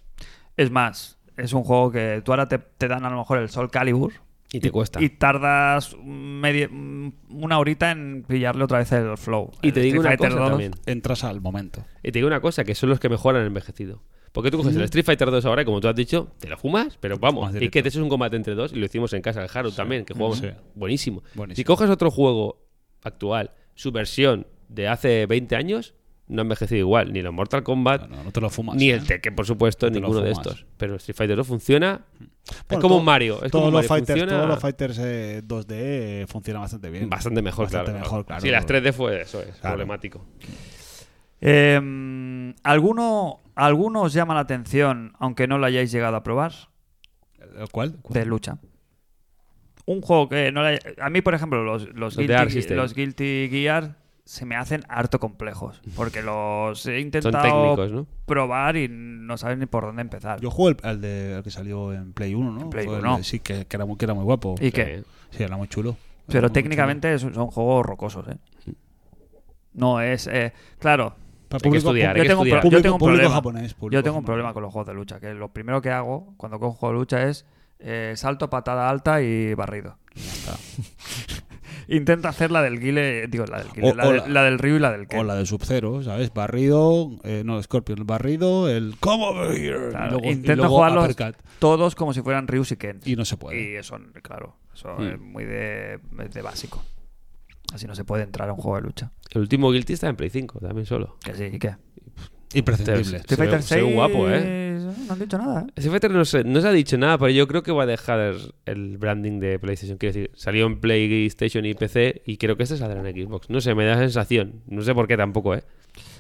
S1: Es más, es un juego que tú ahora te, te dan a lo mejor el Sol Calibur
S3: Y te cuesta.
S1: y tardas un media- un- una horita en pillarle otra vez el flow.
S3: Y
S1: El
S3: te
S1: Street
S3: digo una
S1: Fighter
S3: cosa
S1: 2,
S3: también.
S2: Entras al momento.
S3: Y te digo una cosa, que son los que mejoran el envejecido. Porque tú coges el Street Fighter 2 ahora, y como tú has dicho, te lo fumas, pero vamos.
S2: Más
S3: Y
S2: directo.
S3: que te haces un combate entre dos, y lo hicimos en casa del Haru también, que jugamos.
S2: Sí.
S3: Buenísimo.
S2: Buenísimo.
S3: Si coges otro juego actual, su versión de hace 20 años, no ha envejecido igual. Ni los Mortal Kombat,
S2: No, no, no te lo fumas.
S3: Ah, ni
S2: ¿eh?
S3: el Tekken, por supuesto,
S2: te lo
S3: ninguno de
S2: fumas.
S3: estos. Pero el Street Fighter 2 funciona. es
S2: Bueno,
S3: como
S2: todo-
S3: un Mario.
S2: todos,
S3: Es como
S2: los
S3: un Mario.
S2: fighters,
S3: funciona
S2: todos los fighters eh, 2D eh, funcionan bastante bien.
S3: bastante mejor,
S2: Bastante
S3: claro.
S2: mejor, claro.
S3: Sí, las 3D fue eso, es
S2: Claro.
S3: problemático.
S1: Eh, ¿alguno, ¿Alguno os llama la atención, aunque no lo hayáis llegado a probar?
S2: ¿Cuál? ¿Cuál?
S1: De lucha. Un juego que no le haya- A mí, por ejemplo, los, los,
S3: Los de Arc
S1: guilty,
S3: System.
S1: los Guilty Gear se me hacen harto complejos. Porque los he
S3: Son
S1: intentado
S3: técnicos, ¿no?
S1: probar y no sabes ni por dónde empezar.
S2: Yo jugué el- al, de, al que salió en Play 1, ¿no?
S1: En Play
S2: Fue el
S1: 1.
S2: de- sí, que, que era muy, que era muy guapo.
S1: ¿Y qué?
S2: Sí, era muy chulo. Era muy
S1: Pero
S2: chulo.
S1: técnicamente son, son juegos rocosos, ¿eh?
S3: Mm.
S1: No es. eh, claro,
S2: Para
S3: Hay que
S2: público-
S3: estudiar, hay
S1: yo
S3: que
S1: tengo, un
S3: estudiar.
S1: pro- yo
S2: Público-
S1: tengo un
S2: público
S1: problema.
S2: japonés, público
S1: yo tengo un
S2: japonés.
S1: problema con los juegos de lucha. Que lo primero que hago cuando cojo un juego de lucha es eh, salto, patada alta y barrido. Intento hacer la del Guile. Digo, la del Guile.
S2: O-
S1: la,
S2: o
S1: de-
S2: la-
S1: la del Ryu y la del
S2: O
S1: Ken.
S2: la de Sub-Zero, ¿sabes? Barrido, eh, no, Scorpion, el barrido, el Come over here.
S1: Claro,
S2: y luego, y
S1: intento
S2: luego
S1: jugarlos
S2: uppercut.
S1: todos como si fueran Ryu y Ken.
S2: Y no se puede. Mm.
S1: Y eso, claro, eso
S3: Hmm.
S1: es muy de, de básico. Así no se puede entrar a un juego de lucha.
S3: El último Guilty está en Play 5, también solo.
S1: Que sí, ¿y qué?
S2: Imprescindible.
S3: Se
S1: Street Fighter
S3: ve- se ve guapo,
S1: VI, No han dicho nada, ¿eh?
S3: Ese Fighter no se, no se ha dicho nada, pero yo creo que va a dejar el, el branding de PlayStation. Quiero decir, salió en PlayStation y PC y creo que este saldrá en Xbox. No sé, me da la sensación. No sé por qué tampoco, ¿eh?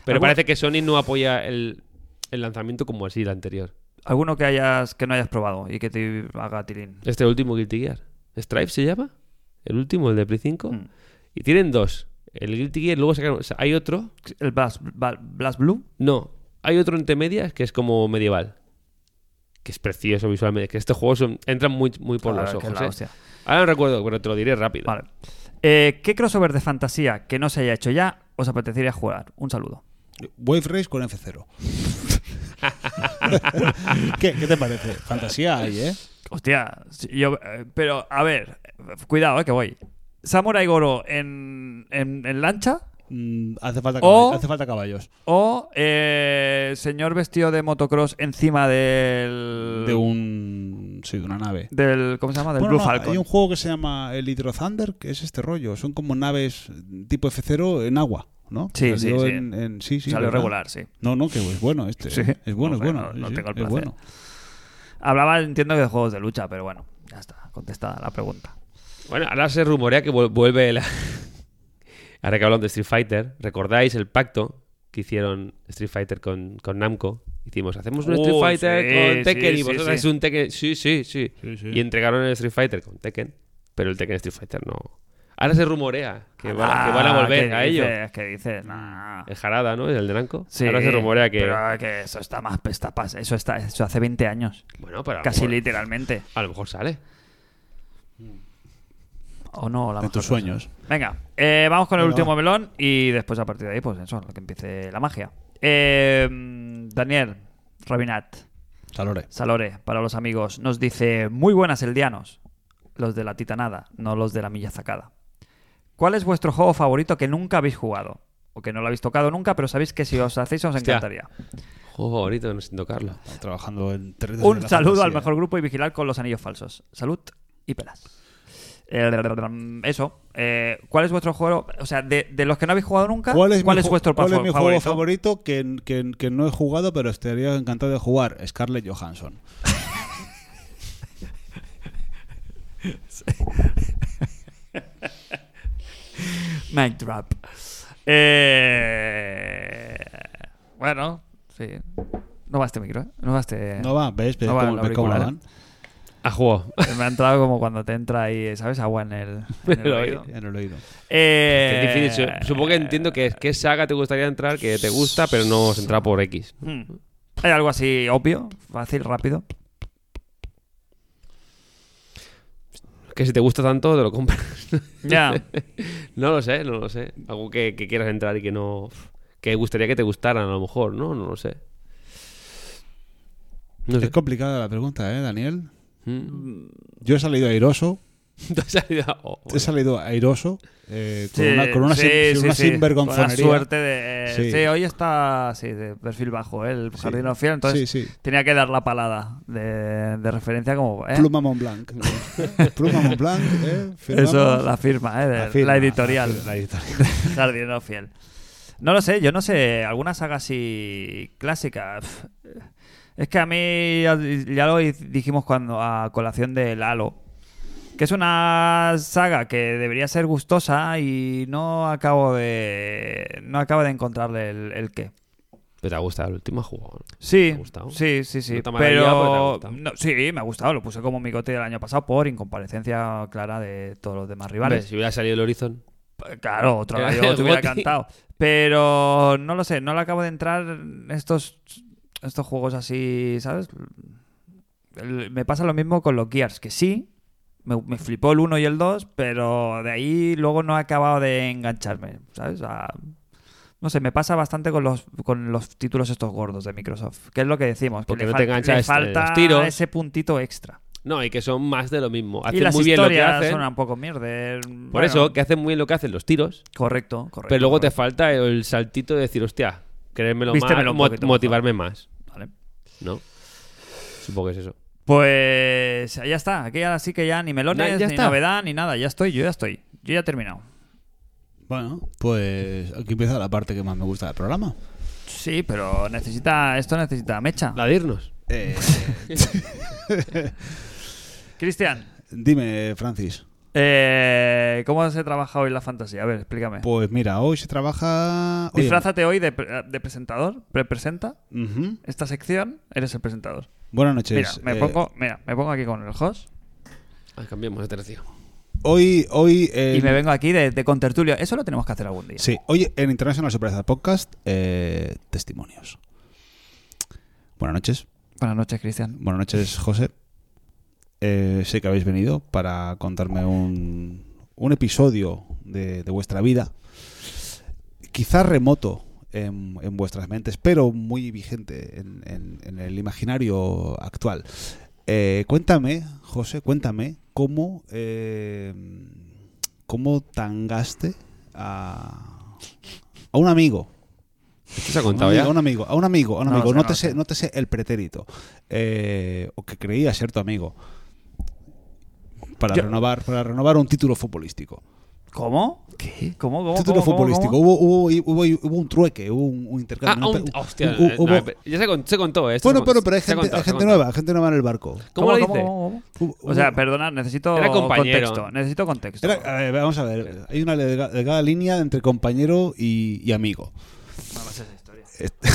S3: Pero
S1: ¿Algún-
S3: parece que Sony no apoya el, el lanzamiento como así el anterior.
S1: Alguno que hayas que no hayas probado y que te haga tirín.
S3: Este último Guilty Gear. ¿Stripe se llama? El último, el de Play 5.
S1: Mm.
S3: Y tienen dos. El Guilty Gear, luego sacaron... o sea, hay otro.
S1: ¿El Blast, Bla- Blast Blue?
S3: No, hay otro entre medias que es como medieval. Que es precioso visualmente. Que estos juegos son- entran muy, muy por
S1: Ah,
S3: los
S1: que
S3: ojos.
S1: la
S3: ¿eh?
S1: hostia.
S3: Ahora no recuerdo, pero te lo diré rápido.
S1: Vale. Eh, ¿Qué crossover de fantasía que no se haya hecho ya os apetecería jugar? Un saludo.
S2: Wave Race con F0. ¿Qué, qué te parece? Fantasía hay, ¿eh?
S1: Hostia, si- yo, eh, pero a ver, eh, cuidado, eh, que voy. Samurai Goro en, en, en lancha
S2: Mm, hace, falta
S1: O-
S2: caballos, hace falta caballos.
S1: o eh, señor vestido de motocross encima del.
S2: De un. Sí, de una nave.
S1: del ¿Cómo se llama? Del
S2: Bueno,
S1: eh, Blue
S2: no,
S1: Falcon.
S2: Hay un juego que se llama el Hydro Thunder, que es este rollo. Son como naves tipo F0 en agua, ¿no?
S1: Sí,
S2: Salió
S1: sí, sí.
S2: En, en- sí, sí,
S1: Salió
S2: ¿verdad?
S1: regular, sí.
S2: No, no, que es bueno este.
S1: Sí.
S2: Es bueno,
S1: No,
S2: es bueno.
S1: no,
S2: sí,
S1: no
S2: sí,
S1: tengo el
S2: es
S1: placer.
S2: bueno.
S1: Hablaba, entiendo que de juegos de lucha, pero bueno, ya está, contestada la pregunta.
S3: Bueno, ahora se rumorea que vuel- vuelve la. Ahora que hablamos de Street Fighter, ¿recordáis el pacto que hicieron Street Fighter con, con Namco? Hicimos, hacemos un Street
S1: Uy,
S3: Fighter
S1: sí, sí,
S3: con Tekken
S1: sí,
S3: y vosotros
S1: sí.
S3: hacéis un Tekken. Sí, sí, sí,
S2: Sí, sí.
S3: Y entregaron el Street Fighter con Tekken, pero el Tekken Street Fighter no. Ahora se rumorea que, van- que van a volver a ello.
S1: Es Ah, que dices, nah.
S3: El Jarada, ¿no? Es el de Namco.
S1: Sí,
S3: Ahora se rumorea que.
S1: Pero que eso está más está pas- eso está eso hace 20 años,
S3: bueno, pero a lo
S1: casi
S3: mejor-
S1: literalmente.
S3: A lo mejor sale.
S1: O no, la
S2: De
S1: mejor cosa.
S2: tus sueños.
S1: Venga, eh, vamos con el
S2: Venga,
S1: último
S2: va.
S1: melón y después a partir de ahí, pues eso, lo que empiece la magia. Eh, Daniel, Rabinat,
S2: Salore.
S1: Salore, para los amigos, nos dice: Muy buenas, Eldianos. Los de la titanada, no los de la milla sacada. ¿Cuál es vuestro juego favorito que nunca habéis jugado? O que no lo habéis tocado nunca, pero sabéis que si os hacéis os
S3: Hostia.
S1: encantaría.
S3: Juego favorito, no sin tocarlo.
S2: Trabajando en territorio de
S1: Un
S2: la
S1: saludo
S2: fantasía.
S1: al mejor grupo y vigilar con los anillos falsos. Salud y pelas. Eh, Eso. Eh, ¿Cuál es vuestro juego? O sea, de, de los que no habéis jugado nunca,
S2: ¿Cuál es, mi, ju-
S1: vuestro
S2: cuál es
S1: fa-
S2: mi juego favorito que, que- que no he jugado, pero estaría encantado de jugar? Scarlett Johansson.
S1: Mic drop. Eh, Bueno, sí. No va este micro, ¿eh? No va este.
S2: No va, ¿ves? ¿Ves
S1: No va,
S2: cómo,
S1: el
S2: ves cómo la
S1: auricular, ¿eh?
S2: van?
S3: A juego.
S1: Me ha entrado como cuando te entra ahí, ¿sabes? Agua en el, en el
S3: El
S1: oído.
S2: En el oído.
S1: Eh,
S3: Qué difícil. Su- Supongo que entiendo que es qué saga te gustaría entrar, que te gusta, pero no se entra por X.
S1: Hmm. ¿Hay algo así obvio, fácil, rápido?
S3: Es que si te gusta tanto, te lo compras.
S1: Ya.
S3: no lo sé, no lo sé. Algo que, que quieras entrar y que no. Que gustaría que te gustaran, a lo mejor, ¿no? No lo sé. No sé.
S2: Es complicada la pregunta, ¿eh, Daniel?
S3: Mm.
S2: Yo he salido airoso.
S3: Te ha salido- oh, bueno.
S2: He salido airoso. eh, con,
S1: Sí,
S2: una, con una,
S1: sí,
S2: sin-
S1: sí,
S2: una
S1: sí.
S2: sinvergonzonería.
S1: Con la suerte de. eh, Sí.
S2: Sí.
S1: hoy está sí, de perfil bajo, ¿eh? el
S2: Sí.
S1: jardín fiel, entonces
S2: Sí, sí.
S1: tenía que dar la palada de, de referencia como. ¿eh?
S2: Pluma Montblanc. Pluma Montblanc, ¿eh? Firmamos.
S1: Eso, la firma, ¿eh? de-
S2: La
S1: la,
S2: firma,
S1: editorial.
S2: la firma, la editorial.
S1: Jardinero fiel. No lo sé, yo no sé, alguna saga así clásica. pf, Es que a mí, ya, ya lo dijimos cuando a colación del Halo, que es una saga que debería ser gustosa y no acabo de no acabo de encontrarle el, el qué.
S3: Pero te ha gustado el último juego.
S1: Sí,
S3: ¿Te ha gustado?
S1: sí, sí, sí.
S3: No te ha maravillado,
S1: pero
S3: pero te ha gustado.
S1: no, sí, me ha gustado, lo puse como mi gote del año pasado por incomparecencia clara de todos los demás rivales.
S3: Hombre, Si hubiera salido el Horizon.
S1: Claro, otro
S3: Era
S1: gallo
S3: el
S1: te hubiera
S3: Goti.
S1: cantado. Pero no lo sé, no le acabo de entrar estos, estos juegos así, ¿sabes? El- me pasa lo mismo con los Gears, que sí, me, me flipó el 1 y el 2, pero de ahí luego no he acabado de engancharme, ¿sabes? A- no sé, me pasa bastante con los, con los títulos estos gordos de Microsoft, que es lo que decimos, que
S3: Porque
S1: le,
S3: no te
S1: fal-
S3: engancha
S1: le
S3: este-
S1: falta
S3: los tiros.
S1: ese puntito extra.
S3: No, y que son más de lo mismo. Hacen
S1: y las
S3: muy bien lo que
S1: historias
S3: hacen.
S1: son un poco mierda.
S3: Por eso, que hacen muy bien lo que hacen los tiros.
S1: Correcto, correcto.
S3: Pero luego te
S1: correcto.
S3: falta el saltito de decir, hostia, creérmelo
S1: Vístemelo
S3: más,
S1: un
S3: mo-
S1: poquito
S3: motivarme más.
S1: Vale.
S3: ¿No? Supongo que es eso.
S1: Pues ya está, aquí ahora sí que ya ni melones,
S3: Na- ya
S1: ni
S3: está.
S1: novedad, ni nada, ya estoy, yo ya estoy, yo ya he terminado.
S2: Bueno, pues aquí empieza la parte que más me gusta del programa.
S1: Sí, pero necesita, esto necesita mecha.
S3: La de irnos.
S2: Eh,
S1: Cristian,
S2: dime, Francis.
S1: eh, ¿cómo se trabaja hoy la fantasía? A ver, explícame.
S2: Pues mira, hoy se trabaja. Oye,
S1: Disfrázate hoy de, pre- eh, de presentador, pre-presenta
S2: ujú.
S1: esta sección, eres el presentador.
S2: Buenas noches.
S1: Mira, me
S2: Eh,
S1: pongo, mira, me pongo aquí con el host
S3: Ay, Ah, cambiemos de tercio.
S2: Hoy, hoy. eh,
S1: y me vengo aquí de, de contertulio. Eso lo tenemos que hacer algún día.
S2: Sí, hoy en International Superstar Podcast, eh, testimonios. Buenas noches.
S1: Buenas noches, Cristian.
S2: Buenas noches, José. Eh, sé que habéis venido para contarme un, un episodio de, de vuestra vida, quizá remoto en, en vuestras mentes, pero muy vigente en, en- en el imaginario actual. Eh, cuéntame, José, cuéntame cómo, eh, cómo tangaste a, a un amigo,
S3: ¿Esto se ha
S2: a un
S3: contado
S2: amigo,
S3: ya?
S2: a un amigo, a un amigo, a un
S1: No lo
S2: amigo.
S1: sé,
S2: No,
S1: no
S2: te
S1: lo
S2: sé,
S1: sé.
S2: no te sé el pretérito. eh, o que creía ser tu amigo. Para
S1: Yo-
S2: renovar, para renovar un título futbolístico.
S1: ¿Cómo? ¿Qué? ¿Cómo? ¿Cómo?
S2: título
S1: cómo, cómo,
S2: futbolístico.
S1: cómo?
S2: Hubo, hubo- hubo- hubo un trueque, hubo un, un
S3: Ah,
S2: intercambio.
S3: ah,
S2: ¿no?
S3: un-
S2: Pe-
S3: hostia.
S2: hubo-
S3: eh, no,
S2: hubo-
S3: ya se, con- se contó esto.
S2: bueno, pero, pero hay gente, hay gente nueva, gente nueva en el barco.
S3: ¿Cómo, lo dice?
S1: cómo, cómo?
S2: Hubo-
S1: O sea,
S2: hubo-
S1: perdona, necesito
S3: Era compañero.
S1: contexto. Necesito contexto.
S2: era- a ver, vamos a ver, hay una delga- delgada línea entre compañero y, y amigo.
S1: No me sé esa historia.
S2: Este-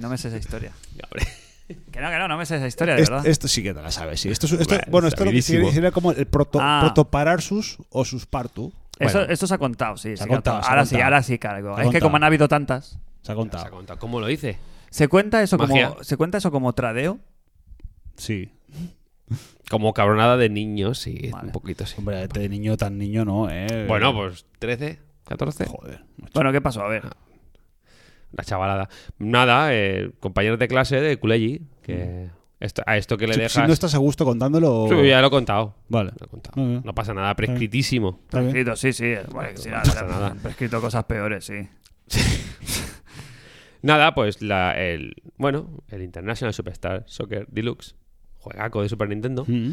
S1: No me sé esa historia.
S3: Ya, hombre.
S1: Que no, que no, no me sé esa historia, de
S2: Est-
S1: verdad.
S2: esto sí que te la sabes, sí. Esto, es- esto-
S3: Bueno,
S2: bueno, esto lo que
S3: sabidísimo.
S2: sería, sería como el proto,
S1: Ah.
S2: protopararsus o suspartu.
S1: Eso-
S2: Bueno,
S1: Esto se ha contado, sí.
S2: Se ha
S1: que
S2: contado, se ha
S1: ahora sí,
S2: contado.
S1: ahora sí, cargo. Es
S2: Se ha
S1: que
S2: contado.
S1: como han habido tantas.
S2: se ha
S3: Se ha
S2: contado.
S3: contado. ¿Cómo lo dice?
S1: ¿Se cuenta eso como
S3: Magia.
S1: se cuenta eso como tradeo?
S2: Sí.
S3: Como cabronada de niños, sí.
S1: Vale.
S3: Un poquito, sí.
S2: Hombre, de niño tan niño no, ¿eh?
S3: Bueno, pues 13, 14.
S2: Joder. macho.
S1: Bueno, ¿qué pasó? A ver.
S2: Ah,
S3: La chavalada. Nada, eh, compañeros de clase de Kulegi, que esto- a esto que
S2: Mm.
S3: le
S2: Si-
S3: dejas...
S2: Si no estás a gusto contándolo.
S3: Sí, ya lo he contado.
S2: Vale.
S3: Lo he contado.
S2: Muy bien.
S3: No pasa nada, prescritísimo.
S2: Está bien.
S1: Escrito, sí, sí. Bueno, que sí,
S3: no
S1: nada,
S3: pasa
S1: nada.
S3: nada.
S1: han prescrito cosas peores, sí.
S3: Nada, pues la, el, bueno, el International Superstar Soccer Deluxe, juegaco de Super Nintendo,
S2: Mm,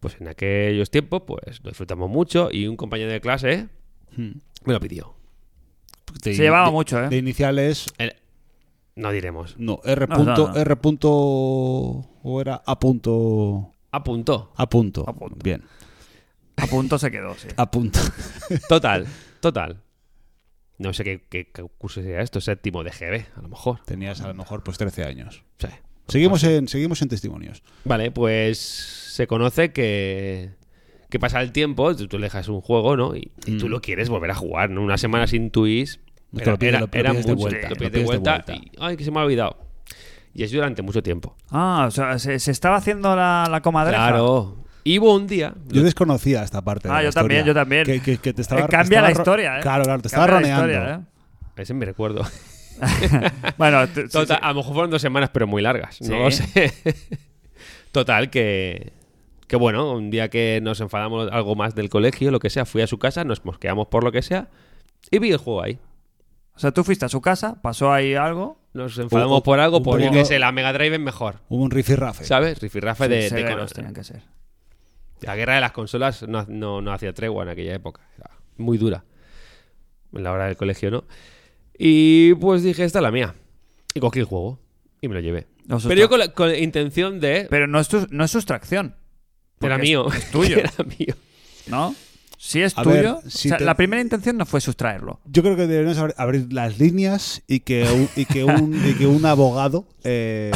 S3: pues en aquellos tiempos, pues lo disfrutamos mucho y un compañero de clase
S2: mm.
S3: me lo pidió.
S2: De-
S1: Se llevaba
S2: de-
S1: mucho, ¿eh?
S2: De iniciales.
S3: El- no diremos.
S2: No, R.
S1: No, no,
S2: punto,
S1: no.
S2: R. punto, o era A punto.
S3: Apuntó.
S2: A punto.
S1: A punto.
S2: Bien.
S1: A punto se quedó, sí.
S2: A punto.
S3: Total, total. No sé qué, qué- qué curso sería esto, séptimo de GB, a lo mejor.
S2: Tenías a lo mejor pues 13 años. Ah,
S3: Sí.
S2: Seguimos en, seguimos en testimonios.
S3: Vale, pues se conoce que, que pasa el tiempo, tú, tú le dejas un juego, ¿no? Y, y tú
S2: Mm.
S3: lo quieres volver a jugar, ¿no? Una semana sin tuis.
S2: Te
S3: Era,
S2: lo pides-
S3: era-
S2: lo- lo
S3: era
S2: pides de
S3: mucho,
S2: vuelta,
S3: lo
S2: lo
S3: pides
S2: pides
S3: de
S2: de
S3: vuelta.
S2: vuelta.
S3: y, ay, que se me ha olvidado. Y así durante mucho tiempo.
S1: Ah, o sea, se, se estaba haciendo la, la comadreja.
S3: Claro. Y hubo un día.
S2: Yo desconocía esta parte. de
S1: Ah,
S2: la
S1: yo también,
S2: historia.
S1: yo también.
S2: Que, que- que te estaba,
S1: Eh,
S2: te
S1: Cambia
S2: estaba
S1: la
S2: ro-
S1: historia, ¿eh?
S2: Claro, claro, te estaba
S1: Cambia la
S2: roneando.
S1: historia, ¿eh?
S3: Ese es mi recuerdo.
S1: bueno, t- sí,
S3: Total,
S1: sí.
S3: A lo mejor fueron dos semanas, pero muy largas.
S1: Sí.
S3: No lo sé. Total, que. Que bueno, un día que nos enfadamos algo más del colegio, lo que sea, fui a su casa, nos mosqueamos por lo que sea y vi el juego ahí.
S1: O sea, tú fuiste a su casa, pasó ahí algo.
S3: Nos enfadamos por algo,
S2: un
S3: por yo
S2: poquito-
S3: que sé, la Mega Drive es mejor.
S2: Hubo un rifirrafe.
S3: ¿Sabes? Rifirrafe de, de
S1: Severos
S3: con-
S1: tenían que ser.
S3: La guerra de las consolas no, no- no hacía tregua en aquella época. Era muy dura. En la hora del colegio, ¿no? Y pues dije, esta es la mía. Y cogí el juego y me lo llevé.
S1: No, eso
S3: Pero yo
S1: está-
S3: con la, con la intención de...
S1: Pero no es, tu- no es sustracción, porque
S3: era
S1: es-
S3: mío.
S1: es tuyo.
S3: era mío.
S1: ¿no? Si es
S2: A
S1: tuyo.
S2: ver, si
S1: o sea,
S2: te-
S1: La primera intención no fue sustraerlo.
S2: Yo creo que deberíamos abrir, abrir las líneas y que un, y que un, y que un abogado eh,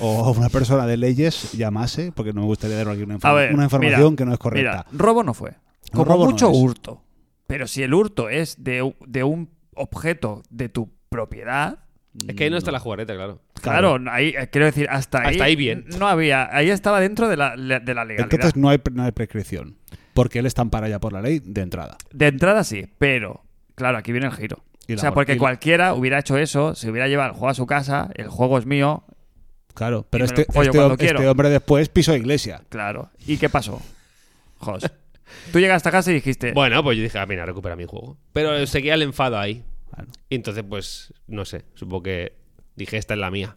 S2: o una persona de leyes llamase, porque no me gustaría dar aquí una,
S1: A
S2: informa-
S1: ver,
S2: una información
S1: mira,
S2: que no es correcta.
S1: Mira, robo no fue. Como
S2: robo no
S1: mucho
S2: es.
S1: hurto. Pero si el hurto es de, u- de un objeto de tu propiedad,
S3: Es que ahí no
S1: Mm,
S3: está la jugareta, claro.
S1: claro, ahí, eh, quiero decir, hasta ahí,
S3: Hasta ahí bien.
S1: No había, ahí estaba dentro de la, le- de la legalidad.
S2: Entonces no hay, pre- no hay prescripción, porque él está amparado ya por la ley de entrada.
S1: De entrada sí, pero claro, aquí viene el giro.
S2: Y
S1: O
S2: la
S1: sea,
S2: mor-
S1: porque
S2: y la-
S1: cualquiera hubiera hecho eso, se hubiera llevado el juego a su casa, el juego es mío,
S2: Claro, pero
S1: me lo
S2: este,
S1: pollo
S2: este
S1: cuando
S2: hom-
S1: quiero.
S2: este hombre después pisó iglesia.
S1: claro. ¿Y qué pasó? Jos. Tú llegaste a casa y dijiste,
S3: Bueno, pues yo dije, ah, mira, recupera mi juego. Pero seguía el enfado ahí. Y entonces, pues, no sé. Supongo que dije, esta es la mía.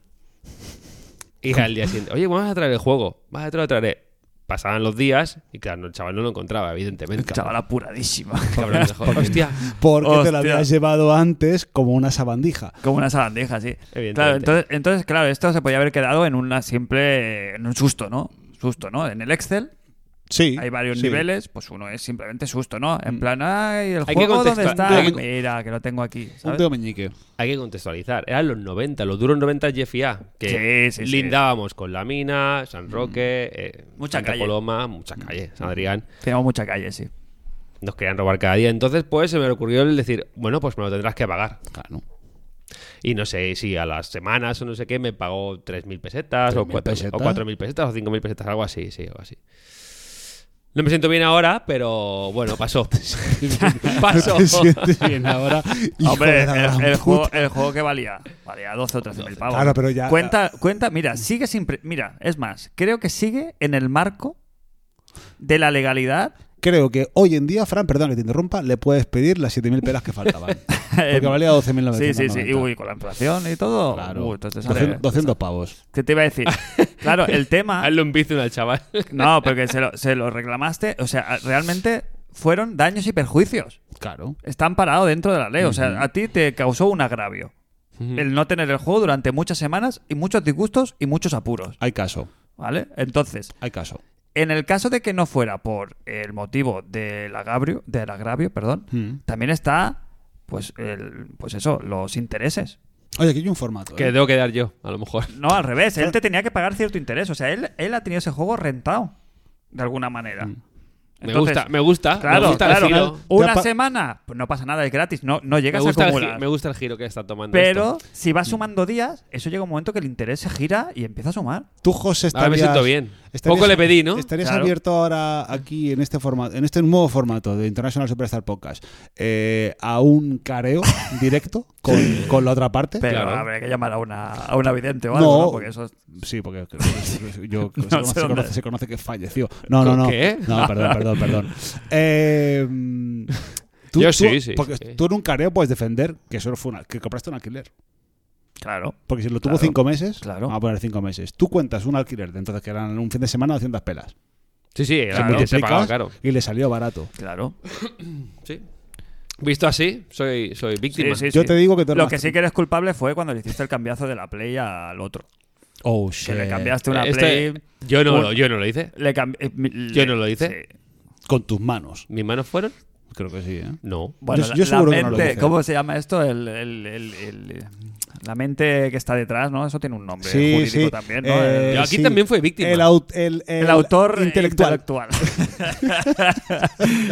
S3: Y al día siguiente, oye, vamos a traer el juego. Vas a traer, traeré. Pasaban los días y claro, no, el chaval no lo encontraba, evidentemente.
S1: chaval apuradísima.
S3: Cabrón, me dejó. Hostia.
S2: Porque te
S1: Hostia.
S2: lo habías llevado antes como una sabandija.
S1: Como una sabandija, sí.
S3: Evidentemente.
S1: Claro, entonces, entonces, claro, esto se podía haber quedado en una simple. en un susto, ¿no? Susto, ¿no? En el Excel
S2: Sí.
S1: hay varios
S2: sí.
S1: niveles, pues uno es simplemente susto, ¿no? En plan, ay, el
S3: Mm. Hay que
S1: juego, ¿dónde
S3: contextual-
S1: está?
S3: hay que-
S1: Mira, que lo tengo aquí.
S2: Un
S1: ¿sabes?
S2: dedo meñique.
S3: Hay que contextualizar. Eran los 90, los duros 90 Jeffy A. Que
S1: Sí, sí, sí.
S3: lindábamos con La Mina, San Roque, eh,
S1: Mucha
S3: Santa
S1: calle. Mm.
S3: Coloma, mucha calle, San Adrián.
S1: Tenemos mucha calle, sí.
S3: Nos querían robar cada día. Entonces, pues se me ocurrió el decir, bueno, pues me lo tendrás que pagar.
S2: Claro.
S3: Y no sé si a las semanas o no sé qué me pagó 3.000 pesetas o
S2: 3.000
S3: 4.000
S2: pesetas.
S3: o 4.000 pesetas o 5.000 pesetas, algo así, sí, algo así. No me siento bien ahora, pero bueno, pasó. pasó.
S2: No te sientes bien ahora. hijo
S1: Hombre,
S2: de
S1: el,
S2: la gran
S1: el
S2: puta.
S1: juego, el juego que valía. Valía 12 o 13 mil pavos.
S2: Claro, pero ya-
S1: Cuenta, cuenta, mira, sigue sin. pre- Mira, es más, creo que sigue en el marco de la legalidad.
S2: Creo que hoy en día, Fran, perdón que te interrumpa, le puedes pedir las 7.000 pelas que faltaban. Porque valía 12.900.
S1: Sí, Eh, sí, sí. Y uy, con la inflación y todo.
S2: Claro.
S1: uy, entonces sale-
S2: 200, 200 pavos.
S1: ¿Qué te iba a decir? Claro, el tema.
S3: Hazle un bizum al chaval.
S1: No, porque se lo, se lo reclamaste. O sea, realmente fueron daños y perjuicios.
S2: Claro.
S1: Están parados dentro de la ley. O sea, a ti te causó un agravio. El no tener el juego durante muchas semanas y muchos disgustos y muchos apuros.
S2: Hay caso.
S1: ¿Vale? Entonces,
S2: Hay caso.
S1: en el caso de que no fuera por el motivo del agravio, del agravio perdón,
S2: Mm.
S1: también está, pues, el, pues eso, los intereses.
S2: Oye, aquí hay un formato.
S3: Que
S2: ¿eh?
S3: tengo que dar yo, a lo mejor.
S1: No, al revés. Él te tenía que pagar cierto interés. O sea, él, él ha tenido ese juego rentado. De alguna
S2: Mm.
S1: manera.
S3: Me
S1: Entonces,
S3: gusta, me gusta. me
S1: Claro,
S3: gusta
S1: claro.
S3: el giro.
S1: Una
S2: Ya pa-
S1: semana, pues no pasa nada, es gratis. No, no
S3: Me
S1: llegas a
S3: gusta, el
S1: acumular.
S3: gi- me gusta el giro que está tomando.
S1: pero
S3: esto.
S1: si
S2: Mm.
S1: vas sumando días, eso llega un momento que el interés se gira y empieza a sumar.
S2: Tú, José,
S3: Ahora
S2: estarías...
S3: me siento bien.
S2: estarías-
S3: Poco le pedí, ¿no?
S2: Estarías
S1: Claro.
S2: abierto ahora aquí en este formato, en este nuevo formato de International Superstar Podcast eh, a un careo directo con, con la otra parte.
S1: Pero
S3: Claro.
S1: habrá que llamar a una, a una vidente o algo,
S2: No.
S1: ¿no? Porque eso es-
S2: Sí, porque yo, se, conoce, se
S1: dónde.
S2: conoce- se conoce que falleció. No, no, no.
S3: ¿Qué?
S2: No, perdón, perdón, perdón. Eh, mm, tú-
S3: Yo
S2: tú-
S3: sí, sí,
S2: Porque
S3: sí.
S2: tú en un careo puedes defender que solo fue una, que compraste un alquiler.
S1: Claro.
S2: Porque si lo tuvo
S1: Claro.
S2: cinco meses,
S1: Claro.
S2: vamos a poner cinco meses. Tú cuentas un alquiler de entonces que eran un fin de semana 200 pelas.
S3: Sí, sí,
S2: Lo
S3: claro, se
S2: multiplicas
S3: pagaba caro.
S2: Y le salió barato.
S1: Claro.
S3: Sí. Visto así, soy, soy víctima.
S1: Sí, sí,
S2: Yo
S1: sí.
S2: te digo que tú
S1: Lo
S2: eras
S1: que
S2: más-
S1: sí que eres culpable fue cuando le hiciste el cambiazo de la Play al otro.
S2: Oh,
S1: Que
S2: shit.
S1: le cambiaste una
S3: Este-
S1: Play.
S3: yo, no,
S1: un-
S3: lo- yo no lo hice.
S1: le cambi- eh, mi- le-
S3: Yo no lo hice.
S1: sí.
S2: Con tus manos.
S3: ¿Mis manos fueron?
S2: Creo que sí, ¿eh?
S3: No.
S1: Bueno,
S2: Yo-
S1: la-
S2: yo seguro
S1: la
S2: que no lo
S1: mente,
S2: hice.
S1: ¿cómo se llama esto? El, el- el- el- la mente que está detrás, ¿no? Eso tiene un nombre
S2: Sí,
S1: jurídico
S2: sí.
S1: también, ¿no?
S2: Eh,
S1: El-
S3: Yo aquí también fui víctima.
S2: El, aut- el-
S1: el,
S2: el
S1: autor intelectual.
S2: intelectual.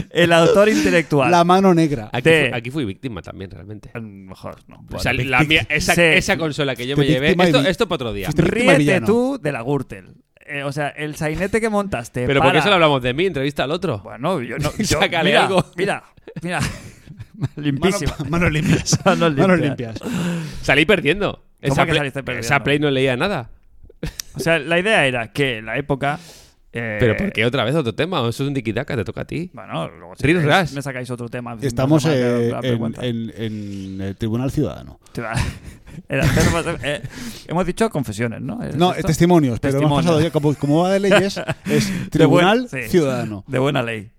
S1: el autor intelectual.
S2: La mano negra.
S3: Aquí,
S1: Te-
S3: fu- aquí fui víctima también, realmente.
S1: Mm, Mejor no.
S3: o sea, la mía- esa,
S1: Sí.
S3: esa consola que yo me
S2: Te
S3: llevé.
S2: víctima y
S3: Esto,
S2: vi-
S3: esto para otro día.
S2: Fuiste- víctima y
S1: Ríete
S2: villano.
S1: tú de la Gürtel. eh, o sea, el sainete que montaste.
S3: Pero ¿por
S1: para-
S3: qué solo hablamos de mí? Entrevista al otro.
S1: Bueno, yo no. yo-
S3: Sácale
S1: mira,
S3: algo.
S1: Mira, mira.
S2: Mano-
S1: Limpísima.
S2: manos limpias.
S1: Manos limpias.
S2: Manos limpias.
S3: Salí perdiendo.
S1: ¿Cómo
S3: Esa
S1: que
S3: play-
S1: saliste perdiendo? Eh.
S3: Esa play no leía nada.
S1: O sea, la idea era que en la época. eh,
S3: Pero ¿por qué otra vez otro tema? Eso es un tiquitaca, te toca a ti.
S1: Bueno, luego si
S3: Riz
S1: queréis,
S3: Ras.
S1: me sacáis otro tema.
S2: Estamos
S1: No sé, me
S2: eh,
S1: da- me da
S2: en,
S1: vergüenza.
S2: en- en el Tribunal Ciudadano.
S1: Te va- Era hacer más- eh, hemos dicho confesiones, ¿no? ¿Es
S2: No, este
S1: esto?
S2: testimonios, pero hemos
S1: Testimonio.
S2: pasado ya, como, como va de leyes, es
S1: De buen-
S2: Tribunal
S1: sí.
S2: Ciudadano.
S1: De buena ley.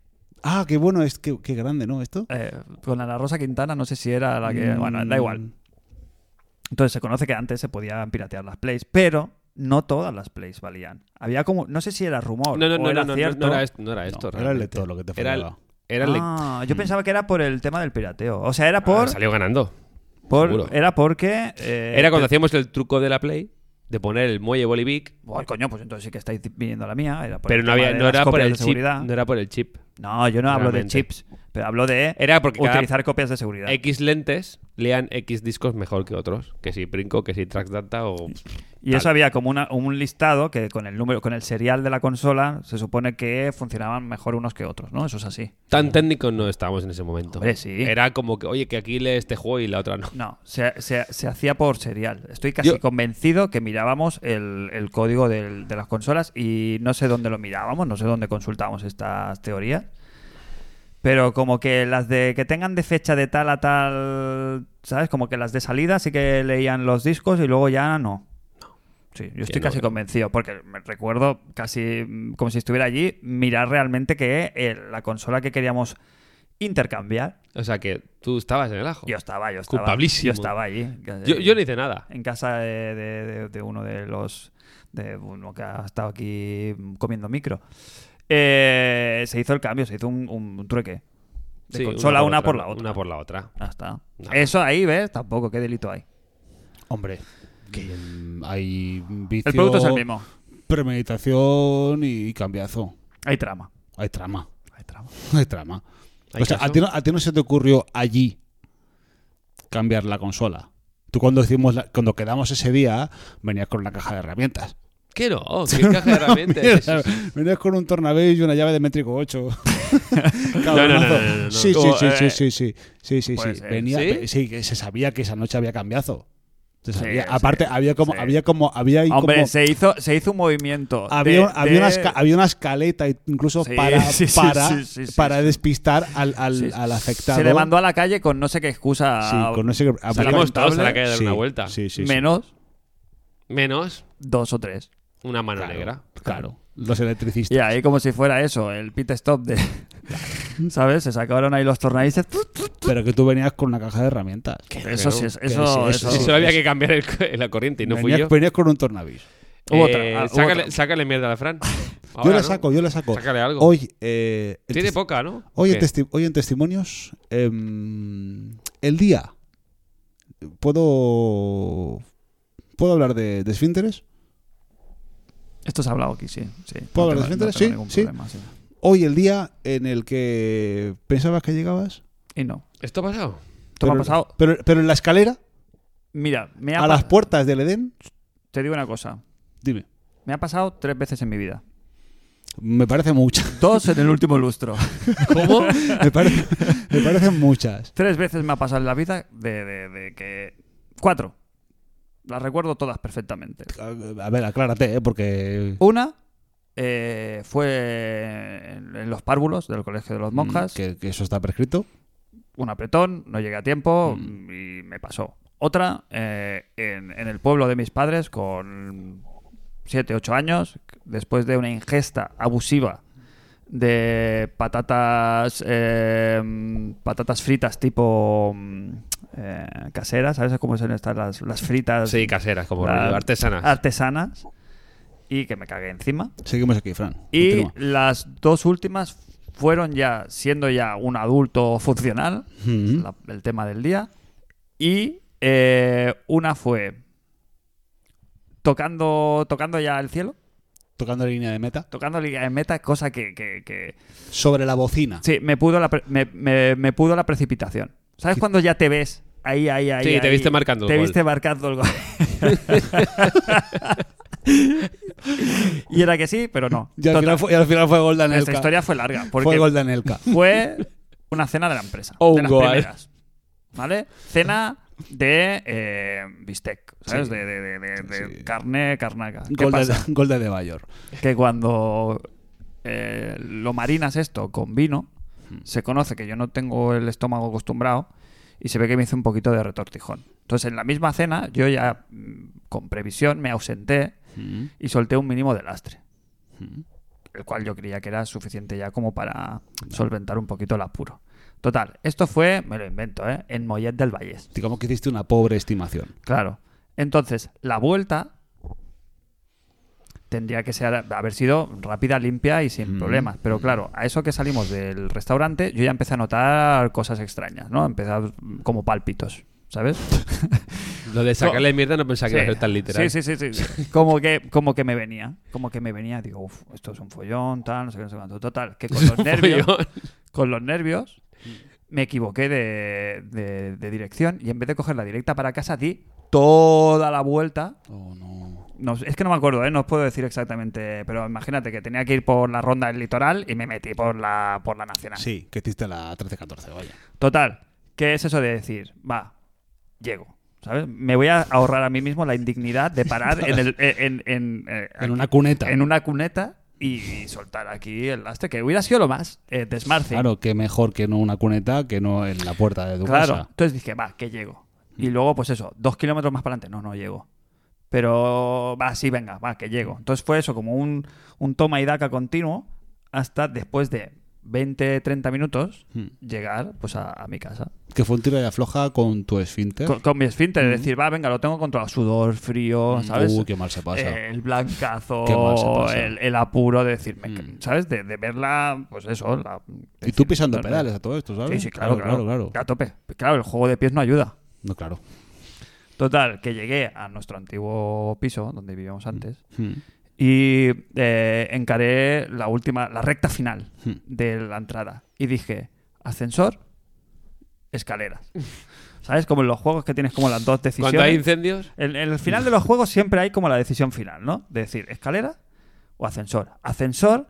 S2: Ah, qué bueno, es qué, qué grande, ¿no? Esto.
S1: Eh, con Ana Rosa Quintana, no sé si era la que.
S2: Mm.
S1: Bueno, da igual. Entonces se conoce que antes se podían piratear las plays, pero no todas las plays valían. Había como. No sé si era rumor.
S3: No, no,
S1: o
S3: no,
S1: era
S3: no, no,
S1: cierto.
S3: no era esto. No era
S2: No,
S3: esto
S2: era el
S3: realmente.
S2: lector lo que te
S3: Era el-
S2: fregaba.
S3: Era el lec-
S1: Ah, yo pensaba que era por el tema del pirateo. O sea, era
S3: Ah,
S1: por.
S3: Salió ganando.
S1: por-
S3: seguro.
S1: era porque. eh,
S3: Era cuando
S1: te-
S3: hacíamos el truco de la play, de poner el muelle Bolivic,
S1: Buah, coño, pues entonces sí que estáis viniendo a la mía. Era por
S3: pero
S1: el
S3: no,
S1: tema
S3: había,
S1: de
S3: no,
S1: las
S3: era por
S1: copias
S3: el
S1: de
S3: chip,
S1: seguridad.
S3: no era por el chip.
S1: No, yo no hablo
S3: Realmente.
S1: de chips, pero hablo de
S3: Era porque cada-
S1: utilizar copias de seguridad.
S3: X lentes lean X discos mejor que otros. Que si Princo, que si Trax Data o...
S1: y eso había como una- un listado que con el número, con el serial de la consola, se supone que funcionaban mejor unos que otros, ¿no? Eso es así.
S3: Tan técnicos no estábamos en ese momento.
S1: Hombre, sí.
S3: Era como que, oye, que aquí lee este juego y la otra no.
S1: No, se, se- se hacía por serial. Estoy casi
S3: Yo-
S1: convencido que mirábamos el, el código del- de las consolas y no sé dónde lo mirábamos, no sé dónde consultábamos estas teorías. Pero como que las de que tengan de fecha de tal a tal, ¿sabes? Como que las de salida sí que leían los discos y luego ya no. Sí, yo estoy
S3: no,
S1: casi
S3: que no.
S1: convencido, porque me recuerdo casi mm, como si estuviera allí, mirar realmente que eh, la consola que queríamos intercambiar,
S3: O sea que tú estabas en el ajo.
S1: yo estaba, yo estaba.
S3: Culpabilísimo.
S1: Yo estaba allí.
S3: Yo, yo no hice nada.
S1: En casa de, de- de- de uno de los. de uno que ha estado aquí mm, comiendo micro. Eh, se hizo el cambio, se hizo un, un trueque. De
S3: Sí,
S1: consola una por, la
S3: otra,
S1: otra.
S3: Una por la otra.
S1: Ya está.
S3: No.
S1: Eso ahí, ¿ves? Tampoco, qué delito hay.
S2: Hombre, que mm, hay vicio,
S1: El producto es el mismo.
S2: premeditación y cambiazo.
S1: Hay trama.
S2: Hay trama.
S1: Hay trama.
S2: Hay trama.
S3: ¿Hay
S2: O sea,
S3: caso?
S2: a ti, no, a ti no se te ocurrió allí cambiar la consola. Tú cuando hicimos la- cuando quedamos ese día, venías con una caja de herramientas.
S3: ¿Qué no? ¿Qué caja de herramientas?
S2: Mierda, venías con un tornabello y una llave de métrico 8.
S3: No, no, no, no, no, no.
S2: Sí, sí,
S1: Como,
S2: sí,
S1: eh,
S2: sí, sí, sí, sí, sí,
S1: puede
S2: sí.
S1: ser.
S2: Venía,
S3: ¿Sí?
S2: pe- ¿Sí? que se sabía que esa noche había cambiazo. Se
S1: Sí,
S2: sabía.
S1: sí,
S2: Aparte, había como,
S1: sí.
S2: había como, había ahí
S1: Hombre,
S2: como-
S1: se, hizo, se hizo un movimiento.
S2: había,
S1: de-
S2: un- había
S1: de-
S2: una esca- había una escaleta incluso
S1: Sí,
S2: para,
S1: sí, sí,
S2: para,
S1: sí, sí, sí,
S2: para
S1: sí.
S2: despistar al, al,
S1: sí,
S2: al afectado.
S1: Se le mandó a la calle con no sé qué excusa.
S2: Sí, con ese que-
S3: Salimos todos a la
S2: lamentable.
S3: calle a dar
S2: Sí,
S3: una vuelta.
S2: Sí, sí, sí.
S1: menos
S3: Menos
S1: dos o tres.
S3: una mano
S2: Claro,
S3: negra.
S2: Claro. Los electricistas.
S1: Y ahí como si fuera eso, el pit stop de... ¿Sabes? Se sacaron ahí los tornadices.
S2: Pero que tú venías con una caja de herramientas.
S1: Eso sí, es-
S2: Que
S1: eso...
S2: sí,
S1: eso,
S3: Si
S2: sí,
S3: solo había que cambiar el co- la corriente y no fui
S2: venías,
S3: yo.
S2: venías con un tornavis.
S1: Hubo
S3: Eh,
S1: otra, ah, hubo
S3: sácale,
S1: otra.
S3: sácale mierda a la Fran.
S2: yo
S3: Ahora,
S2: la
S3: ¿no?
S2: saco, yo la saco.
S3: Sácale algo.
S2: Hoy, eh, el
S3: Tiene
S2: testi-
S3: poca, ¿no?
S2: hoy, en
S3: ¿Qué?
S2: testi- hoy en testimonios, em, el día. ¿Puedo puedo hablar de, de esfínteres?
S1: Esto se ha hablado aquí, sí. sí. No
S2: ¿Puedo hablar
S1: tengo-
S2: de
S1: no tengo
S2: Central? Sí,
S1: ningún
S2: sí.
S1: problema, sí.
S2: Hoy el día en el que pensabas que llegabas.
S1: Y no.
S3: ¿Esto ha pasado?
S1: Esto me ha
S2: pero-
S1: pasado...
S2: Pero, pero en la escalera,
S1: Mira, me ha
S2: a
S1: pa-
S2: las puertas del Edén,
S1: te digo una cosa.
S2: dime.
S1: Me ha pasado tres veces en mi vida.
S2: Me parece muchas.
S1: Dos en el último lustro.
S3: ¿Cómo?
S2: Me, parece- me parecen muchas.
S1: Tres veces me ha pasado en la vida de, de- de que... Cuatro. Las recuerdo todas perfectamente.
S2: A ver, aclárate, ¿eh? porque.
S1: Una eh, fue en en los párvulos del Colegio de
S2: Mm.
S1: los Monjas.
S2: Que, que eso está prescrito.
S1: un apretón, no llegué a tiempo
S3: Mm.
S1: y me pasó. Otra, eh, en, en el pueblo de mis padres, con 7, 8 años, después de una ingesta abusiva de patatas eh, patatas fritas tipo mm, eh, caseras, ¿sabes cómo son estas las, las fritas?
S3: Sí, caseras, como
S1: las
S3: rollo, artesanas.
S1: Artesanas. Y que me cagué encima.
S2: Seguimos aquí, Fran.
S1: Y
S2: Continúa.
S1: las dos últimas fueron ya, siendo ya un adulto funcional,
S2: Ujú.
S1: la- el tema del día. Y eh, una fue tocando, tocando ya el cielo,
S2: Tocando la línea de meta.
S1: tocando liga de meta, cosa que, que- que-
S2: Sobre la bocina.
S1: sí, me pudo la, pre- me, me- me pudo la precipitación. ¿Sabes cuando ya te ves? Ahí, ahí, ahí.
S3: Sí, te
S1: ahí,
S3: viste marcando el
S1: Te
S3: gol.
S1: viste marcando el gol. Y era que sí, pero no.
S2: Y al,
S1: Total,
S2: final fue, y al final fue Golden
S1: esta
S2: Elka.
S1: historia fue larga. Porque
S2: Fue Golden Elka.
S1: fue una cena de la empresa.
S3: Oh,
S1: de las
S3: guay.
S1: primeras. ¿Vale? Cena de eh, bistec, ¿sabes? De, de- de- de- de
S2: sí.
S1: carne, carnaca. ¿Qué
S2: Golden,
S1: pasa?
S2: Golden de Bayor.
S1: Que cuando eh, lo marinas esto con vino,
S2: Hmm.
S1: se conoce que yo no tengo el estómago acostumbrado y se ve que me hizo un poquito de retortijón. Entonces, en la misma cena, yo ya mm, con previsión me ausenté y solté un mínimo de lastre. El cual yo creía que era suficiente ya como para solventar un poquito el apuro. Total, esto fue, me lo invento, ¿eh? en Mollet del Vallés.
S2: Digamos que hiciste una pobre estimación.
S1: Claro. Entonces, la vuelta tendría que ser, haber sido rápida, limpia y sin problemas. Pero claro, a eso que salimos del restaurante, yo ya empecé a notar cosas extrañas, ¿no? Empecé a- como pálpitos, ¿sabes?
S3: Lo de sacarle mierda no pensaba que iba a
S1: Sí.
S3: ser tan literal.
S1: Sí, sí, sí. sí, sí. Como, que, como que me venía. Como que me venía. Digo, uff, esto es un follón, tal, no sé qué, no sé cuánto. Total, que con los nervios,
S3: Follón.
S1: con los nervios me equivoqué de, de- de dirección y en vez de coger la directa para casa, di toda la vuelta.
S2: Oh, no.
S1: No, es que no me acuerdo, ¿eh? no os puedo decir exactamente, pero imagínate que tenía que ir por la ronda del litoral y me metí por la, por la nacional.
S2: Ah. Sí, que hiciste la 13-14, vaya.
S1: Total, ¿qué es eso de decir? Va, llego. ¿Sabes? Me voy a ahorrar a mí mismo la indignidad de parar en, el- en- en- eh,
S2: En una cuneta.
S1: en una cuneta y, soltar aquí el lastre, que hubiera sido lo más eh, desmarce.
S2: Claro, que mejor que no una cuneta que no en la puerta de tu
S1: Claro.
S2: casa. Mm.
S1: Entonces dije, va, que llego. Y luego, pues eso, dos kilómetros más para adelante, no, no llego. Pero va, sí, venga, va, que
S2: Mm.
S1: llego. Entonces fue eso, como un, un toma y daca continuo hasta después de 20, 30 minutos
S2: Hmm.
S1: llegar pues a, a mi casa.
S2: Que fue un tiro de afloja con tu esfínter.
S1: Con, con mi esfínter, es decir, va, venga, lo tengo controlado. Sudor, frío, ¿sabes? Eh,
S2: Uh, qué mal se pasa.
S1: El blancazo,
S2: Qué mal se pasa. Mm.
S1: el, el apuro de decirme, ¿sabes? De, de verla, pues eso. La,
S2: y tú pisando
S1: decir,
S2: pedales a todo esto, ¿sabes?
S1: Sí, sí, claro, claro,
S2: claro.
S1: A tope. Claro, el juego de pies no ayuda.
S2: No, claro.
S1: Total, que llegué a nuestro antiguo piso, donde vivíamos antes,
S2: Hmm.
S1: y eh, encaré la última, la recta final
S2: Hmm.
S1: de la entrada. Y dije, ascensor, escaleras. ¿Sabes? Como en los juegos que tienes como las dos decisiones.
S3: Cuando hay incendios,
S1: En, en el final de los juegos siempre hay como la decisión final, ¿no? De decir, escalera o ascensor. Ascensor,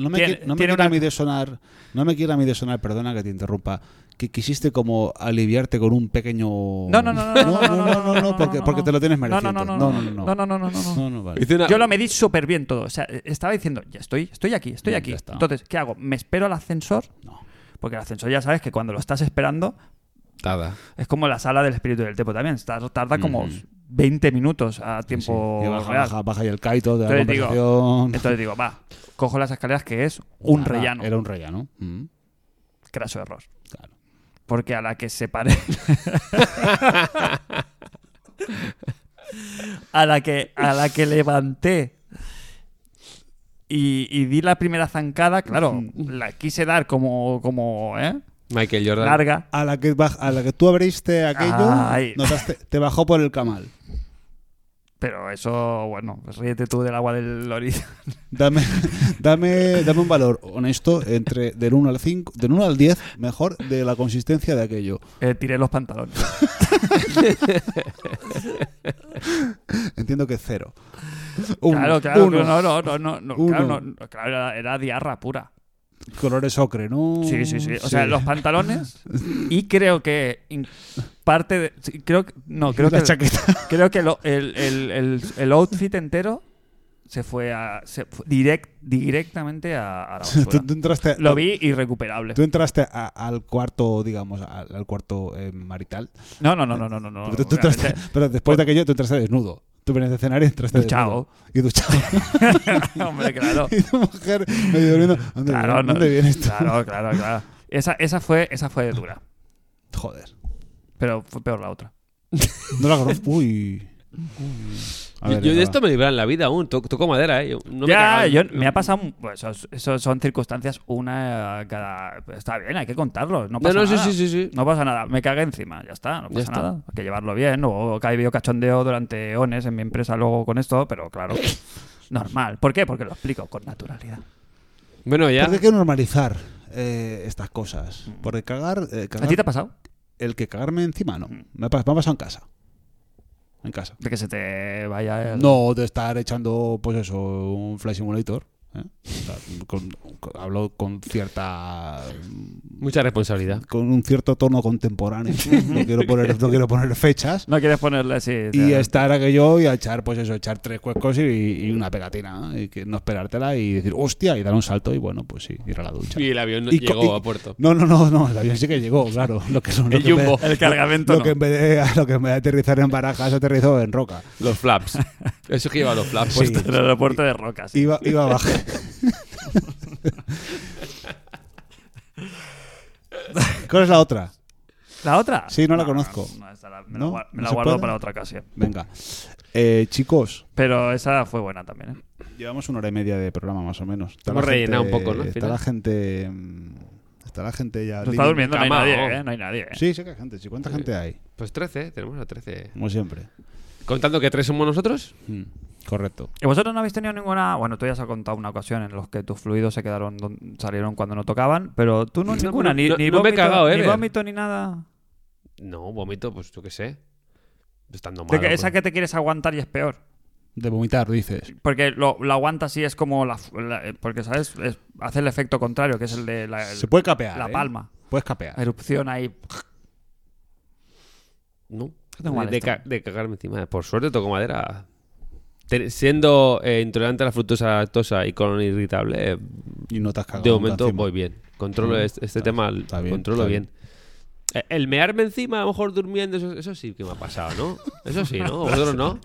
S2: No me,
S1: Tiene-
S2: qui- no
S1: tiene
S2: me quiera
S1: una-
S2: a mí de sonar, no me quiera a mí de sonar, perdona que te interrumpa, que quisiste como aliviarte con un pequeño...
S1: no, no, no, no, no, no,
S2: no, no, no, Oh. porque, porque te lo tienes
S1: No,
S2: merecido.
S1: no, no, no, no, no, no, no, no, no, no.
S2: No, no, vale.
S3: hice una-
S1: Yo lo medí súper bien todo. O sea, estaba diciendo, ya estoy, estoy aquí, estoy
S2: Ya,
S1: aquí.
S2: ya está.
S1: Entonces, ¿qué hago? ¿Me espero al ascensor?
S2: No.
S1: Porque el ascensor ya sabes que cuando lo estás esperando
S3: nada.
S1: es como la sala del espíritu del tiempo también. Tarda, tarda como
S2: Ujú.
S1: 20 minutos a
S2: Sí, sí.
S1: tiempo
S2: Y baja,
S1: real.
S2: baja, baja y el kaito de la
S1: Entonces digo-
S2: conversación.
S1: Entonces digo, va, cojo las escaleras que es un
S2: Nada,
S1: rellano.
S2: Era un rellano. Mm,
S1: Craso error.
S2: claro.
S1: Porque a la que se pare. a, la que, a la que levanté y, y di la primera zancada, claro, la quise dar como, como ¿eh?
S3: Michael Jordan.
S1: larga.
S2: A la que, baj- a la que tú abriste aquello,
S1: Ay.
S2: notaste- te bajó por el camal.
S1: Pero eso, bueno, pues ríete tú del agua del orilla.
S2: Dame, dame, dame un valor honesto entre del 1 al 5, del 1 al 10, mejor, de la consistencia de aquello.
S1: Eh, tiré los pantalones.
S2: Entiendo que es cero. Uno,
S1: claro, claro.
S2: uno.
S1: No, no, no, no, no,
S2: Uno.
S1: claro, no, no, claro, era, era diarra pura.
S2: Colores ocre, ¿no?
S1: Sí, sí, sí. O sea, los pantalones y creo que in- parte de, sí, creo que- no, creo
S2: la
S1: que
S2: chaqueta.
S1: creo que lo- el, el- el- el outfit entero se fue a se fue direct, directamente a, a la
S2: Tú,
S1: basura.
S2: tú entraste,
S1: Lo vi irrecuperable.
S2: Tú entraste a- al cuarto, digamos, al, al cuarto eh, marital.
S1: No, no, no, no, no, no, no.
S2: Pero tú entraste-
S1: obviamente.
S2: pero después de aquello, tú entraste desnudo. Tú venías de cenar y entraste
S1: Duchado.
S2: desnudo. Y duchado.
S1: Hombre, claro.
S2: y tu mujer medio durmiendo. ¿Dónde,
S1: Claro,
S2: vienes?
S1: no.
S2: ¿Dónde vienes tú?
S1: Claro, claro, claro. Esa, esa fue esa fue dura,
S2: Joder.
S1: pero fue peor la otra.
S2: No la conozco. Uy. A ver,
S3: yo, yo de
S2: va.
S3: esto me libré en la vida aún. To- Toco madera, ¿eh? Yo- no me
S1: ya,
S3: cagaba-
S1: yo, me ha pasado. Pues eso, eso son circunstancias una eh, cada. Está bien, hay que contarlo. No
S3: No,
S1: pasa
S3: no, sí,
S1: nada.
S3: sí, sí, sí.
S1: No pasa nada, me cagué encima, ya está, no pasa
S3: Ya está.
S1: nada. Hay que llevarlo bien. Luego ha habido cachondeo durante ones en mi empresa luego con esto, pero claro, normal. ¿Por qué? Porque lo explico con naturalidad.
S3: Bueno, ya.
S2: Porque hay que normalizar eh, estas cosas. Porque cagar. eh,
S1: Mm. ¿A ti te ha
S2: cagar
S1: pasado?
S2: el que cagarme encima, no. Me ha, pas- me ha pasado en casa. en casa.
S1: De que se te vaya el...
S2: No de estar echando, pues eso, un Flight Simulator. ¿eh? O sea, con- con- hablo con cierta
S3: Mucha responsabilidad.
S2: con un cierto tono contemporáneo no quiero poner no quiero poner fechas
S1: No quieres ponerle así.
S2: y
S1: te-
S2: estar aquello y a echar pues eso echar tres cuecos y, y una pegatina ¿eh? y que no esperártela y decir hostia y dar un salto y bueno pues sí ir a la ducha
S3: Y el avión no
S2: Y co-
S3: llegó
S2: y-
S3: a puerto.
S2: no no no no el avión sí que llegó claro lo que son lo
S3: El
S2: que en vez-
S3: jumbo.
S1: El cargamento.
S2: lo
S1: no.
S2: que en vez de, lo que en vez de aterrizar en barajas aterrizó en roca
S3: Los flaps. Eso que lleva los flaps
S2: Sí.
S3: puestos.
S1: El aeropuerto de Rocas.
S2: iba iba abajo ¿cuál es la otra?
S1: ¿La otra?
S2: Sí, no la conozco.
S1: no, esa la- me la,
S2: ¿No?
S1: gua- me
S2: ¿No
S1: la
S2: se
S1: guardo
S2: puede?
S1: para otra ocasión.
S2: venga Eh, chicos
S1: Pero esa fue buena también. ¿eh?
S2: Llevamos una hora y media de programa más o menos. Está
S3: Hemos
S2: la gente-
S3: rellenado un poco, ¿no? Al
S2: Está
S3: final.
S2: la gente. mm, Está la gente ya.
S1: No está
S2: living.
S1: durmiendo, no hay
S3: Cama,
S1: nadie,
S3: oh.
S1: ¿eh? No hay nadie. ¿eh?
S2: Sí, sí que hay gente. sí. ¿Cuánta
S3: Sí.
S2: gente hay?
S3: Pues 13, tenemos a 13.
S2: Como siempre.
S3: Contando que tres somos nosotros.
S2: Mm, Correcto.
S1: ¿Y vosotros no habéis tenido ninguna.? Bueno, tú ya has contado una ocasión en los que tus fluidos se quedaron don- salieron cuando no tocaban, pero tú no,
S3: No,
S1: ninguna, ni,
S3: no-
S1: ni
S3: no me he
S1: vómito,
S3: cagado, ¿eh,
S1: ni
S3: Ver?
S1: vómito ni nada.
S3: No, vómito, pues yo qué sé. Estando pues,
S1: De
S3: mal.
S1: que
S2: pues.
S1: esa que te quieres aguantar y es peor.
S2: De vomitar, dices.
S1: Porque lo, lo aguantas y es como la, la- eh, porque sabes, Es- hace el efecto contrario, que es el de la, el-
S2: Se puede capear.
S1: la
S2: ¿eh?
S1: palma.
S2: Puedes capear.
S1: Erupción ahí.
S3: No.
S1: tengo mal
S3: de, de
S1: esto.
S3: ca- de cagarme encima. Por suerte toco madera. Te- siendo eh, intolerante a la fructosa lactosa y colon irritable, eh,
S2: Y no te has cagado.
S3: de
S2: nunca
S3: momento
S2: encima.
S3: voy bien. Controlo
S2: Mm,
S3: este, este
S2: está-
S3: tema, l-
S2: está bien,
S3: controlo
S2: está
S3: bien.
S2: bien.
S3: Eh, El mearme encima, a lo mejor durmiendo, eso, eso sí que me ha pasado, ¿no? Eso sí, ¿no? Vosotros no.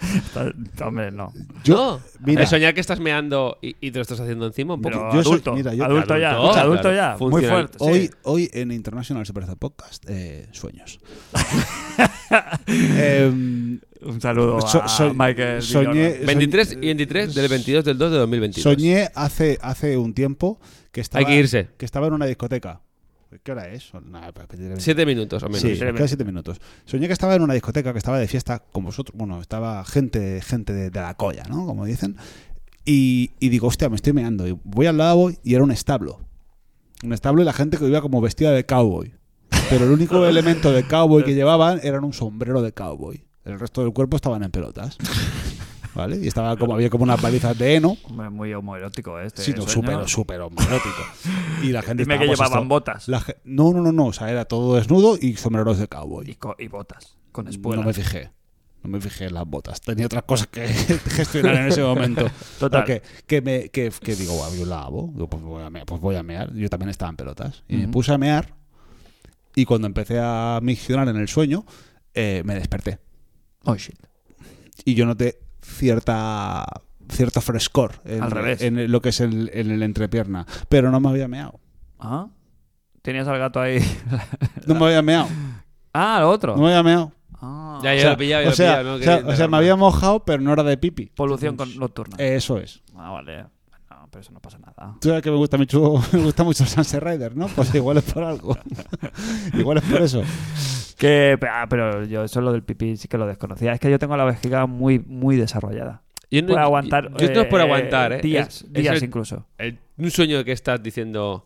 S1: Hombre, no.
S3: Yo,
S2: mira.
S3: el soñar que estás meando y, y te lo estás haciendo encima un poco.
S1: Pero
S2: yo soy-
S1: adulto,
S2: mira, yo-
S1: adulto ya,
S3: Adulto,
S1: adulto
S3: claro.
S1: ya, muy
S3: Funcional.
S1: fuerte. sí.
S2: Hoy, hoy en International Superstar Podcast, eh, sueños. Em,
S1: Un saludo
S2: So-
S1: a
S2: so-
S1: Michael.
S2: soñé-
S1: Di Giorno.
S3: 23 y 23 eh, del 22 del 2 de 2022.
S2: soñé hace, hace un tiempo que estaba,
S3: Hay que irse.
S2: que estaba en una discoteca. ¿Qué hora es? Son- nada, para pedir-
S3: Siete minutos o menos.
S2: Sí,
S1: siete
S2: quedan siete minutos. Soñé que estaba en una discoteca, que estaba de fiesta con vosotros. Bueno, estaba gente, gente de, de la colla, ¿no? Como dicen. Y, y digo, hostia, me estoy meando. Y voy al lado y era un establo. Un establo y la gente que iba como vestida de cowboy. Pero el único elemento de cowboy que llevaban eran un sombrero de cowboy. El resto del cuerpo estaban en pelotas. ¿Vale? Y estaba como, había como unas palizas de heno.
S1: Hombre, Muy homoerótico este.
S2: Sí, no,
S1: sueño.
S2: súper, súper homoerótico. Y la gente
S1: Dime que
S2: estábamos
S1: llevaban
S2: hasta-
S1: botas
S2: la ge- no, no, no, no. O sea, era todo desnudo y sombreros de cowboy.
S1: y, co- y botas con
S2: No me
S1: espuelas.
S2: fijé. No me fijé en las botas. Tenía otras cosas que gestionar en ese momento.
S1: Total.
S2: Pero Que, que me, que, que digo, "Guau, yo la lavo. Digo, pues voy, a mear, pues voy a mear. Yo también estaba en pelotas. Y me
S1: Ujú.
S2: puse a mear. Y cuando empecé a miccionar en el sueño, eh, me desperté.
S1: Oh, shit.
S2: Y yo noté cierta cierto frescor en,
S1: Al revés.
S2: en lo que es el, en el entrepierna. Pero no me había meado.
S1: ¿Ah? Tenías al gato ahí.
S2: No me había meado.
S1: ah, lo otro.
S2: No me había meado.
S1: Ah.
S3: Ya, ya lo he pillado,
S2: o
S3: ya lo he
S2: sea,
S3: pillado, ¿no?
S2: o
S3: Que
S2: sea,
S3: bien,
S2: o sea, me
S3: Dagmar.
S2: había mojado, pero no era de pipi.
S1: Polución con nocturna.
S2: Eso es.
S1: Ah, vale. No, pero eso no pasa nada.
S2: Tú sabes que me gusta mucho, me gusta mucho Sunset Rider, ¿no? Pues igual es por algo. igual es por eso.
S1: Que, ah, pero yo eso lo del pipí sí que lo desconocía. Es que yo tengo la vejiga muy, muy desarrollllada.
S3: Yo
S1: Por aguantar.
S3: Yo, yo no es por
S1: eh,
S3: aguantar, ¿eh?
S1: Días,
S3: Es- es
S1: días
S3: el-
S1: incluso.
S3: el- un sueño que estás diciendo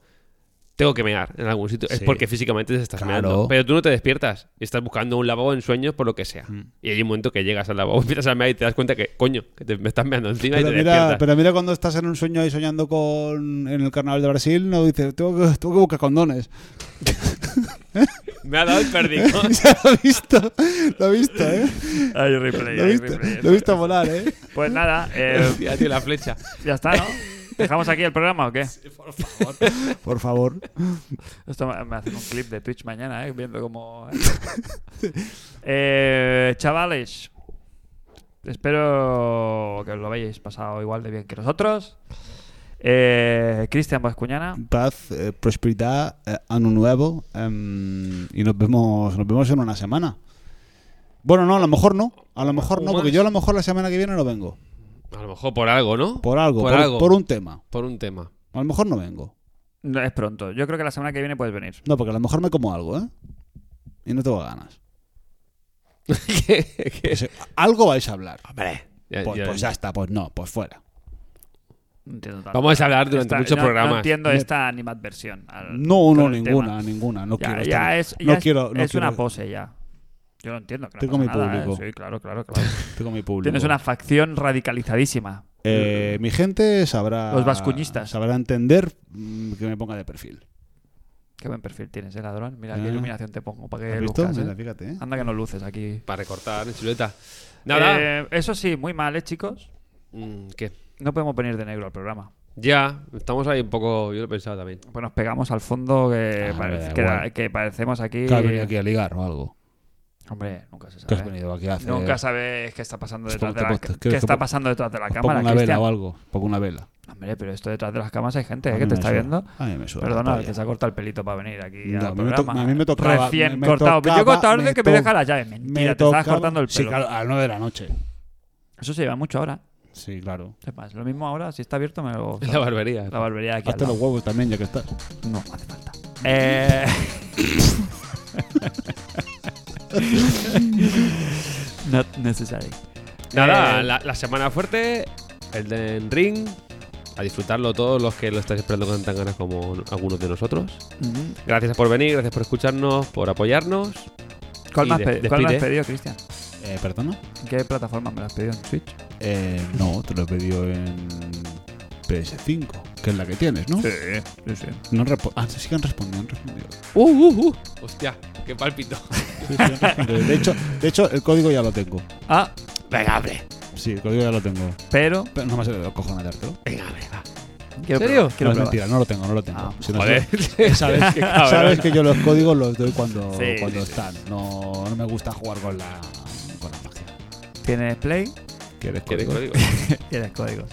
S3: tengo que mear en algún sitio es
S2: Sí.
S3: porque físicamente te estás
S2: Claro.
S3: meando pero tú no te despiertas estás buscando un lavabo en sueños por lo que sea y hay un momento que llegas al lavabo empiezas a mear y te das cuenta que coño que te, me estás meando encima
S2: Pero
S3: y te
S2: mira,
S3: despiertas
S2: pero mira cuando estás en un sueño y soñando con en el carnaval de Brasil, no dices, tengo que, tengo que buscar condones.
S3: me ha dado el perdigón
S2: ya lo he visto, lo he visto, ¿eh?
S1: Hay replay,
S2: Lo he visto, lo he visto volar, ¿eh?
S1: Pues nada, eh,
S3: Hostia, tío, la flecha
S1: ya está, ¿no? ¿Dejamos aquí el programa o qué?
S2: Por favor.
S1: Esto me me hacen un clip de Twitch mañana, ¿eh? Viendo cómo... Eh, chavales, espero que os lo hayáis pasado igual de bien que nosotros. Eh, Cristian Vascuñana,
S2: Paz, eh, prosperidad, eh, año nuevo. em, y nos vemos, nos vemos en una semana. Bueno, no, a lo mejor no. A lo mejor no, porque yo a lo mejor la semana que viene no vengo.
S3: a lo mejor por algo ¿no?
S2: Por algo,
S3: por,
S2: por-
S3: algo
S2: por un tema.
S3: por un tema
S2: A lo mejor no vengo.
S1: no es pronto. Yo creo que la semana que viene puedes venir.
S2: No, porque a lo mejor me como algo, ¿eh? Y no tengo ganas.
S3: ¿Qué- qué?
S2: Ese- algo vais a hablar.
S3: hombre Ya-
S2: Pues,
S3: ya-
S2: pues ya está, pues no, pues fuera.
S1: No entiendo tanto.
S3: vamos a hablar durante
S1: Esta-
S3: muchos
S1: no-
S3: programas
S1: No entiendo
S2: Me-
S1: esta animadversión. al-
S2: No, no,
S1: Eh, con el tema.
S2: ninguna, ninguna. No
S1: ya,
S2: quiero
S1: ya
S2: estar-
S1: es, ya
S2: no
S1: es-
S2: quiero- no
S1: es una
S2: quiero-
S1: pose ya. Yo lo entiendo. Que no
S2: Estoy
S1: pasa
S2: con mi
S1: nada, ¿eh?
S2: público.
S1: Sí, claro, claro, claro.
S2: Tengo mi público.
S1: Tienes una facción radicalizadísima.
S2: Eh, mi gente sabrá.
S1: Los vascuñistas.
S2: Sabrá entender mm, que me ponga de perfil.
S1: Qué buen perfil tienes, eh, ladrón. Mira
S2: Ah.
S1: qué iluminación te pongo para que
S2: ¿Has visto?
S1: luzcas, ¿eh?
S2: Mira, fíjate. ¿eh?
S1: Anda que no luces aquí.
S3: Para recortar en silueta. Nada.
S1: Eh, eso sí, muy mal, ¿eh, chicos?
S3: Mm, ¿Qué?
S1: No podemos venir de negro al programa.
S3: Ya, estamos ahí un poco. Yo lo he pensado también.
S1: Pues nos pegamos al fondo que,
S2: Ah,
S1: parece-
S2: da
S1: que,
S2: igual.
S1: que parecemos aquí...
S2: Que has venido aquí a ligar o algo.
S1: Hombre, nunca se sabe.
S2: Que has venido aquí a hacer.
S1: Nunca sabes qué está pasando
S2: Pues
S1: detrás
S2: ponte
S1: de la,
S2: puesto.
S1: ca-
S2: ¿Quieres
S1: qué
S2: que
S1: está
S2: po-
S1: pasando detrás de la
S2: os
S1: cámara,
S2: Pues pongo una
S1: Cristian.
S2: vela o algo. Pongo una vela.
S1: Hombre, pero esto detrás de las cámaras hay gente ¿eh?
S2: A
S1: que
S2: mí
S1: te
S2: Ah, me
S1: está
S2: suda.
S1: viendo.
S2: A mí me suda.
S1: Perdona, que
S2: la
S1: se ha
S2: polla.
S1: cortado el pelito para venir aquí
S2: No,
S1: al
S2: a mí me to-
S1: programa.
S2: a mí me tocaba-
S1: Recién
S2: me- me
S1: cortado. Yo
S2: tocaba-
S1: cortado
S2: me
S1: de que me
S2: to-
S1: deja la llave. Mentira, te estabas
S2: tocaba-
S1: cortando el pelo.
S2: Sí, claro, a las 9 de la noche.
S1: Eso se lleva mucho ahora.
S2: Sí, claro.
S1: Sepas, lo mismo ahora, si está abierto me lo...
S3: Es la barbería.
S1: La barbería de aquí al
S2: Hazte
S1: lado.
S2: los huevos también, ya que estás.
S1: No, hace falta. Eh... Not necessary.
S3: Nada,
S1: Eh,
S3: la, la semana fuerte, el de Ring. A disfrutarlo todos los que lo estáis esperando con tan ganas como algunos de nosotros.
S1: Ujú.
S3: Gracias por venir, gracias por escucharnos, por apoyarnos.
S1: ¿Cuál,
S3: Y
S1: me has
S3: de-
S1: pedi- cuál me has
S3: despide.
S1: pedido, Cristian?
S2: Eh, ¿Perdona?
S1: ¿En qué plataforma me lo has pedido? ¿En Switch?
S2: Eh, no, te lo he pedido en PS5, que es la que tienes, ¿no?
S1: sí, sí.
S2: No repo- ah, sí, sí que han respondido, han respondido.
S3: Uh, uh, uh. Hostia, qué palpito.
S2: Sí, sí, han respondido. De, hecho, de hecho, el código ya lo tengo.
S1: Ah, venga, hombre.
S2: Sí, el código ya lo tengo.
S1: Pero...
S2: Pero no me sale de los cojones dártelo.
S3: Venga, venga.
S1: Quiero
S3: serio?
S1: probar, quiero
S2: no, es
S1: probar.
S2: mentira, no lo tengo, no lo tengo.
S1: Ah,
S2: Si no
S3: Joder.
S2: sé- Sabes,
S3: Qué cabrón.
S2: sabes que yo los códigos los doy cuando,
S1: Sí,
S2: cuando
S1: sí, sí.
S2: están. No, no me gusta jugar con la, con la magia.
S1: Tienes Play,
S2: ¿Quieres
S3: ¿Quieres
S2: código?
S3: código?
S1: tienes códigos.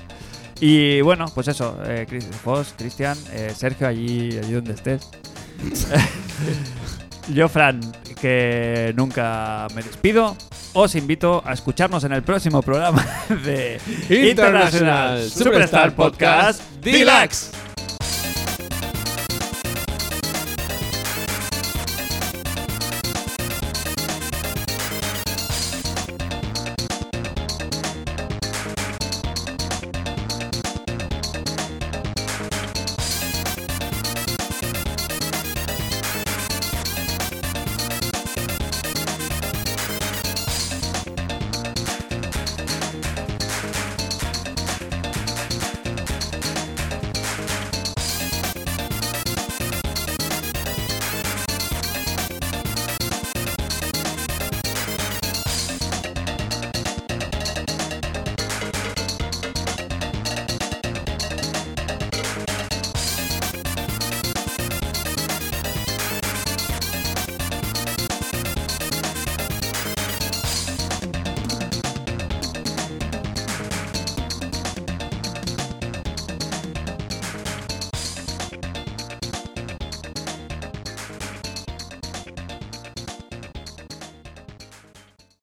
S1: Y bueno, pues eso, eh, Chris, vos, Cristian, eh, Sergio, allí, allí donde estés. Yo, Fran, que nunca me despido, os invito a escucharnos en el próximo programa de
S3: International Superstar Podcast Deluxe.